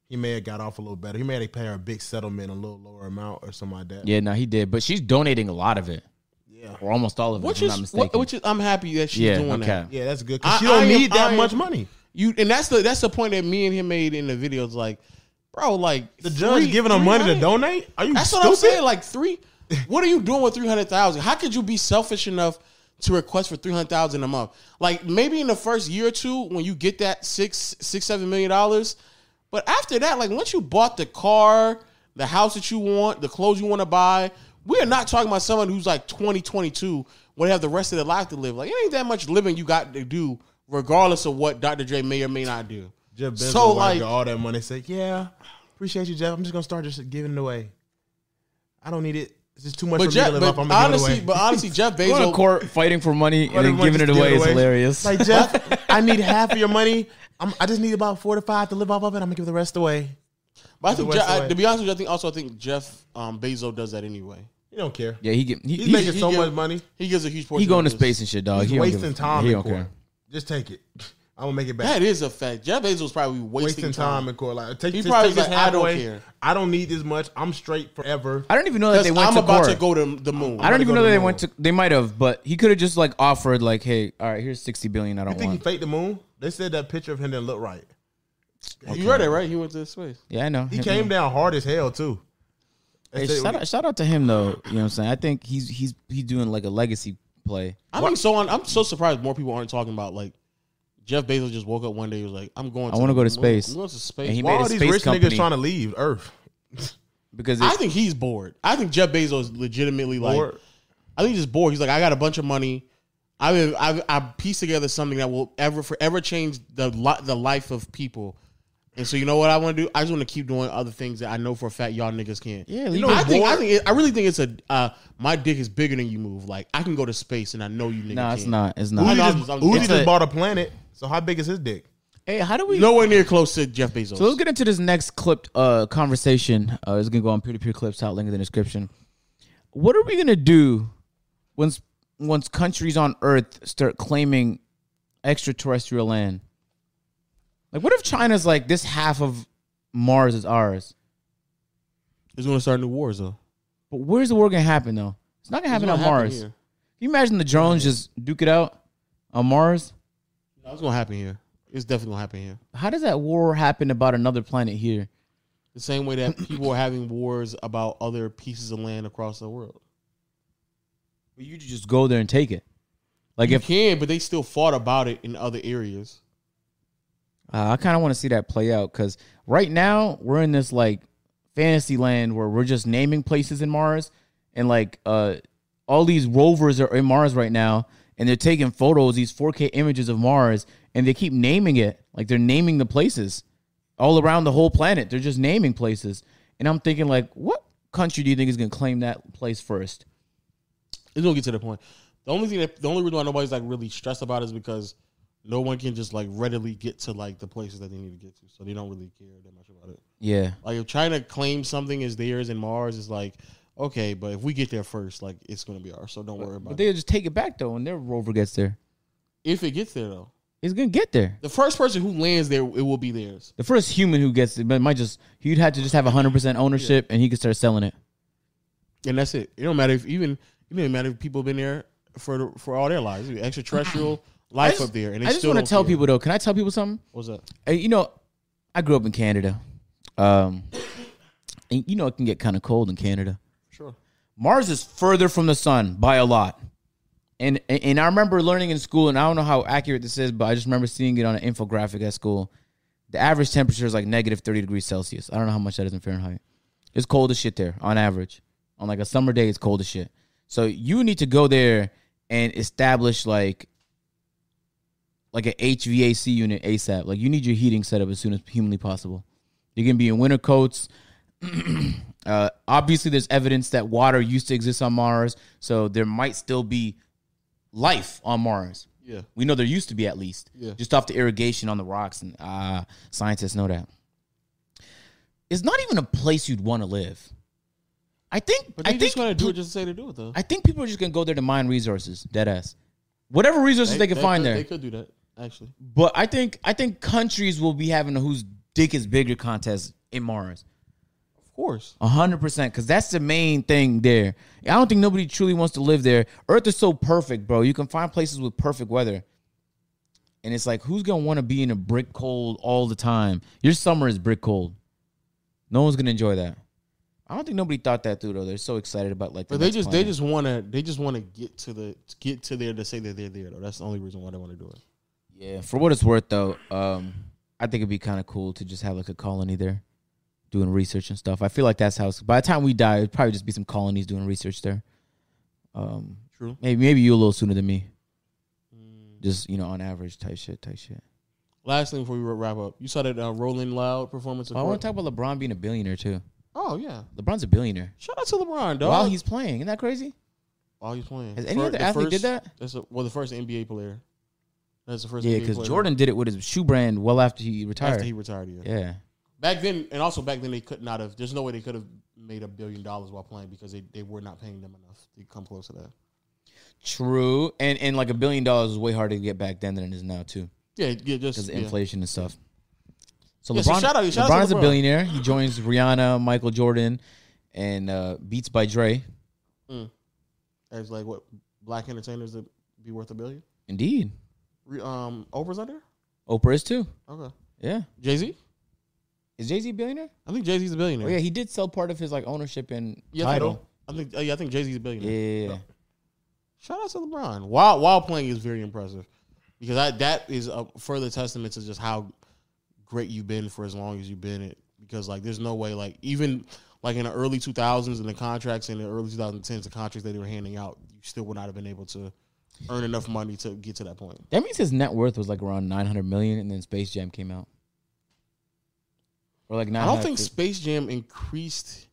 [SPEAKER 2] He may have got off a little better. He may have paid her a big settlement, a little lower amount or something like that.
[SPEAKER 1] Yeah, no, he did, but she's donating a lot of it. Yeah, or almost all of it.
[SPEAKER 3] Which
[SPEAKER 1] Which I'm not
[SPEAKER 3] is
[SPEAKER 1] mistaken.
[SPEAKER 3] what, which is I'm happy that she's
[SPEAKER 1] yeah,
[SPEAKER 3] doing
[SPEAKER 1] okay.
[SPEAKER 3] that.
[SPEAKER 2] Yeah, that's good. 'cause
[SPEAKER 3] I-
[SPEAKER 2] she don't
[SPEAKER 3] I am-
[SPEAKER 2] need that
[SPEAKER 3] I am-
[SPEAKER 2] much money.
[SPEAKER 3] You and that's the that's the point that me and him made in the videos. Like, bro, like
[SPEAKER 2] The judge giving her money to donate? Are you
[SPEAKER 3] That's
[SPEAKER 2] stupid?
[SPEAKER 3] what I'm saying. Like three, what are you doing with three hundred thousand? How could you be selfish enough to request for three hundred thousand a month? Like maybe in the first year or two when you get that six six seven million dollars, but after that, like once you bought the car, the house that you want, the clothes you want to buy, we're not talking about someone who's like twenty twenty two when they have the rest of their life to live. Like it ain't that much living you got to do, regardless of what Dr. Dre may or may not do.
[SPEAKER 2] Jeff Bezos
[SPEAKER 3] So,
[SPEAKER 2] so
[SPEAKER 3] like-
[SPEAKER 2] like all that money. Say, yeah, appreciate you, Jeff. I'm just gonna start just giving it away. I don't need it. It's just too much
[SPEAKER 3] But,
[SPEAKER 2] for
[SPEAKER 3] Jeff,
[SPEAKER 2] me to live
[SPEAKER 3] but
[SPEAKER 2] up. I'm gonna give it
[SPEAKER 3] honestly,
[SPEAKER 2] away.
[SPEAKER 3] but honestly, Jeff
[SPEAKER 1] Going to
[SPEAKER 3] Bezos.
[SPEAKER 1] court, fighting for money, and then
[SPEAKER 2] Everyone
[SPEAKER 1] giving it
[SPEAKER 2] just give
[SPEAKER 1] away is hilarious.
[SPEAKER 2] Like Jeff, I need half of your money. I'm, I just need about four to five to live off of it. I'm gonna give the rest away.
[SPEAKER 3] But I think,
[SPEAKER 2] West
[SPEAKER 3] Jeff, I,
[SPEAKER 2] away.
[SPEAKER 3] to be honest with you, I think also I think Jeff um, Bezos does that anyway.
[SPEAKER 2] You don't care.
[SPEAKER 1] yeah, he get, he,
[SPEAKER 2] He's
[SPEAKER 1] he,
[SPEAKER 2] making
[SPEAKER 1] he,
[SPEAKER 2] so
[SPEAKER 3] give-
[SPEAKER 2] much money.
[SPEAKER 3] He gives a huge portion.
[SPEAKER 1] he going
[SPEAKER 3] of
[SPEAKER 1] to
[SPEAKER 3] his-
[SPEAKER 1] space and shit, dog.
[SPEAKER 2] He's
[SPEAKER 1] he don't
[SPEAKER 2] wasting
[SPEAKER 1] give a-
[SPEAKER 2] time
[SPEAKER 1] He
[SPEAKER 2] in
[SPEAKER 1] don't
[SPEAKER 2] court.
[SPEAKER 1] care.
[SPEAKER 2] Just take it. I'm gonna make it back.
[SPEAKER 3] That is a fact. Jeff Bezos probably wasting,
[SPEAKER 2] wasting, time.
[SPEAKER 3] time.
[SPEAKER 2] in court. Like, take,
[SPEAKER 3] He
[SPEAKER 2] just
[SPEAKER 3] probably
[SPEAKER 2] take
[SPEAKER 3] was
[SPEAKER 2] this
[SPEAKER 3] like, I
[SPEAKER 2] half
[SPEAKER 3] don't
[SPEAKER 2] away.
[SPEAKER 3] care.
[SPEAKER 2] I don't need this much. I'm straight forever.
[SPEAKER 1] I don't even know that
[SPEAKER 3] Because
[SPEAKER 1] they went
[SPEAKER 3] I'm
[SPEAKER 1] to
[SPEAKER 3] about
[SPEAKER 1] court.
[SPEAKER 3] to go to the moon.
[SPEAKER 1] I don't
[SPEAKER 2] go
[SPEAKER 1] even know
[SPEAKER 2] to
[SPEAKER 1] that they
[SPEAKER 2] the
[SPEAKER 1] went to. They might have, but he could have just like offered, like, "Hey, all right, here's sixty billion. I don't
[SPEAKER 2] You think he
[SPEAKER 1] want."
[SPEAKER 2] faked the moon? They said that picture of him didn't look right.
[SPEAKER 3] You read it right? He went to space.
[SPEAKER 1] Yeah, I know.
[SPEAKER 2] He came down hard as hell too. They
[SPEAKER 1] Hey,
[SPEAKER 2] said-
[SPEAKER 1] shout, out, shout out to him though. You know what I'm saying? I think he's he's he's doing like a legacy play.
[SPEAKER 3] I mean, so on. I'm so surprised more people aren't talking about like Jeff Bezos just woke up one day. He was like, I'm going.
[SPEAKER 1] I wanna
[SPEAKER 3] the
[SPEAKER 1] go to
[SPEAKER 3] moon.
[SPEAKER 1] space.
[SPEAKER 3] I'm going to space.
[SPEAKER 1] And he
[SPEAKER 2] Why
[SPEAKER 1] made a
[SPEAKER 2] all these
[SPEAKER 1] space
[SPEAKER 2] rich
[SPEAKER 1] company
[SPEAKER 2] niggas trying to leave Earth?
[SPEAKER 1] because
[SPEAKER 3] I
[SPEAKER 1] it,
[SPEAKER 3] think he's bored. I think Jeff Bezos legitimately like.
[SPEAKER 2] Bored?
[SPEAKER 3] I think he's just bored. He's like, I got a bunch of money. I have I've, I've pieced together something that will ever forever change the li- the life of people. And so you know what I want to do? I just want to keep doing other things that I know for a fact y'all niggas can't.
[SPEAKER 1] Yeah,
[SPEAKER 3] you
[SPEAKER 1] leave
[SPEAKER 3] know,
[SPEAKER 1] me
[SPEAKER 3] I think I
[SPEAKER 1] bored.
[SPEAKER 3] think it, I really think it's a uh, my dick is bigger than you move. Like I can go to space and I know you niggas.
[SPEAKER 1] no, it's
[SPEAKER 3] can't.
[SPEAKER 1] not. It's
[SPEAKER 3] I
[SPEAKER 1] not.
[SPEAKER 3] know,
[SPEAKER 2] Uzi
[SPEAKER 3] I'm
[SPEAKER 2] just,
[SPEAKER 3] I'm-
[SPEAKER 2] Uzi
[SPEAKER 3] it's
[SPEAKER 2] just
[SPEAKER 1] a-
[SPEAKER 2] bought a planet. So how big is his dick?
[SPEAKER 1] Hey, how do we?
[SPEAKER 3] nowhere near close to Jeff Bezos.
[SPEAKER 1] So let's get into this next clipped uh, conversation. Uh, it's gonna go on peer-to-peer clips. Out link in the description. What are we gonna do once once countries on Earth start claiming extraterrestrial land? Like, what if China's like this half of Mars is ours?
[SPEAKER 3] it's going to start new wars though.
[SPEAKER 1] But where's the war gonna happen though? It's not gonna
[SPEAKER 3] It's
[SPEAKER 1] happen
[SPEAKER 3] gonna
[SPEAKER 1] on
[SPEAKER 3] happen
[SPEAKER 1] Mars.
[SPEAKER 3] here.
[SPEAKER 1] Can you imagine the drones just duke it out on Mars?
[SPEAKER 3] No, it's going to happen here. It's definitely going to happen here.
[SPEAKER 1] How does that war happen about another planet here?
[SPEAKER 3] The same way that people are having wars about other pieces of land across the world.
[SPEAKER 1] Well, you just go there and take it. Like
[SPEAKER 3] you
[SPEAKER 1] if
[SPEAKER 3] can, but they still fought about it in other areas.
[SPEAKER 1] Uh, I kind of want to see that play out because right now we're in this like fantasy land where we're just naming places in Mars, and like uh, all these rovers are in Mars right now, and they're taking photos, these 4K images of Mars, and they keep naming it like they're naming the places all around the whole planet. They're just naming places, and I'm thinking like, what country do you think is gonna claim that place first?
[SPEAKER 3] It's gonna get to the point. The only thing that the only reason why nobody's like really stressed about it is because no one can just like readily get to like the places that they need to get to, so they don't really care that much about it.
[SPEAKER 1] Yeah,
[SPEAKER 3] Like if China claims something is theirs and Mars is like okay, but if we get there first, like it's gonna be ours, so don't worry
[SPEAKER 1] but
[SPEAKER 3] about it.
[SPEAKER 1] they'll just take it back though when their rover gets there.
[SPEAKER 3] If it gets there though,
[SPEAKER 1] It's gonna get there.
[SPEAKER 3] the first person who lands there, it will be theirs.
[SPEAKER 1] The first human who gets it, but it might just he'd have to just have hundred percent ownership, and he could start selling it.
[SPEAKER 3] and that's it. It don't matter if even it don't matter if people been there for the, for all their lives, extraterrestrial life
[SPEAKER 1] just-
[SPEAKER 3] up there, and they
[SPEAKER 1] I just
[SPEAKER 3] still
[SPEAKER 1] want
[SPEAKER 3] don't
[SPEAKER 1] to tell
[SPEAKER 3] care.
[SPEAKER 1] people though. Can I tell people something?
[SPEAKER 3] what's up.
[SPEAKER 1] Uh, You know, I grew up in Canada, um, and you know it can get kind of cold in Canada.
[SPEAKER 3] Sure,
[SPEAKER 1] Mars is further from the sun by a lot. And and I remember learning in school, and I don't know how accurate this is, but I just remember seeing it on an infographic at school. The average temperature is like negative thirty degrees Celsius. I don't know how much that is in Fahrenheit. It's cold as shit there on average. On like a summer day, it's cold as shit. So you need to go there and establish like like an HVAC unit ASAP. Like you need your heating set up as soon as humanly possible. You're gonna be in winter coats. Uh, obviously, there's evidence that water used to exist on Mars, so there might still be life on Mars.
[SPEAKER 3] yeah,
[SPEAKER 1] We know there used to be at least,
[SPEAKER 3] Yeah.
[SPEAKER 1] just off the irrigation on the rocks, and uh, scientists know that. It's not even a place you'd want to live. I think.
[SPEAKER 3] but they
[SPEAKER 1] I
[SPEAKER 3] just
[SPEAKER 1] think.
[SPEAKER 3] gonna do it just to say to do it though.
[SPEAKER 1] I think people are just gonna go there to mine resources, dead ass. Whatever resources they, can find
[SPEAKER 3] could,
[SPEAKER 1] there,
[SPEAKER 3] They could do that actually.
[SPEAKER 1] but I think I think countries will be having a whose dick is bigger contest in Mars.
[SPEAKER 3] Of course.
[SPEAKER 1] A hundred percent, because that's the main thing there. I don't think nobody truly wants to live there. Earth is so perfect, bro. You can find places with perfect weather, and it's like who's gonna want to be in a brick cold all the time? Your summer is brick cold. No one's gonna enjoy that. I don't think nobody thought that through though. They're so excited about like. the
[SPEAKER 3] But they
[SPEAKER 1] next
[SPEAKER 3] just they
[SPEAKER 1] planet.
[SPEAKER 3] just want to they just want to get to the to get to there to say that they're there though. That's the only reason why they want to do it.
[SPEAKER 1] yeah. For what it's worth though, um, I think it'd be kind of cool to just have like a colony there, doing research and stuff. I feel like that's how. By the time we die, it'd probably just be some colonies doing research there. Um,
[SPEAKER 3] True.
[SPEAKER 1] Maybe maybe you a little sooner than me.
[SPEAKER 3] Mm-hmm.
[SPEAKER 1] Just you know, on average, type shit, type shit.
[SPEAKER 3] Mm. Last thing before we wrap up, you saw that uh, Rolling Loud performance. Of
[SPEAKER 1] I want
[SPEAKER 3] Course?
[SPEAKER 1] to talk about LeBron being a billionaire too.
[SPEAKER 3] oh yeah,
[SPEAKER 1] LeBron's a billionaire
[SPEAKER 3] shout out to LeBron dog.
[SPEAKER 1] while he's playing. Isn't that crazy?
[SPEAKER 3] while he's playing,
[SPEAKER 1] Has any
[SPEAKER 3] Fir-
[SPEAKER 1] other
[SPEAKER 3] the
[SPEAKER 1] athlete
[SPEAKER 3] first,
[SPEAKER 1] did that?
[SPEAKER 3] That's a, well the first NBA player. That's the first.
[SPEAKER 1] Yeah,
[SPEAKER 3] NBA
[SPEAKER 1] because
[SPEAKER 3] player
[SPEAKER 1] Jordan did it with his shoe brand well after he retired.
[SPEAKER 3] after he retired. Yeah.
[SPEAKER 1] yeah,
[SPEAKER 3] back then, and also back then they could not have. There's no way they could have made a billion dollars while playing because they, they were not paying them enough to come close to that.
[SPEAKER 1] true. And and like a billion dollars was way harder to get back then than it is now too,
[SPEAKER 3] Yeah, yeah, just
[SPEAKER 1] because
[SPEAKER 3] yeah.
[SPEAKER 1] inflation and stuff. So
[SPEAKER 3] Yeah,
[SPEAKER 1] LeBron,
[SPEAKER 3] so shout out- shout out
[SPEAKER 1] LeBron
[SPEAKER 3] to
[SPEAKER 1] is a
[SPEAKER 3] LeBron.
[SPEAKER 1] billionaire. He joins Rihanna, Michael Jordan, and uh, Beats by Dre.
[SPEAKER 3] as like what black entertainers that be worth a billion.
[SPEAKER 1] Indeed,
[SPEAKER 3] Re- Um, Oprah's under.
[SPEAKER 1] Oprah is too.
[SPEAKER 3] Okay,
[SPEAKER 1] Yeah,
[SPEAKER 3] Jay Z.
[SPEAKER 1] is Jay Z a billionaire?
[SPEAKER 3] I think Jay Z's a billionaire.
[SPEAKER 1] Oh yeah, he did sell part of his like ownership in
[SPEAKER 3] Yeah, I think-
[SPEAKER 1] title.
[SPEAKER 3] I think oh, yeah, I think Jay Z's a
[SPEAKER 1] Yeah,
[SPEAKER 3] billionaire.
[SPEAKER 1] yeah, yeah.
[SPEAKER 3] Shout out to LeBron. While while playing is very impressive because I, that is a further testament to just how great you've been for as long as you've been it. Because like, there's no way like even like in the early 2000s and the contracts in the early 2010s, the contracts that they were handing out, you still would not have been able to earn enough money to get to that point.
[SPEAKER 1] That means his net worth was like around nine hundred million, and then Space Jam came out, or like nine.
[SPEAKER 3] I don't think Space Jam increased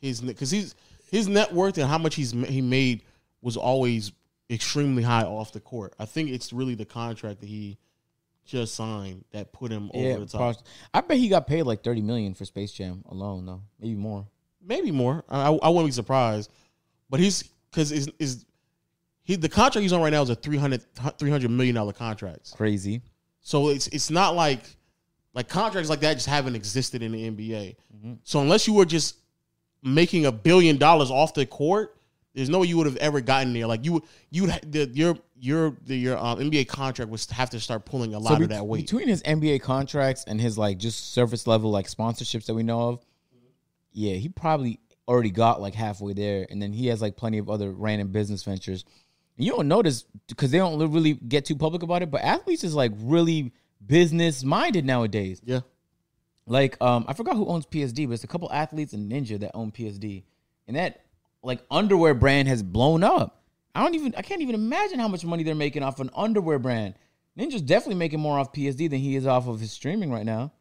[SPEAKER 3] his because he's his net worth and how much he's ma- he made was always extremely high off the court. I think it's really the contract that he just signed that put him
[SPEAKER 1] Yeah,
[SPEAKER 3] over the top.
[SPEAKER 1] pros- I bet he got paid like thirty million for Space Jam alone, though, maybe more.
[SPEAKER 3] Maybe more. I, I I wouldn't be surprised, but he's because is is he the contract he's on right now is a 300 $300 million dollar contract.
[SPEAKER 1] Crazy.
[SPEAKER 3] So it's it's not like like contracts like that just haven't existed in the NBA.
[SPEAKER 1] Mm-hmm.
[SPEAKER 3] So unless you were just making a billion dollars off the court, there's no way you would have ever gotten there. Like you would you would ha- the, your your the, your um, NBA contract would have to start pulling a lot
[SPEAKER 1] be-
[SPEAKER 3] of that weight.
[SPEAKER 1] between his NBA contracts and his like just surface level like sponsorships that we know of, yeah, he probably already got like halfway there, and then he has like plenty of other random business ventures. And you don't notice because they don't li- really get too public about it, but athletes is like really business minded nowadays.
[SPEAKER 3] yeah.
[SPEAKER 1] Like um, I forgot who owns PSD, but it's a couple athletes and Ninja that own PSD, and that like underwear brand has blown up. I don't even I can't even imagine how much money they're making off an underwear brand. Ninja's definitely making more off PSD than he is off of his streaming right now,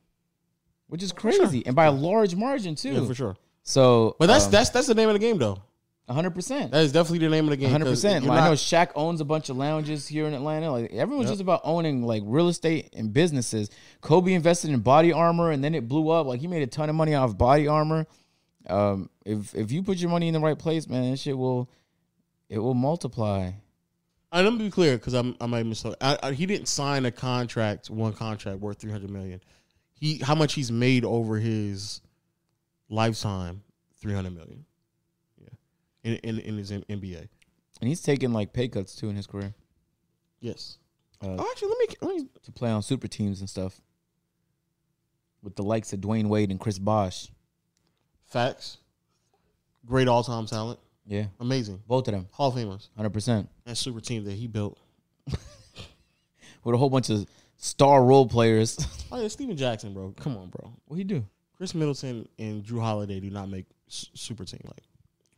[SPEAKER 1] which is crazy and by a large margin too.
[SPEAKER 3] Yeah, for sure.
[SPEAKER 1] So,
[SPEAKER 3] But that's that's that's the name of the game though.
[SPEAKER 1] one hundred percent,
[SPEAKER 3] That is definitely the name of the game.
[SPEAKER 1] one hundred
[SPEAKER 3] 'cause
[SPEAKER 1] percent.
[SPEAKER 3] you're
[SPEAKER 1] I know
[SPEAKER 3] not-
[SPEAKER 1] Shaq owns a bunch of lounges here in Atlanta. Like everyone's just about owning like real estate and businesses. Kobe invested in body armor, and then it blew up. Like he made a ton of money off body armor. Um, if if you put your money in the right place, man, that shit will it will multiply.
[SPEAKER 3] And let me be clear because I'm I might miss. I, I, he didn't sign a contract, one contract worth three hundred million. He how much he's made over his lifetime, three hundred million. Yeah, in in, in his M- NBA.
[SPEAKER 1] And he's taking like pay cuts too in his career
[SPEAKER 3] Yes.
[SPEAKER 1] Uh,
[SPEAKER 3] oh, actually, let me let me
[SPEAKER 1] to play on super teams and stuff with the likes of Dwayne Wade and Chris Bosh.
[SPEAKER 3] facts. Great all time talent,
[SPEAKER 1] Yeah,
[SPEAKER 3] amazing
[SPEAKER 1] both of them,
[SPEAKER 3] Hall of Famers.
[SPEAKER 1] hundred percent.
[SPEAKER 3] That super team that he built.
[SPEAKER 1] With a whole bunch of star role players.
[SPEAKER 3] Oh yeah, Steven Jackson, bro. Come on, bro.
[SPEAKER 1] what he do?
[SPEAKER 3] Chris Middleton and Drew Holiday do not make s- super team. Like,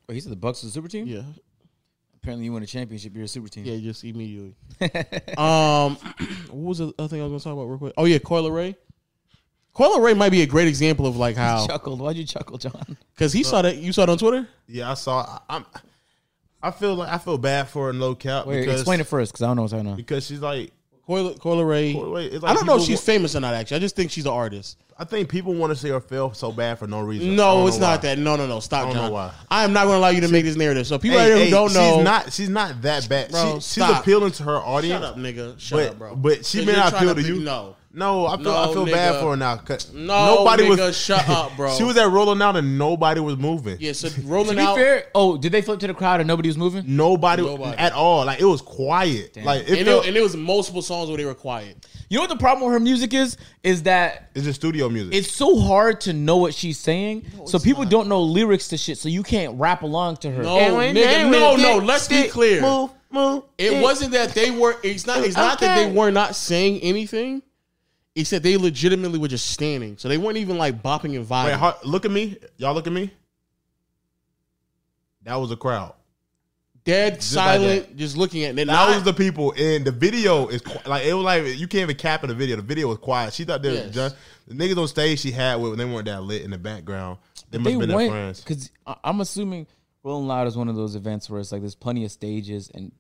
[SPEAKER 1] Oh, he said the Bucks are the super team.
[SPEAKER 3] yeah,
[SPEAKER 1] Apparently, you win a championship, you're a super team.
[SPEAKER 3] Yeah, just immediately. um, what was the other thing I was going to talk about real quick? Oh yeah, Coil Ray. Coil Ray might be a great example of like how
[SPEAKER 1] Chuckled. Why'd you chuckle, John?
[SPEAKER 3] because he saw that you saw it on Twitter.
[SPEAKER 2] Yeah, I saw. I, I'm. I feel like I feel bad for her in low cap
[SPEAKER 1] Wait,
[SPEAKER 2] because
[SPEAKER 1] explain it first, because I don't know what's going on.
[SPEAKER 2] because she's like.
[SPEAKER 3] Coil Coil Ray.
[SPEAKER 2] Wait, it's like
[SPEAKER 3] I don't know if
[SPEAKER 2] people
[SPEAKER 3] she's famous or not. Actually, I just think she's an artist.
[SPEAKER 2] I think people want to see her fail so bad for no reason. I
[SPEAKER 3] No,
[SPEAKER 2] don't
[SPEAKER 3] it's
[SPEAKER 2] know
[SPEAKER 3] not
[SPEAKER 2] why.
[SPEAKER 3] that. No, no, no. Stop,
[SPEAKER 2] I don't know
[SPEAKER 3] John.
[SPEAKER 2] why.
[SPEAKER 3] I am not going to allow you to make this narrative. So people out
[SPEAKER 2] Hey,
[SPEAKER 3] here who
[SPEAKER 2] hey,
[SPEAKER 3] don't know,
[SPEAKER 2] she's not. She's not that bad. she,
[SPEAKER 3] Bro,
[SPEAKER 2] she's
[SPEAKER 3] stop.
[SPEAKER 2] appealing to her audience.
[SPEAKER 3] shut up, nigga. Shut
[SPEAKER 2] But-
[SPEAKER 3] up, bro.
[SPEAKER 2] but she
[SPEAKER 3] 'Cause
[SPEAKER 2] may
[SPEAKER 3] you're
[SPEAKER 2] not
[SPEAKER 3] trying
[SPEAKER 2] appeal to
[SPEAKER 3] be-
[SPEAKER 2] you.
[SPEAKER 3] No,
[SPEAKER 4] No, I feel I
[SPEAKER 3] No,
[SPEAKER 4] feel bad
[SPEAKER 3] nigga.
[SPEAKER 4] for her now. 'cause
[SPEAKER 3] No,
[SPEAKER 4] nobody
[SPEAKER 3] nigga,
[SPEAKER 4] was.
[SPEAKER 3] shut up, bro.
[SPEAKER 4] She was at rolling out and nobody was moving.
[SPEAKER 3] yeah. So
[SPEAKER 1] To
[SPEAKER 3] rolling
[SPEAKER 1] be
[SPEAKER 3] out.
[SPEAKER 1] fair, oh, did they flip to the crowd and nobody was moving?
[SPEAKER 4] Nobody,
[SPEAKER 3] Nobody.
[SPEAKER 4] at all. Like it was quiet. Like it
[SPEAKER 3] And it,
[SPEAKER 4] felt,
[SPEAKER 3] and it was multiple songs where they were quiet.
[SPEAKER 1] You know what the problem with her music is? Is that
[SPEAKER 4] it's just studio music.
[SPEAKER 1] it's so hard to know what she's saying. so people don't know lyrics to shit, so you can't rap along to her.
[SPEAKER 3] No, nigga, no, no. Let's be clear. It wasn't that they were. It's not. It's not that they were not saying anything. It's that they legitimately were just standing. So they weren't even like bopping and vibing.
[SPEAKER 4] Wait, ho- look at me. Y'all look at me. That was a crowd.
[SPEAKER 3] Dead
[SPEAKER 4] like
[SPEAKER 3] silent, just looking at. Them.
[SPEAKER 4] That was the people, and the video is qu- like it was like you can't even cap in the video. The video was quiet. She thought they
[SPEAKER 3] Yes.
[SPEAKER 4] was just the niggas on stage she had with they weren't that lit in the background. They must
[SPEAKER 1] They
[SPEAKER 4] have been their
[SPEAKER 1] went
[SPEAKER 4] friends.
[SPEAKER 1] because I'm assuming Rolling Loud is one of those events where it's like there's plenty of stages and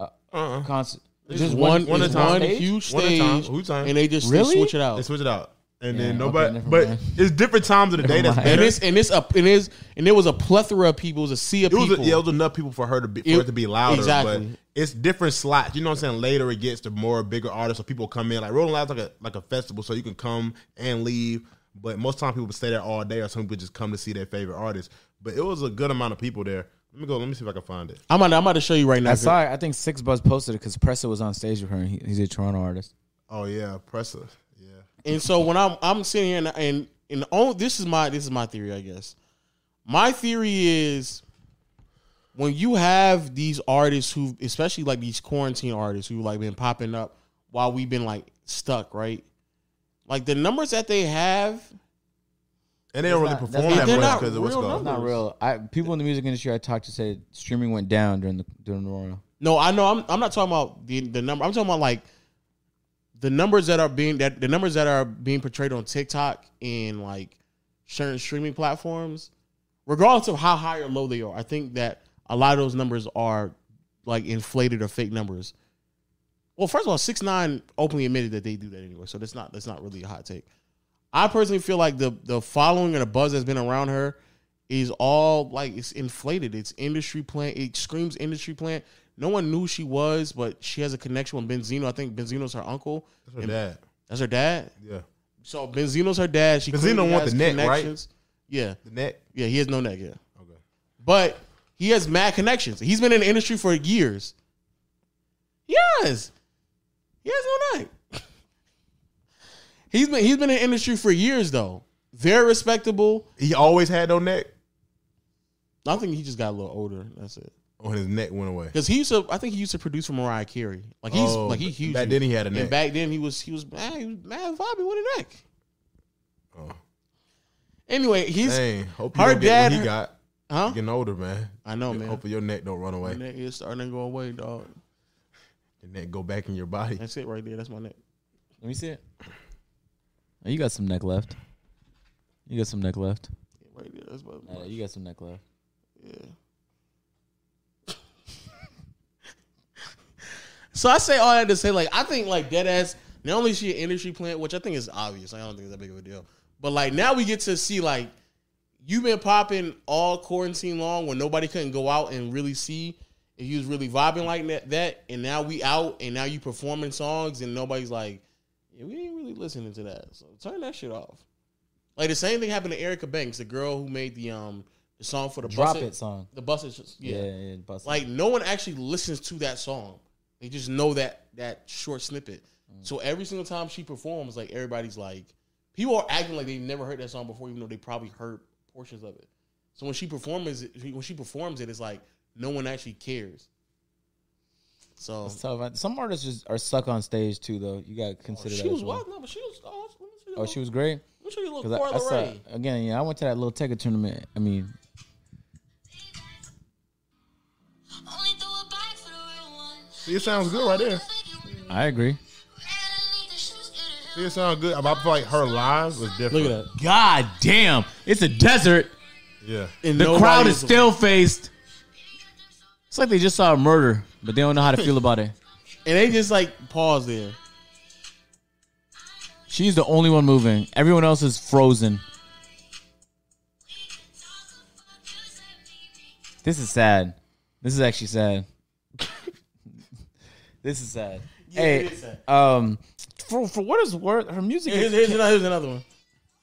[SPEAKER 1] uh, concert. Just
[SPEAKER 3] one,
[SPEAKER 4] one
[SPEAKER 3] it's
[SPEAKER 4] at a time.
[SPEAKER 3] one
[SPEAKER 1] stage?
[SPEAKER 3] huge
[SPEAKER 4] One at a
[SPEAKER 3] stage,
[SPEAKER 4] time. Who time?
[SPEAKER 3] and they just
[SPEAKER 1] Really?
[SPEAKER 3] they switch it
[SPEAKER 4] They
[SPEAKER 3] out.
[SPEAKER 4] switch it out, and
[SPEAKER 1] Yeah,
[SPEAKER 4] then
[SPEAKER 1] okay,
[SPEAKER 4] nobody.
[SPEAKER 1] never
[SPEAKER 4] but
[SPEAKER 1] mind.
[SPEAKER 4] it's different times of the day
[SPEAKER 1] Never
[SPEAKER 4] that's
[SPEAKER 1] mind.
[SPEAKER 4] better.
[SPEAKER 3] and it's and it's a and it's and there was a plethora of people. It was a sea of
[SPEAKER 4] It was,
[SPEAKER 3] people.
[SPEAKER 4] yeah, it was enough people for her to be for
[SPEAKER 3] It-
[SPEAKER 4] it to be louder.
[SPEAKER 3] exactly.
[SPEAKER 4] But it's different slots. You know what I'm saying? Later it gets to more bigger artists, so people come in. Like Rolling Loud's like a like a festival, so you can come and leave. But most time people stay there all day, or some people just come to see their favorite artist. But it was a good amount of people there. Let me go. Let me see if I can find it.
[SPEAKER 3] I'm about, I'm about to show you right now.
[SPEAKER 1] I saw. it. I think Six Buzz posted it because Presso was on stage with her, and he, he's a Toronto artist.
[SPEAKER 4] Oh yeah, Presser. Yeah,
[SPEAKER 3] And so when I'm I'm sitting here and and and all, this is my this is my theory, I guess. My theory is when you have these artists who, especially like these quarantine artists who like been popping up while we've been like stuck, right? Like the numbers that they have,
[SPEAKER 4] and they don't really
[SPEAKER 1] That's not-
[SPEAKER 4] perform
[SPEAKER 1] that's
[SPEAKER 4] that much
[SPEAKER 3] not-
[SPEAKER 4] because
[SPEAKER 3] They're not
[SPEAKER 4] of what's
[SPEAKER 3] real
[SPEAKER 4] going.
[SPEAKER 1] It's
[SPEAKER 4] on.
[SPEAKER 1] not real. I, people in the music industry I talked to said streaming went down during the during the Corona.
[SPEAKER 3] no, I know I'm I'm not talking about the the number. I'm talking about like the numbers that are being that the numbers that are being portrayed on TikTok and like certain streaming platforms, regardless of how high or low they are, I think that a lot of those numbers are like inflated or fake numbers. Well, first of all, six nine openly admitted that they do that anyway, so that's not that's not really a hot take. I personally feel like the the following and the buzz that's been around her is all like it's inflated. It's industry plant. It screams industry plant. No one knew who she was, but she has a connection with Benzino. I think Benzino's her uncle.
[SPEAKER 4] That's her dad.
[SPEAKER 3] That's her dad.
[SPEAKER 4] Yeah,
[SPEAKER 3] So Benzino's her dad. She
[SPEAKER 4] Benzino
[SPEAKER 3] clearly
[SPEAKER 4] want
[SPEAKER 3] has
[SPEAKER 4] the neck, right?
[SPEAKER 3] connections. Yeah,
[SPEAKER 4] the neck.
[SPEAKER 3] yeah. He has no neck. Yeah,
[SPEAKER 4] Okay.
[SPEAKER 3] but he has mad connections. He's been in the industry for years. Yes, he has no neck. he's been he's been in the industry for years though. Very respectable.
[SPEAKER 4] He always had no neck.
[SPEAKER 3] I think he just got a little older. That's it.
[SPEAKER 4] When Oh, his neck went away.
[SPEAKER 3] Because he used to, I think he used to produce for Mariah Carey. Like he's
[SPEAKER 4] Oh,
[SPEAKER 3] like he huge.
[SPEAKER 4] Back then he had a
[SPEAKER 3] and
[SPEAKER 4] neck.
[SPEAKER 3] back then he was he was mad, he was mad vibing with a neck.
[SPEAKER 4] oh.
[SPEAKER 3] Anyway, he's
[SPEAKER 4] Dang. Hope you
[SPEAKER 3] her
[SPEAKER 4] don't get what
[SPEAKER 3] dad-
[SPEAKER 4] he got.
[SPEAKER 3] huh?
[SPEAKER 4] You Getting older, Oh, man.
[SPEAKER 3] I know, man.
[SPEAKER 4] Hopefully your neck don't run away.
[SPEAKER 3] My neck is starting to go away, dog.
[SPEAKER 4] Your neck go back in your body.
[SPEAKER 3] That's it right there. That's my neck.
[SPEAKER 1] Let me see it. Oh, you got some neck left. You got some neck left.
[SPEAKER 3] Right there. That's my
[SPEAKER 1] Uh, you got some neck left.
[SPEAKER 3] yeah. so I say all that to say, like, I think like dead ass. Not only is she an industry plant, which I think is obvious. I don't think it's that big of a deal. But like now we get to see like you've been popping all quarantine long when nobody couldn't go out and really see if you was really vibing like that, that and now we out and now you performing songs and nobody's like, yeah, we ain't really listening to that. So turn that shit off. Like the same thing happened to Erica Banks, the girl who made the um the song for the
[SPEAKER 1] Drop
[SPEAKER 3] Bus
[SPEAKER 1] it song.
[SPEAKER 3] The bus is just,
[SPEAKER 1] Yeah,
[SPEAKER 3] yeah.
[SPEAKER 1] yeah, yeah bust it.
[SPEAKER 3] Like no one actually listens to that song. They just know that that short snippet. So every single time she performs, like everybody's like, people are acting like they've never heard that song before, even though they probably heard portions of it. So when she performs, when she performs it, it's like no one actually cares. So
[SPEAKER 1] That's tough. Some artists just are stuck on stage too, though. You gotta consider that.
[SPEAKER 3] she
[SPEAKER 1] as
[SPEAKER 3] was
[SPEAKER 1] well.
[SPEAKER 3] wild. No, but she was. Oh, let me show you a
[SPEAKER 1] Oh,
[SPEAKER 3] little-
[SPEAKER 1] she was great.
[SPEAKER 3] let me show you a
[SPEAKER 1] Because
[SPEAKER 3] little
[SPEAKER 1] I, I
[SPEAKER 3] Carla Ray.
[SPEAKER 1] saw again. Yeah, I went to that little Tekka tournament. I mean,
[SPEAKER 4] See, it sounds good right there.
[SPEAKER 1] I agree.
[SPEAKER 4] See, it sounds good. I feel like her live was different.
[SPEAKER 3] Look at that.
[SPEAKER 1] God damn, it's a desert.
[SPEAKER 4] Yeah.
[SPEAKER 3] And
[SPEAKER 1] The
[SPEAKER 3] nobody
[SPEAKER 1] crowd is
[SPEAKER 3] was-
[SPEAKER 1] still faced. It's like they just saw a murder, but they don't know how to feel about it.
[SPEAKER 3] and they just like pause there.
[SPEAKER 1] She's the only one moving. Everyone else is frozen. This is sad. This is actually sad. this is sad.
[SPEAKER 3] Yeah,
[SPEAKER 1] Hey,
[SPEAKER 3] it is sad.
[SPEAKER 1] Um, for for what is worth, her music
[SPEAKER 3] Here's,
[SPEAKER 1] is
[SPEAKER 3] here's another, here's another one.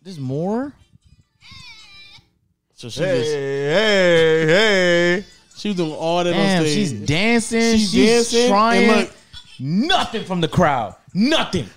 [SPEAKER 1] there's more.
[SPEAKER 3] So she
[SPEAKER 4] Hey,
[SPEAKER 3] just
[SPEAKER 4] hey, hey.
[SPEAKER 3] she was doing all that
[SPEAKER 1] Damn,
[SPEAKER 3] on stage.
[SPEAKER 1] she's dancing. She's,
[SPEAKER 3] She's dancing, and
[SPEAKER 1] trying.
[SPEAKER 3] look-
[SPEAKER 1] nothing from the crowd. Nothing.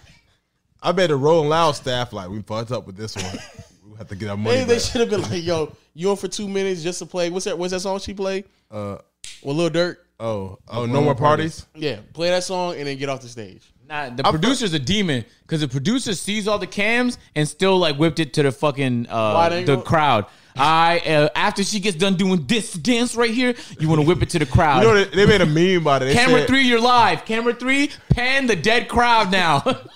[SPEAKER 4] I bet the Rolling Loud staff like we fucked up with this one. we have to get our money.
[SPEAKER 3] They, they
[SPEAKER 4] back.
[SPEAKER 3] should have been like, "Yo, you on for two minutes just to play? What's that? What's that song she played?
[SPEAKER 4] Uh,
[SPEAKER 3] With Lil Durk?
[SPEAKER 4] oh, oh, no more parties.
[SPEAKER 3] Yeah, play that song and then get off the stage.
[SPEAKER 1] Nah, the producer's a demon because the producer sees all the cams and still like whipped it to the fucking uh,
[SPEAKER 3] Wide
[SPEAKER 1] the
[SPEAKER 3] angle?
[SPEAKER 1] crowd. I uh, after she gets done doing this dance right here, you want to whip it to the crowd.
[SPEAKER 4] You know, they, they made a meme about it. They
[SPEAKER 1] Camera
[SPEAKER 4] said-
[SPEAKER 1] three, you're live. Camera three, pan the dead crowd now.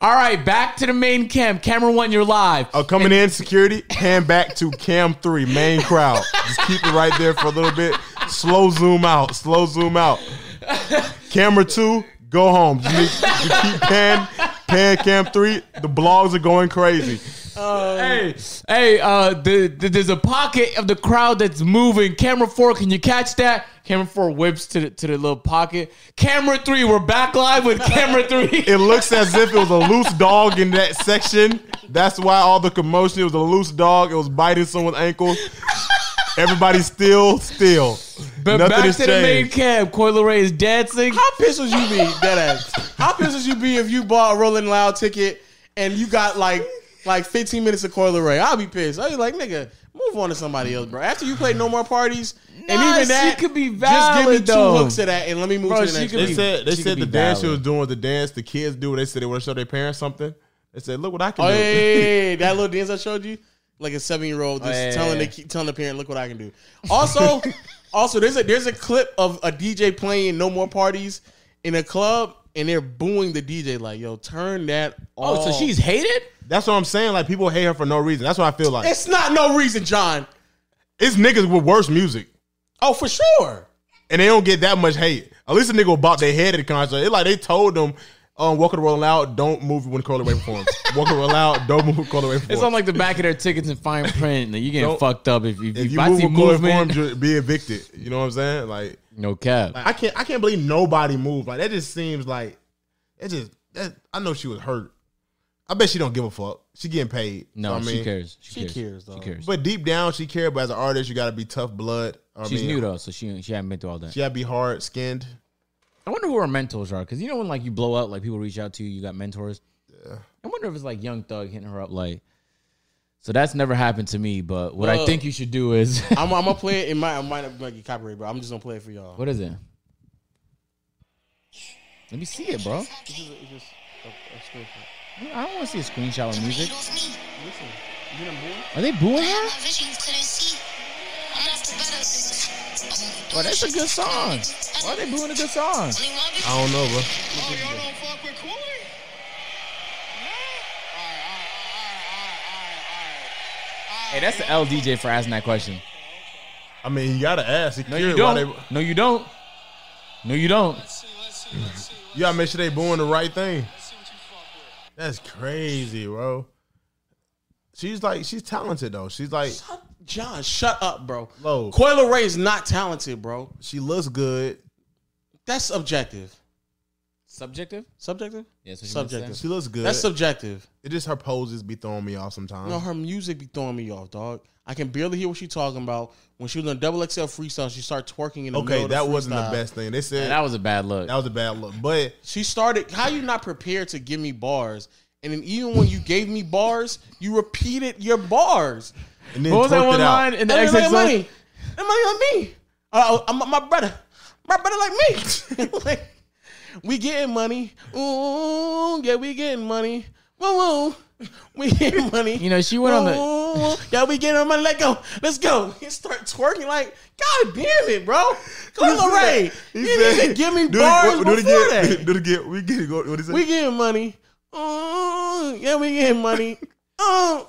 [SPEAKER 1] All right, back to the main cam. Camera one, you're live.
[SPEAKER 4] Oh, coming in security, hand back to cam three, main crowd. Just keep it right there for a little bit. Slow zoom out, slow zoom out. Camera two, go home. Just, need- just keep pan, pan cam three. The blogs are going crazy.
[SPEAKER 1] Hey, hey, uh, the, the, there's a pocket of the crowd that's moving. Camera four, can you catch that? Camera four whips to the, to the little pocket. Camera three, we're back live with camera three.
[SPEAKER 4] It looks as if it was a loose dog in that section. That's why all the commotion. It was a loose dog. It was biting someone's ankle. Everybody's still, still.
[SPEAKER 1] but
[SPEAKER 4] nothing
[SPEAKER 1] back to
[SPEAKER 4] has
[SPEAKER 1] the main
[SPEAKER 4] changed.
[SPEAKER 1] cam. Coil Ray is dancing.
[SPEAKER 3] How pissed would you be, that ass? How pissed would you be if you bought a Rolling Loud ticket and you got like like 15 minutes of Coil Ray? I'll be pissed. I'll be like, nigga, move on to somebody else, bro. After you play No More Parties, and
[SPEAKER 1] Nah, she
[SPEAKER 3] even that
[SPEAKER 1] could be
[SPEAKER 3] Just give me
[SPEAKER 1] valid, though.
[SPEAKER 3] two hooks of that and let me move
[SPEAKER 1] Bro,
[SPEAKER 3] to the
[SPEAKER 1] she
[SPEAKER 3] next.
[SPEAKER 1] could
[SPEAKER 3] one.
[SPEAKER 4] They said they
[SPEAKER 1] She could
[SPEAKER 4] said
[SPEAKER 1] be
[SPEAKER 4] the dance she
[SPEAKER 1] valid.
[SPEAKER 4] was doing was the dance the kids do. They said they want to show their parents something. They said, "Look what I can
[SPEAKER 3] Oh,
[SPEAKER 4] do."
[SPEAKER 3] hey, that little dance I showed you, like a seven year old just
[SPEAKER 1] Oh, yeah,
[SPEAKER 3] telling
[SPEAKER 1] yeah.
[SPEAKER 3] the telling the parent, "Look what I can do." Also, also there's a there's a clip of a DJ playing "No More Parties" in a club, and they're booing the DJ like, "Yo, turn that off."
[SPEAKER 1] Oh, so she's hated?
[SPEAKER 4] That's what I'm saying. Like people hate her for no reason. That's what I feel like. It's,
[SPEAKER 3] It's not no reason, John.
[SPEAKER 4] niggas with worse music,
[SPEAKER 3] Oh, for sure.
[SPEAKER 4] and they don't get that much hate. At least a nigga bought their head at the concert. It like they told them, um, "Welcome to Roll Out, don't move when Coil Ray performs. Welcome to Roll Out, don't move when Coil Ray performs.
[SPEAKER 1] It's on like the back of their tickets in fine print. Like, you getting
[SPEAKER 4] Don't-
[SPEAKER 1] fucked up if, if,
[SPEAKER 4] if
[SPEAKER 1] if
[SPEAKER 4] you
[SPEAKER 1] I
[SPEAKER 4] move
[SPEAKER 1] see
[SPEAKER 4] when Coil Ray
[SPEAKER 1] movement.
[SPEAKER 4] performs, you'll be evicted. You know what I'm saying? Like
[SPEAKER 1] No cap.
[SPEAKER 4] I can't I can't believe nobody moved. Like that just seems like it just that I know she was hurt. I bet she don't give a fuck. She getting paid.
[SPEAKER 1] No,
[SPEAKER 4] So, I mean,
[SPEAKER 1] she cares. She,
[SPEAKER 3] She
[SPEAKER 1] cares.
[SPEAKER 3] cares, though.
[SPEAKER 1] She cares.
[SPEAKER 4] But deep down she cared, but as an artist, you gotta be tough blood. I
[SPEAKER 1] She's
[SPEAKER 4] mean,
[SPEAKER 1] new though, so she she hasn't been through all that.
[SPEAKER 4] She gotta be hard skinned.
[SPEAKER 1] I wonder who her mentors are, because you know when like you blow up, like people reach out to you, you got mentors. I wonder if it's like Young Thug hitting her up, like. So that's never happened to me, but what I
[SPEAKER 3] Well-
[SPEAKER 1] think you should do is
[SPEAKER 3] I'm, I'm gonna play it. It might, I might not get copyright, bro. I'm just gonna play it for y'all.
[SPEAKER 1] what is it? Let me see it, bro.
[SPEAKER 3] It's just- it's just a- a screenshot.
[SPEAKER 1] I don't want to see a screenshot of music.
[SPEAKER 7] Beatles me.
[SPEAKER 4] Uh-huh.
[SPEAKER 3] Listen, you done booed?
[SPEAKER 1] Are they booing her?
[SPEAKER 7] My vision couldn't see. I'm not the better.
[SPEAKER 1] Bro, that's a good song. Why are they booing a good song?
[SPEAKER 7] Only one vision.
[SPEAKER 4] I don't know, bro.
[SPEAKER 8] Oh, y'all don't fuck with Cooley? No? Alright, alright, alright, alright, alright, alright.
[SPEAKER 1] Hey, that's the L DJ for asking that question.
[SPEAKER 4] I mean, you gotta ask. He
[SPEAKER 1] No,
[SPEAKER 4] cared
[SPEAKER 1] you
[SPEAKER 4] why
[SPEAKER 1] don't.
[SPEAKER 4] they-
[SPEAKER 1] No, you don't. No, you don't.
[SPEAKER 8] Let's see, let's see, let's see,
[SPEAKER 4] you gotta make sure they doing the right thing.
[SPEAKER 8] let's see what you fuck with.
[SPEAKER 4] That's crazy, bro. She's like, she's talented though. She's like,
[SPEAKER 3] John, shut up, bro.
[SPEAKER 4] Low.
[SPEAKER 3] Coil Ray is not talented, bro.
[SPEAKER 4] she looks good.
[SPEAKER 3] That's objective.
[SPEAKER 1] Subjective.
[SPEAKER 3] Subjective?
[SPEAKER 1] Yes.
[SPEAKER 3] Subjective.
[SPEAKER 4] She looks good.
[SPEAKER 3] That's subjective.
[SPEAKER 4] it just her poses be throwing me off sometimes.
[SPEAKER 3] No, her music be throwing me off, dog. I can barely hear what she talking about. When she was on Double XL Freestyle, she started twerking in the middle
[SPEAKER 4] okay,
[SPEAKER 3] of the
[SPEAKER 4] that wasn't the
[SPEAKER 3] freestyle.
[SPEAKER 4] best thing. They said
[SPEAKER 1] That was a bad look.
[SPEAKER 4] That was a bad look. But
[SPEAKER 3] She started. How you not prepared to give me bars? And then even when you gave me bars, you repeated your bars.
[SPEAKER 4] and then
[SPEAKER 1] What was that
[SPEAKER 4] twerked
[SPEAKER 1] one
[SPEAKER 4] it out.
[SPEAKER 1] line in the
[SPEAKER 3] And it's like
[SPEAKER 1] XX?
[SPEAKER 3] money. And money like me. Uh, I'm my brother. My brother like me. like, we getting money. Ooh, yeah, we getting money. Woo woo. We getting money.
[SPEAKER 1] You know, she went on the-
[SPEAKER 3] Woo, woo. Yeah, we getting our money. Let go. Let's go. And start twerking like, God damn it, bro. Come on, Ray.
[SPEAKER 4] He
[SPEAKER 3] You
[SPEAKER 4] said-
[SPEAKER 3] need to give me
[SPEAKER 4] do it-
[SPEAKER 3] bars
[SPEAKER 4] do it
[SPEAKER 3] before
[SPEAKER 4] again.
[SPEAKER 3] that.
[SPEAKER 4] Do it again. We get it. Go- What is it?
[SPEAKER 3] We getting money. Uh, yeah, we getting money. Uh,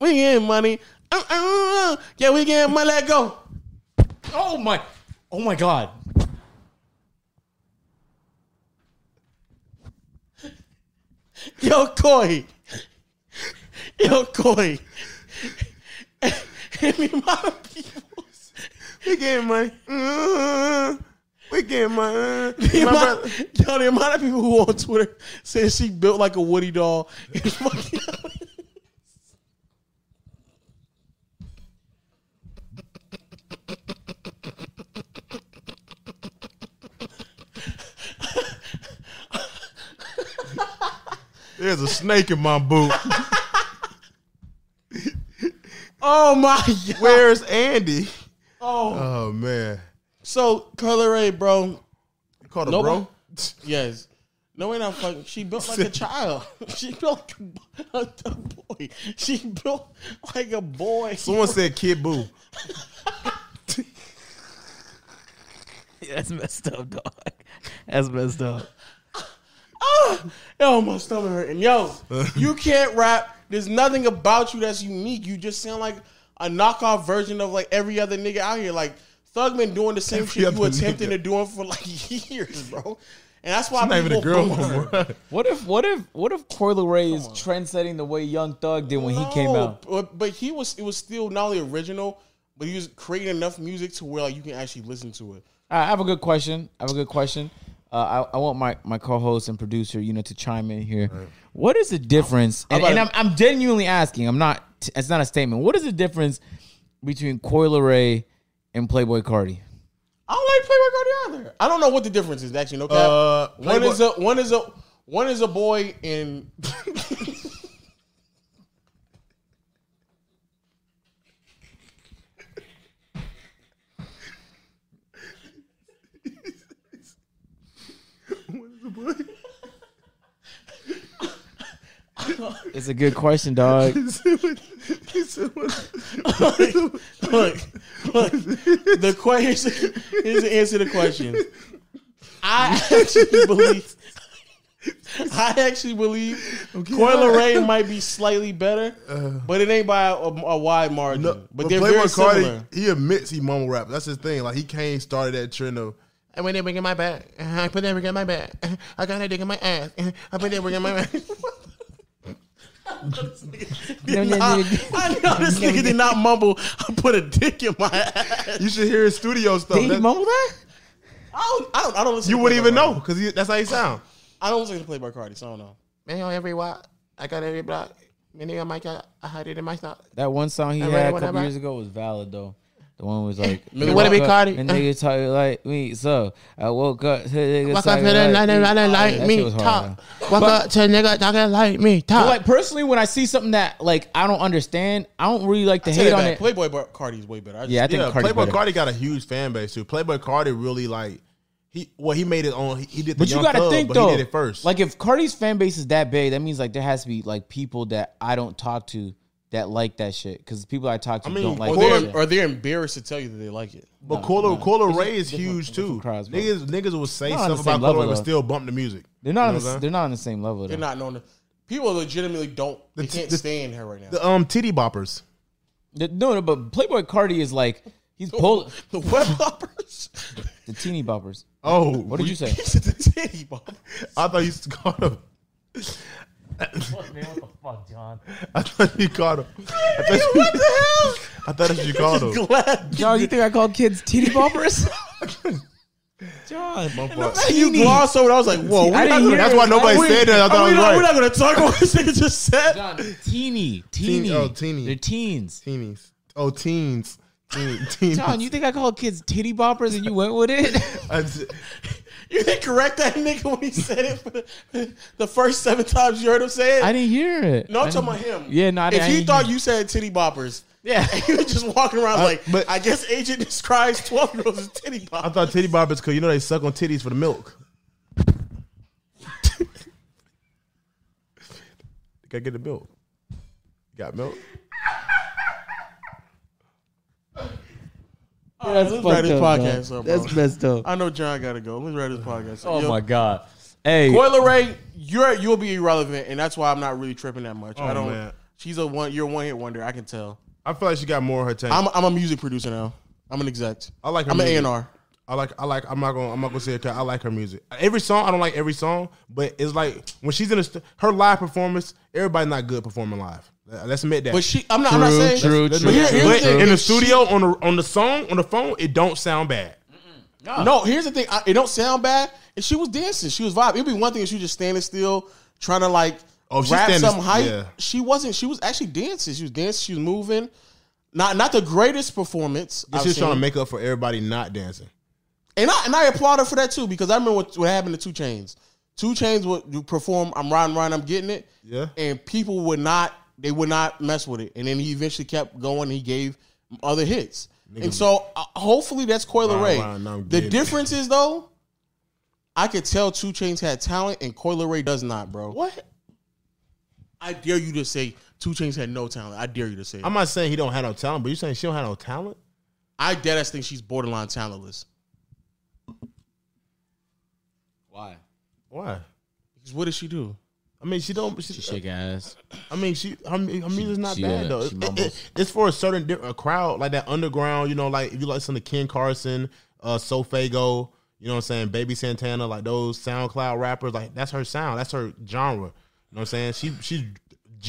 [SPEAKER 3] we getting money. Uh, uh, yeah, we getting money. Let go.
[SPEAKER 1] Oh my! Oh my God!
[SPEAKER 3] Yo, Koi. Yo, Koi. Hit me my people. Mm-hmm.
[SPEAKER 4] We getting money. Mm, we again, man.
[SPEAKER 3] The
[SPEAKER 4] My
[SPEAKER 3] amount,
[SPEAKER 4] brother-
[SPEAKER 3] yo, the amount of people who on Twitter said she built like a Woody doll. is fucking-
[SPEAKER 4] There's a snake in my boot.
[SPEAKER 3] oh my god!
[SPEAKER 4] Where's Andy?
[SPEAKER 3] Oh,
[SPEAKER 4] Oh man,
[SPEAKER 3] so Carly Rae, bro.
[SPEAKER 4] you called a
[SPEAKER 3] No,
[SPEAKER 4] bro.
[SPEAKER 3] Yes. No, we're not fucking. She built like a child. She built like a boy. She built like a boy.
[SPEAKER 4] Someone said Kid Boo.
[SPEAKER 1] That's messed up, dog. That's messed up.
[SPEAKER 3] Yo, my stomach hurting. Yo, you can't rap. There's nothing about you that's unique. You just sound like a knockoff version of like every other nigga out here. Like Thug been doing the same shit you
[SPEAKER 4] other
[SPEAKER 3] attempting
[SPEAKER 4] nigga.
[SPEAKER 3] to do for like years, bro. And that's why
[SPEAKER 4] Not even
[SPEAKER 3] people
[SPEAKER 4] a girl.
[SPEAKER 3] boo her.
[SPEAKER 4] no more.
[SPEAKER 1] What if what if what if Coil Ray is trendsetting the way Young Thug did when he came
[SPEAKER 3] No,
[SPEAKER 1] out?
[SPEAKER 3] But, but he was it was still not only original, but he was creating enough music to where like you can actually listen to it.
[SPEAKER 1] I have a good question. I have a good question. Uh, I, I want my, my co-host and producer, you know, to chime in here. What is the difference? And,
[SPEAKER 3] about
[SPEAKER 1] and I'm,
[SPEAKER 3] to-
[SPEAKER 1] I'm genuinely asking. I'm not. It's not a statement. What is the difference between Coil Ray and Playboy Cardi?
[SPEAKER 3] I don't like Playboy Cardi either. I don't know what the difference is actually. No cap.
[SPEAKER 4] Uh,
[SPEAKER 3] one
[SPEAKER 4] Playboy-
[SPEAKER 3] is a one is a one is a boy in.
[SPEAKER 1] It's a good question, dog.
[SPEAKER 3] look, look, look. The question is the answer to the question. I actually believe. I actually believe okay. Ray might be slightly better, but it ain't by a, a wide margin.
[SPEAKER 4] Uh. No,
[SPEAKER 3] but they're
[SPEAKER 4] Cardi,
[SPEAKER 3] very similar.
[SPEAKER 4] He admits he mumble rap. That's his thing. Like he came started that trend of. I went everything in my back. I put everything in my back. I got everything in my ass. I put everything in my back.
[SPEAKER 1] No, no,
[SPEAKER 3] Nah,
[SPEAKER 1] no.
[SPEAKER 3] I know this nigga did not mumble. I put a dick in my ass.
[SPEAKER 4] you should hear his studio stuff.
[SPEAKER 1] Did he
[SPEAKER 4] That-
[SPEAKER 1] mumble that?
[SPEAKER 3] I don't. I don't, I don't listen.
[SPEAKER 4] you
[SPEAKER 3] to
[SPEAKER 4] wouldn't
[SPEAKER 3] Playboy
[SPEAKER 4] even know
[SPEAKER 3] Cardi.
[SPEAKER 4] because that's how he sound.
[SPEAKER 3] I don't listen to Playboy Cardi, so I don't know.
[SPEAKER 4] Man, on every walk, I got every block. Many of my got, I hide it in my thought.
[SPEAKER 1] That one song he
[SPEAKER 4] All right,
[SPEAKER 1] had a couple
[SPEAKER 4] whatever.
[SPEAKER 1] years ago was valid though. The one was like,
[SPEAKER 3] Millie What
[SPEAKER 1] I
[SPEAKER 4] it be
[SPEAKER 1] woke
[SPEAKER 4] called?
[SPEAKER 1] up And nigga talk like me, so I woke up. To nigga
[SPEAKER 4] Walk up
[SPEAKER 1] talking
[SPEAKER 4] to the
[SPEAKER 1] like
[SPEAKER 4] nigga running
[SPEAKER 1] me. That
[SPEAKER 4] like
[SPEAKER 1] shit
[SPEAKER 4] me,
[SPEAKER 1] was hard,
[SPEAKER 4] talk.
[SPEAKER 1] man.
[SPEAKER 4] Walk up to a nigga talking like me,
[SPEAKER 1] But
[SPEAKER 4] talk.
[SPEAKER 1] like personally, when I see something that like I don't understand, I don't really like to
[SPEAKER 3] Take
[SPEAKER 1] hate
[SPEAKER 3] it
[SPEAKER 1] on
[SPEAKER 3] back.
[SPEAKER 1] it.
[SPEAKER 3] Playboy Bar- Cardi is way better. I just,
[SPEAKER 1] Yeah, I think
[SPEAKER 4] yeah,
[SPEAKER 1] Cardi's
[SPEAKER 4] Playboy
[SPEAKER 1] better.
[SPEAKER 4] Cardi got a huge fan base too. Playboy Cardi really like he well he made his own. He, he did the
[SPEAKER 1] But
[SPEAKER 4] Young
[SPEAKER 1] you got to
[SPEAKER 4] Thug,
[SPEAKER 1] think
[SPEAKER 4] but
[SPEAKER 1] though,
[SPEAKER 4] he did it first.
[SPEAKER 1] like if Cardi's fan base is that big, that means like there has to be like people that I don't talk to that like that shit because people I talk to
[SPEAKER 4] mean,
[SPEAKER 1] don't like
[SPEAKER 3] or,
[SPEAKER 1] that
[SPEAKER 3] they're,
[SPEAKER 1] shit.
[SPEAKER 3] or they're embarrassed to tell you that they like it.
[SPEAKER 4] but Cola Cola Ray is
[SPEAKER 1] different-
[SPEAKER 4] huge
[SPEAKER 1] different
[SPEAKER 4] too.
[SPEAKER 1] crowds, bro.
[SPEAKER 4] niggas niggas will say
[SPEAKER 1] Not on the
[SPEAKER 4] stuff
[SPEAKER 1] same
[SPEAKER 4] about Cola
[SPEAKER 1] level,
[SPEAKER 4] Ray, but
[SPEAKER 1] though.
[SPEAKER 4] still bump the music.
[SPEAKER 1] they're not.
[SPEAKER 4] You
[SPEAKER 1] on
[SPEAKER 4] know
[SPEAKER 1] the,
[SPEAKER 4] what I'm
[SPEAKER 1] they're not on the same level.
[SPEAKER 3] They're
[SPEAKER 1] Though.
[SPEAKER 3] not known. To, people legitimately don't. They
[SPEAKER 4] t-
[SPEAKER 3] can't
[SPEAKER 4] the-
[SPEAKER 3] stand her right now.
[SPEAKER 4] The um titty boppers.
[SPEAKER 1] The- No, no, but Playboy Cardi is like he's pol-
[SPEAKER 3] the web hoppers.
[SPEAKER 1] the teeny boppers.
[SPEAKER 4] Oh,
[SPEAKER 1] What did you say?
[SPEAKER 3] It's the titty bop.
[SPEAKER 4] I thought you caught him. I thought you caught him. I thought you, what the hell? I thought that's what you called him.
[SPEAKER 3] Glad
[SPEAKER 1] John, you think I call kids titty boppers? John,
[SPEAKER 3] you glossed over. it. I was like, whoa.
[SPEAKER 1] I
[SPEAKER 3] we're not
[SPEAKER 1] didn't
[SPEAKER 3] gonna-
[SPEAKER 1] hear
[SPEAKER 4] That's why nobody
[SPEAKER 3] we-
[SPEAKER 4] said that. I
[SPEAKER 3] are
[SPEAKER 4] thought
[SPEAKER 3] we
[SPEAKER 4] it was
[SPEAKER 3] not,
[SPEAKER 4] right.
[SPEAKER 3] We're not going to talk about what this nigga just said.
[SPEAKER 1] John, teeny, teeny,
[SPEAKER 4] oh, teeny.
[SPEAKER 1] They're teens.
[SPEAKER 4] Teenies. Oh, teens. Teen, teens.
[SPEAKER 1] John, you think I call kids titty boppers and you went with it?
[SPEAKER 4] I just-
[SPEAKER 3] You didn't correct that nigga when he said it for the, the first seven times you heard him say it.
[SPEAKER 1] I didn't hear it.
[SPEAKER 3] no,
[SPEAKER 1] I
[SPEAKER 3] I'm talking about
[SPEAKER 1] didn't-
[SPEAKER 3] him.
[SPEAKER 1] Yeah, no, I
[SPEAKER 3] If
[SPEAKER 1] didn't.
[SPEAKER 3] he thought you said titty boppers,
[SPEAKER 1] yeah,
[SPEAKER 3] and you were just walking around like,
[SPEAKER 4] but-
[SPEAKER 3] I guess agent describes 12 year olds as titty boppers.
[SPEAKER 4] I thought titty boppers because you know they suck on titties for the milk. Gotta get the milk. Got milk?
[SPEAKER 1] that's
[SPEAKER 3] let's wrap
[SPEAKER 1] fucked
[SPEAKER 3] this
[SPEAKER 1] up,
[SPEAKER 3] podcast
[SPEAKER 1] dog.
[SPEAKER 3] up, bro.
[SPEAKER 1] That's messed up.
[SPEAKER 3] I know John gotta go. Let's wrap this podcast.
[SPEAKER 1] Oh my god. Hey,
[SPEAKER 3] Boiler Ray, you're you'll be irrelevant, and that's why I'm not really tripping that much. I
[SPEAKER 4] Oh,
[SPEAKER 3] don't.
[SPEAKER 4] man.
[SPEAKER 3] She's a one. You're a one hit wonder. I can tell.
[SPEAKER 4] I feel like she got more in her tank.
[SPEAKER 3] I'm I'm a music producer now. I'm an exec.
[SPEAKER 4] I like her
[SPEAKER 3] I'm an A
[SPEAKER 4] music.
[SPEAKER 3] and R.
[SPEAKER 4] I like I like I'm not gonna I'm not gonna say it 'cause I like her music. Every song I don't like every song, but it's like when she's in a st- her live performance, everybody not good performing live. Uh, Let's admit that.
[SPEAKER 3] But she. I'm not. I'm not
[SPEAKER 1] True,
[SPEAKER 3] saying.
[SPEAKER 1] true,
[SPEAKER 3] but
[SPEAKER 1] true,
[SPEAKER 3] here-
[SPEAKER 1] true,
[SPEAKER 3] here's the
[SPEAKER 4] But
[SPEAKER 3] thing.
[SPEAKER 4] in the studio on the on the song on the phone, it don't sound bad.
[SPEAKER 3] No, here's the thing. I, it don't sound bad. If she was dancing, she was vibing. It'd be one thing if she was just standing still, trying to like
[SPEAKER 4] Oh, if she's
[SPEAKER 3] grab
[SPEAKER 4] standing
[SPEAKER 3] some
[SPEAKER 4] st-
[SPEAKER 3] height.
[SPEAKER 4] yeah.
[SPEAKER 3] She wasn't. She was actually dancing. She was dancing. She was moving. Not not the greatest performance.
[SPEAKER 4] It's
[SPEAKER 3] I've
[SPEAKER 4] just trying to
[SPEAKER 3] seen.
[SPEAKER 4] make up for everybody not dancing.
[SPEAKER 3] And I and I applaud her for that too because I remember what, what happened to Two Chains. Two Chains would you perform. I'm riding, riding. I'm getting it.
[SPEAKER 4] Yeah.
[SPEAKER 3] And people would not. They would not mess with it. And then he eventually kept going. He gave other hits. And so uh, hopefully that's Coil
[SPEAKER 4] Ryan,
[SPEAKER 3] Ray.
[SPEAKER 4] Ryan, I'm
[SPEAKER 3] The
[SPEAKER 4] getting it.
[SPEAKER 3] difference is though, I could tell Two Chains had talent and Coil Ray does not, bro.
[SPEAKER 4] What?
[SPEAKER 3] I dare you to say Two Chains had no talent. I dare you to say. it.
[SPEAKER 4] I'm not saying he don't have no talent, but you saying she don't have no talent?
[SPEAKER 3] I dead ass think she's borderline talentless.
[SPEAKER 1] Why?
[SPEAKER 4] Why?
[SPEAKER 3] Because what does she do?
[SPEAKER 4] I mean, she don't. She,
[SPEAKER 1] She shake ass.
[SPEAKER 4] I mean, she. Her, her music's not
[SPEAKER 1] she,
[SPEAKER 4] bad
[SPEAKER 1] uh,
[SPEAKER 4] though.
[SPEAKER 1] she
[SPEAKER 4] It- it-
[SPEAKER 1] mumbles.
[SPEAKER 4] it's for a certain di- a crowd like that underground. You know, like if you listen to Ken Carson, uh, Sofago. You know what I'm saying? Baby Santana, like those SoundCloud rappers, like that's her sound. That's her genre. You know what I'm saying? She she's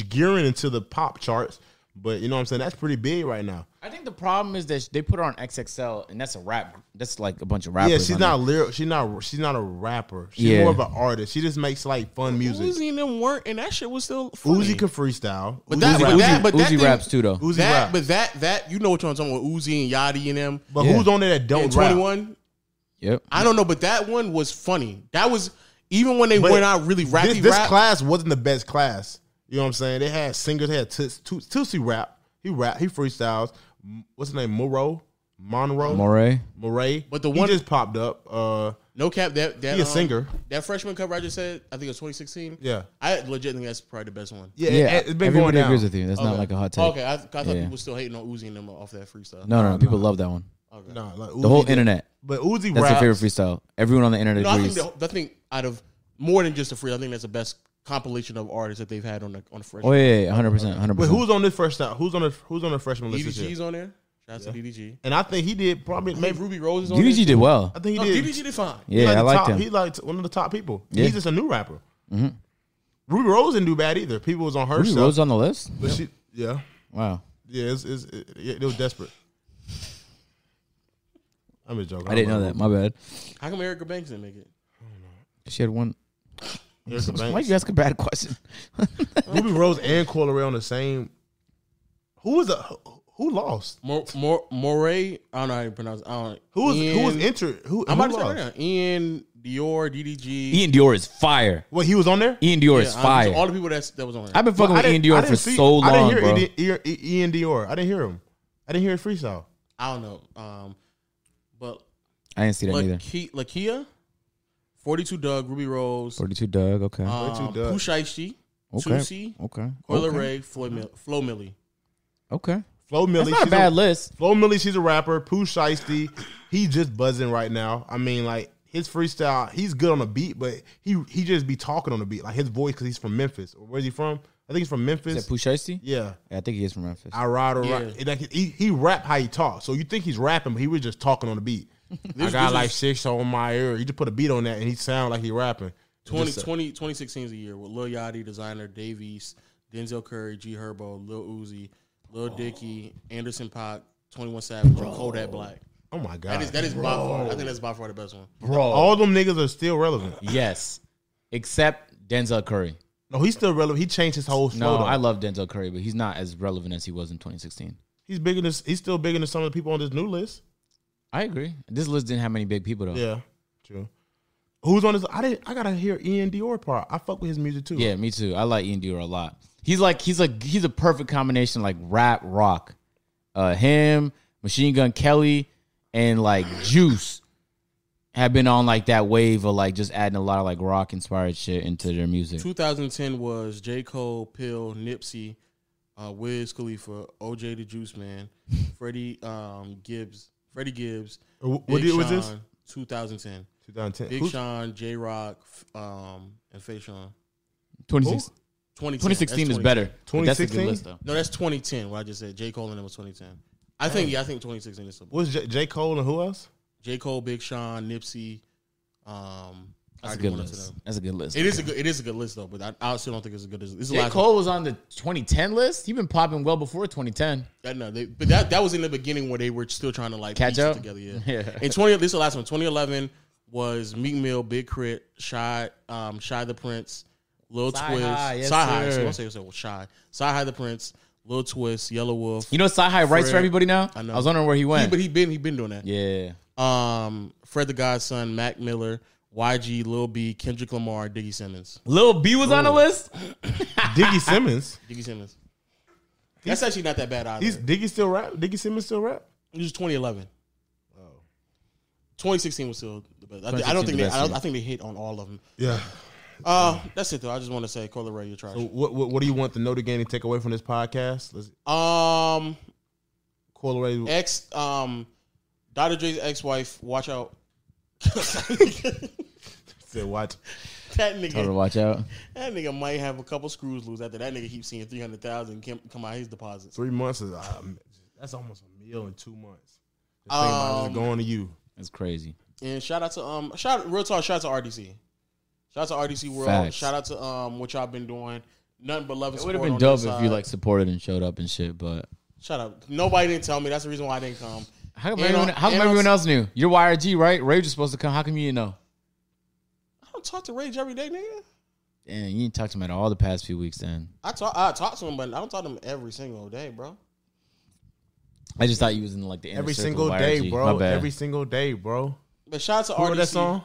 [SPEAKER 4] gearing into the pop charts, but you know what I'm saying? That's pretty big right now.
[SPEAKER 1] I think the problem is that they put her on XXL, and that's a rap. That's like a bunch of rappers.
[SPEAKER 4] yeah, she's
[SPEAKER 1] on
[SPEAKER 4] not
[SPEAKER 1] there.
[SPEAKER 4] lyric. She's not. She's not a rapper. She's
[SPEAKER 1] Yeah.
[SPEAKER 4] more of an artist. She just makes like fun music.
[SPEAKER 3] Uzi and them weren't, and that shit was still funny.
[SPEAKER 4] Uzi can freestyle.
[SPEAKER 3] But
[SPEAKER 4] Uzi
[SPEAKER 3] that-
[SPEAKER 4] rap.
[SPEAKER 3] but that- but
[SPEAKER 1] Uzi
[SPEAKER 3] thing-
[SPEAKER 1] raps too, though.
[SPEAKER 4] Uzi
[SPEAKER 3] that,
[SPEAKER 4] rap.
[SPEAKER 3] but that that you know what I'm talking about with Uzi and Yachty and them.
[SPEAKER 4] But
[SPEAKER 1] Yeah.
[SPEAKER 4] who's on there that don't
[SPEAKER 3] and
[SPEAKER 4] rap?
[SPEAKER 3] 21,
[SPEAKER 1] Yep.
[SPEAKER 3] I don't know, but that one was funny. That was even when they
[SPEAKER 4] But
[SPEAKER 3] went out really rappy
[SPEAKER 4] This, this
[SPEAKER 3] rap.
[SPEAKER 4] class wasn't the best class. You know what I'm saying? They had singers. They had Toots- Toots- Tootsie rap. He rap. He freestyles. M- What's his name? Monroe. Monroe.
[SPEAKER 1] Moray.
[SPEAKER 4] Moray.
[SPEAKER 3] But the
[SPEAKER 4] He
[SPEAKER 3] one-
[SPEAKER 4] just popped up. Uh,
[SPEAKER 3] no cap. That that
[SPEAKER 4] he a
[SPEAKER 3] um,
[SPEAKER 4] singer.
[SPEAKER 3] That freshman cover I just said, I think it was 2016.
[SPEAKER 4] Yeah.
[SPEAKER 3] I legit think that's probably the best one.
[SPEAKER 4] Yeah.
[SPEAKER 1] Yeah,
[SPEAKER 4] it, has been going
[SPEAKER 1] everybody
[SPEAKER 4] down.
[SPEAKER 1] agrees with you. That's not
[SPEAKER 3] Okay.
[SPEAKER 1] like a hot take.
[SPEAKER 3] Okay, I, I thought
[SPEAKER 1] Yeah.
[SPEAKER 3] people still hating on Uzi and them off that freestyle.
[SPEAKER 1] No, no, no, people love that one.
[SPEAKER 3] Okay.
[SPEAKER 4] Nah, like
[SPEAKER 1] The whole
[SPEAKER 4] Uzi did-
[SPEAKER 1] internet.
[SPEAKER 4] But Uzi
[SPEAKER 1] That's
[SPEAKER 4] raps.
[SPEAKER 1] their favorite freestyle. Everyone on the internet
[SPEAKER 3] No, I think
[SPEAKER 1] agrees.
[SPEAKER 3] the, I think out of more than just the free, I think that's the best compilation of artists that they've had on the on the freshman.
[SPEAKER 1] Oh yeah, yeah, yeah, hundred percent, hundred
[SPEAKER 4] But
[SPEAKER 1] percent.
[SPEAKER 4] who's on this first? Who's on the Who's on the freshman list? this year?
[SPEAKER 3] DDG's E on there. Shout out to DDG.
[SPEAKER 4] And I think he did probably
[SPEAKER 3] Maybe
[SPEAKER 4] maybe.
[SPEAKER 3] Ruby Rose is on
[SPEAKER 1] DDG
[SPEAKER 3] there.
[SPEAKER 1] did well.
[SPEAKER 4] I think
[SPEAKER 3] No,
[SPEAKER 4] he did.
[SPEAKER 3] DDG did fine.
[SPEAKER 4] He
[SPEAKER 1] Yeah, I
[SPEAKER 4] the
[SPEAKER 1] liked
[SPEAKER 4] top,
[SPEAKER 1] him.
[SPEAKER 4] He liked one of the top people.
[SPEAKER 1] Yeah. Mm-hmm.
[SPEAKER 4] He's just a new rapper. Ruby Rose didn't do bad either. People was on her
[SPEAKER 1] Ruby
[SPEAKER 4] stuff,
[SPEAKER 1] Rose on the list.
[SPEAKER 4] but she, yeah,
[SPEAKER 1] Wow,
[SPEAKER 4] yeah, it's, it's, it, it was desperate. I'm just joking.
[SPEAKER 1] I didn't know that. My bad.
[SPEAKER 3] How come Erica Banks didn't make it?
[SPEAKER 1] She had one.
[SPEAKER 4] Erica
[SPEAKER 1] Why
[SPEAKER 4] Banks.
[SPEAKER 1] you ask a bad question?
[SPEAKER 4] Ruby Rose and Coil Ray on the same. Who was the who- who lost?
[SPEAKER 3] More, more, Moray. I don't know how you pronounce. It. I don't.
[SPEAKER 4] Who was who was
[SPEAKER 3] Ian-
[SPEAKER 4] entered? Who
[SPEAKER 3] I'm
[SPEAKER 4] who
[SPEAKER 3] about to say
[SPEAKER 4] lost?
[SPEAKER 3] right now. Ian Dior, DDG.
[SPEAKER 1] Ian Dior is fire.
[SPEAKER 4] Wait, he was on there.
[SPEAKER 1] Ian Dior
[SPEAKER 3] Yeah,
[SPEAKER 1] is
[SPEAKER 3] I'm-
[SPEAKER 1] fire.
[SPEAKER 3] All the people that's that was on.
[SPEAKER 1] I've
[SPEAKER 3] There.
[SPEAKER 1] been fucking
[SPEAKER 4] I
[SPEAKER 1] with Ian
[SPEAKER 4] didn't- I
[SPEAKER 1] Dior
[SPEAKER 4] didn't
[SPEAKER 1] for
[SPEAKER 4] see-
[SPEAKER 1] so
[SPEAKER 4] I
[SPEAKER 1] long,
[SPEAKER 4] didn't
[SPEAKER 1] bro.
[SPEAKER 4] hear Ian, Ian, Ian Dior. I didn't hear him. I didn't hear his freestyle.
[SPEAKER 3] I don't know. Um, but
[SPEAKER 1] I didn't see that either.
[SPEAKER 3] Lake- Lakia, Forty Two Doug, Ruby Rose,
[SPEAKER 1] Forty-two, Doug. Okay.
[SPEAKER 3] um,
[SPEAKER 4] 42 Doug.
[SPEAKER 3] Pusha
[SPEAKER 1] Okay.
[SPEAKER 3] Tusi,
[SPEAKER 1] okay.
[SPEAKER 3] Coyle
[SPEAKER 1] okay.
[SPEAKER 3] Ray, Flo, Mil- Flo Millie.
[SPEAKER 1] Okay.
[SPEAKER 4] Flo
[SPEAKER 1] That's
[SPEAKER 4] Millie.
[SPEAKER 1] not a
[SPEAKER 4] she's a-
[SPEAKER 1] bad list.
[SPEAKER 4] Flo Millie, she's a rapper. Pooh Shiesty, he just buzzing right now. I mean, like his freestyle, he's good on the beat, but he he just be talking on the beat, like his voice, because he's from Memphis. Or where's he from? I think he's from
[SPEAKER 1] Is
[SPEAKER 4] Memphis.
[SPEAKER 1] that Pusha
[SPEAKER 4] yeah,
[SPEAKER 1] Yeah, I think he is from Memphis.
[SPEAKER 4] I ride or
[SPEAKER 3] Yeah.
[SPEAKER 4] ride. It Like he, he rap how he talk, so you think he's rapping, but he was just talking on the beat. I
[SPEAKER 3] this
[SPEAKER 4] got
[SPEAKER 3] is-
[SPEAKER 4] like six on my ear. You just put a beat on that, and he sound like he rapping. It
[SPEAKER 3] 20,
[SPEAKER 4] just-
[SPEAKER 3] 20, 2016 is a year with Lil Yachty, Designer, Dave East, Denzel Curry, G Herbo, Lil Uzi, Lil Dicky, Anderson Pac, 21 Savage, and Kodak Black.
[SPEAKER 4] oh my god,
[SPEAKER 3] That is that is by far. I think that's by far the best one.
[SPEAKER 4] all them niggas are still relevant.
[SPEAKER 1] Yes, except Denzel Curry.
[SPEAKER 4] No, he's still relevant. He changed his whole flow.
[SPEAKER 1] No,
[SPEAKER 4] though.
[SPEAKER 1] I love Denzel Curry, but he's not as relevant as he was in 2016.
[SPEAKER 4] he's bigger than he's still bigger than some of the people on this new list.
[SPEAKER 1] I agree. This list didn't have many big people though.
[SPEAKER 4] Yeah, true. Who's on this? I didn't. I gotta hear Ian Dior part. I fuck with his music too.
[SPEAKER 1] Yeah, me too. I like Ian Dior a lot. He's like he's like he's a perfect combination like rap rock. Uh him, Machine Gun Kelly and like Juice have been on like that wave of like just adding a lot of like rock inspired shit into their music.
[SPEAKER 3] 2010 was J. Cole, Pill, Nipsey, uh, Wiz Khalifa, OJ the Juice Man, Freddie um, Gibbs, Freddie Gibbs.
[SPEAKER 4] Or Uh, wh-
[SPEAKER 3] Big
[SPEAKER 4] What year was this?
[SPEAKER 3] Sean, 2010.
[SPEAKER 4] 2010.
[SPEAKER 3] Big
[SPEAKER 4] Who-
[SPEAKER 3] Sean, J. Rock, f- um, and Faye Sean.
[SPEAKER 1] 26
[SPEAKER 3] 2010.
[SPEAKER 1] 2016
[SPEAKER 3] That's
[SPEAKER 1] is better.
[SPEAKER 4] 2016?
[SPEAKER 1] That's a good list though.
[SPEAKER 3] No, that's 2010. What I just said. J. Cole and them was 2010. I think yeah, I think 2016 is the
[SPEAKER 4] What's J, J Cole and who else?
[SPEAKER 3] J. Cole, Big Sean, Nipsey, um,
[SPEAKER 1] That's a
[SPEAKER 3] give
[SPEAKER 1] good
[SPEAKER 3] one to
[SPEAKER 1] list.
[SPEAKER 3] them.
[SPEAKER 1] That's a good list.
[SPEAKER 3] It is a good. It is a good list though, but I, I still don't think it's as good as it's a
[SPEAKER 1] J.
[SPEAKER 3] lot.
[SPEAKER 1] Cole was on the 2010 list. He's been popping well before 2010.
[SPEAKER 3] I know, they, but that that was in the beginning where they were still trying to like
[SPEAKER 1] Catch
[SPEAKER 3] piece it
[SPEAKER 1] up?
[SPEAKER 3] together. Yeah.
[SPEAKER 1] Yeah.
[SPEAKER 3] In twenty, this is the last one. Twenty eleven was Meek Mill, Big Crit, Shy, um, Shy the Prince, Lil
[SPEAKER 1] Sci
[SPEAKER 3] Twist,
[SPEAKER 1] High, yes,
[SPEAKER 3] Sci High.
[SPEAKER 1] sir.
[SPEAKER 3] So I say, say well, Shy, Sci High the Prince, Lil Twist, Yellow Wolf.
[SPEAKER 1] You know, Sci-Hi writes for
[SPEAKER 3] Fred.
[SPEAKER 1] everybody now.
[SPEAKER 3] I know.
[SPEAKER 1] I was wondering where he
[SPEAKER 3] He-
[SPEAKER 1] went.
[SPEAKER 3] but he been he been doing that.
[SPEAKER 1] yeah,
[SPEAKER 3] Um, Fred the Godson, Mac Miller, YG, Lil B, Kendrick Lamar, Diggy Simmons,
[SPEAKER 1] Lil B was on the list.
[SPEAKER 4] Diggy Simmons.
[SPEAKER 3] Diggy Simmons. That's actually not that bad either.
[SPEAKER 4] He's Diggy still rap. Diggy Simmons still rap.
[SPEAKER 3] It was 2011. Oh. 2016 was still the best. I, thi- I
[SPEAKER 1] 2016
[SPEAKER 3] don't think
[SPEAKER 1] the
[SPEAKER 3] they,
[SPEAKER 1] best
[SPEAKER 3] I, don't,
[SPEAKER 1] year.
[SPEAKER 3] I think they hit on all of them.
[SPEAKER 4] Yeah.
[SPEAKER 3] Uh, that's it though. I just want to say, Cola Ray, you're trash.
[SPEAKER 4] Uh, What, what What do you want the Notre Dame to take away from this podcast? Let's
[SPEAKER 3] Um,
[SPEAKER 4] call away.
[SPEAKER 3] ex, um, Dr. Dre's ex-wife. Watch out.
[SPEAKER 4] Say what?
[SPEAKER 3] That
[SPEAKER 1] Told her to
[SPEAKER 3] nigga,
[SPEAKER 1] watch out.
[SPEAKER 3] that nigga might have a couple screws loose after that nigga keeps seeing three hundred thousand come come out his deposits.
[SPEAKER 4] Three months is um, that's almost a meal in two months. Just think about it,
[SPEAKER 3] Um,
[SPEAKER 4] it's going to you.
[SPEAKER 1] That's crazy.
[SPEAKER 3] And shout out to um shout real talk, shout out to RDC. Shout out to RDC World.
[SPEAKER 1] Facts.
[SPEAKER 3] Shout out to um what y'all been doing. Nothing but love and
[SPEAKER 1] It would
[SPEAKER 3] support.
[SPEAKER 1] have been
[SPEAKER 3] on
[SPEAKER 1] dope
[SPEAKER 3] this
[SPEAKER 1] if
[SPEAKER 3] side.
[SPEAKER 1] you like supported and showed up and shit. But
[SPEAKER 3] Shut up. Nobody didn't tell me. That's the reason why I didn't come.
[SPEAKER 1] how come
[SPEAKER 3] And
[SPEAKER 1] everyone?
[SPEAKER 3] on-
[SPEAKER 1] how come
[SPEAKER 3] and on-
[SPEAKER 1] everyone else knew? You're YRG, right? Rage was supposed to come. How come you didn't know?
[SPEAKER 3] I don't talk to Rage every day, nigga.
[SPEAKER 1] Damn, you didn't talk to him at all the past few weeks. Then
[SPEAKER 3] I talk I talk to him, but I don't talk to him every single day, bro.
[SPEAKER 1] I just thought you was in like the inner
[SPEAKER 4] Every
[SPEAKER 1] circle
[SPEAKER 4] single
[SPEAKER 1] of
[SPEAKER 4] day,
[SPEAKER 1] YRG.
[SPEAKER 4] bro.
[SPEAKER 1] My bad.
[SPEAKER 4] Every single day, bro.
[SPEAKER 3] But shout out to
[SPEAKER 4] Remember
[SPEAKER 3] RDC.
[SPEAKER 4] that song?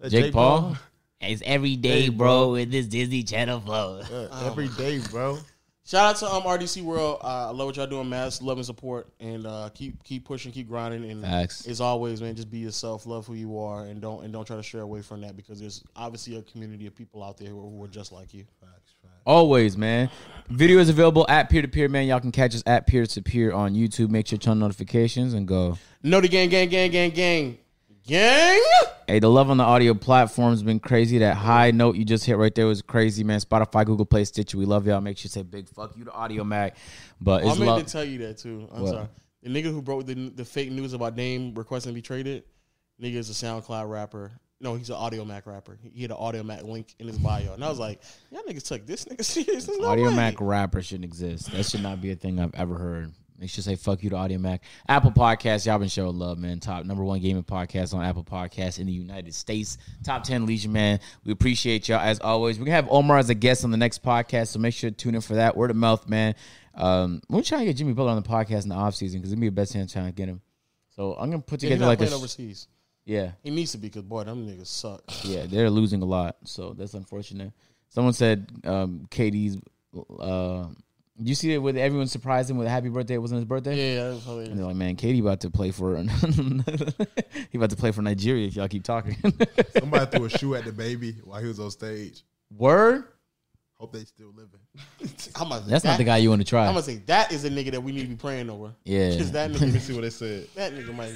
[SPEAKER 4] That
[SPEAKER 1] Jake
[SPEAKER 4] Jake
[SPEAKER 1] Paul?
[SPEAKER 9] It's every day, bro, with this Disney Channel flow.
[SPEAKER 4] Yeah, every
[SPEAKER 1] Oh.
[SPEAKER 4] day, bro.
[SPEAKER 3] Shout out to um RDC World. Uh, I love what y'all doing, Mass. Love and support, and uh, keep keep pushing, keep grinding, and
[SPEAKER 1] Facts.
[SPEAKER 3] as always, man, just be yourself, love who you are, and don't and don't try to stray away from that because there's obviously a community of people out there who are, who are just like you.
[SPEAKER 1] Always, man. Video is available at peer to peer, man. Y'all can catch us at peer to peer on YouTube. Make sure to turn notifications and go.
[SPEAKER 3] No, the gang, gang, gang, gang, gang, gang.
[SPEAKER 1] Hey, the love on the audio platform's been crazy. That high note you just hit right there was crazy, man. Spotify, Google Play, Stitcher. We love y'all. Make sure you say big fuck you to Audio Mac. But
[SPEAKER 3] I
[SPEAKER 1] it's
[SPEAKER 3] meant
[SPEAKER 1] love.
[SPEAKER 3] to tell you that too. I'm
[SPEAKER 1] What?
[SPEAKER 3] sorry. The nigga who broke the the fake news about Dame requesting to be traded, nigga is a SoundCloud rapper. No, he's an Audio Mac rapper. He had an Audio Mac link in his bio, and I was like, y'all niggas took this nigga serious. There's no
[SPEAKER 1] Audio
[SPEAKER 3] way.
[SPEAKER 1] Mac rapper shouldn't exist. That should not be a thing I've ever heard. Make sure to say fuck you to Audio Mac. Apple Podcasts, y'all been showing love, man. Top number one gaming podcast on Apple Podcasts in the United States. Top 10 Legion, man. We appreciate y'all as always. We're going to have Omar as a guest on the next podcast, so make sure to tune in for that. Word of mouth, man. Um, we're trying to get Jimmy Butler on the podcast in the offseason because it'd be a best chance trying to get him. So I'm going to put
[SPEAKER 3] Yeah, he's
[SPEAKER 1] together
[SPEAKER 3] not
[SPEAKER 1] like a.
[SPEAKER 3] playing overseas.
[SPEAKER 1] Yeah.
[SPEAKER 3] He needs to be because boy, them niggas suck.
[SPEAKER 1] Yeah, they're losing a lot, so that's unfortunate. Someone said um, KD's. Uh, you see it with everyone surprised him with a happy birthday. It wasn't his birthday.
[SPEAKER 3] Yeah, that was hilarious.
[SPEAKER 1] And they're like, man, Katie about to play for he about to play for Nigeria if y'all keep talking.
[SPEAKER 4] Somebody threw a shoe at the baby while he was on stage.
[SPEAKER 1] Word,
[SPEAKER 4] Hope they still living.
[SPEAKER 3] I'm gonna,
[SPEAKER 1] that's not the guy you want to try.
[SPEAKER 3] I'm gonna say that is a nigga that we need to be praying over.
[SPEAKER 1] Yeah.
[SPEAKER 3] because that
[SPEAKER 4] Let me
[SPEAKER 3] nigga,
[SPEAKER 4] see what they said.
[SPEAKER 3] that nigga might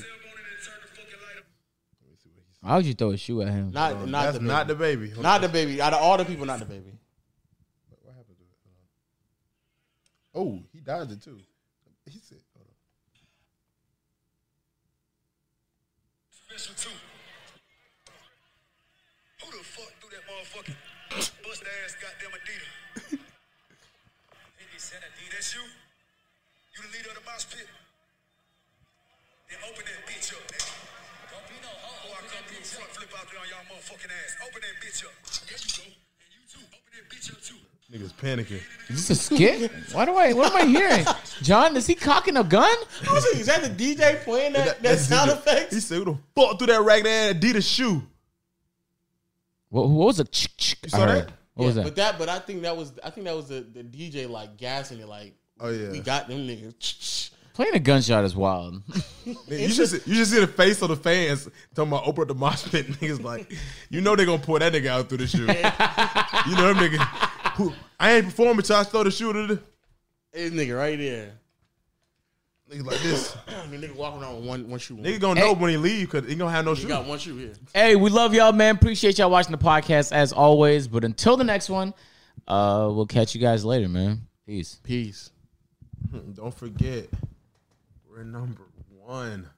[SPEAKER 1] Why would you throw a shoe at him?
[SPEAKER 3] not not
[SPEAKER 4] That's
[SPEAKER 3] the baby.
[SPEAKER 4] not
[SPEAKER 3] not
[SPEAKER 4] the baby.
[SPEAKER 3] the, baby. Out of all the people, not the baby.
[SPEAKER 4] Oh, he dodged it too. He said, oh, hold on.
[SPEAKER 10] Special two. Who the fuck threw that motherfucking bust ass goddamn Adidas? Nigga said Adidas. That's you? You the leader of the mouse pit? Then open that bitch up, nigga. Don't be no hoe. Or I come through a front flip out there on y'all motherfucking ass. Open that bitch up. There you go. And you too. Open that bitch up too.
[SPEAKER 4] Niggas panicking.
[SPEAKER 1] Is this a skit? Why do I? What am I hearing? John, is he cocking a gun?
[SPEAKER 3] I was like, is that the DJ playing that that, sound
[SPEAKER 4] DJ. He
[SPEAKER 3] effects?
[SPEAKER 4] said, who the fuck threw that ragged ass Adidas shoe?
[SPEAKER 1] What, what was a? Ch- ch-
[SPEAKER 4] You
[SPEAKER 1] I
[SPEAKER 4] saw
[SPEAKER 1] heard.
[SPEAKER 4] that?
[SPEAKER 1] What was that?
[SPEAKER 3] But that, but I think that was I think that was the, the DJ like gassing it like.
[SPEAKER 4] Oh, yeah.
[SPEAKER 3] we got them niggas.
[SPEAKER 1] Playing a gunshot is wild.
[SPEAKER 4] Man, you just you just see the face of the fans talking about Oprah the mosh pit. Niggas like, you know they gonna pull that nigga out through the shoe. you know them nigga. Who, I ain't performing till I throw the shoe to the
[SPEAKER 3] This nigga right there.
[SPEAKER 4] niggas like this.
[SPEAKER 3] The nigga walking around with one one shoe. on.
[SPEAKER 4] Nigga gonna know when he leave because he gonna have no
[SPEAKER 3] He
[SPEAKER 4] shoe.
[SPEAKER 3] got one shoe here.
[SPEAKER 1] Hey, we love y'all, man. Appreciate y'all watching the podcast as always. But until the next one, uh, we'll catch you guys later, man. Peace.
[SPEAKER 3] Peace.
[SPEAKER 4] Don't forget, we're number one.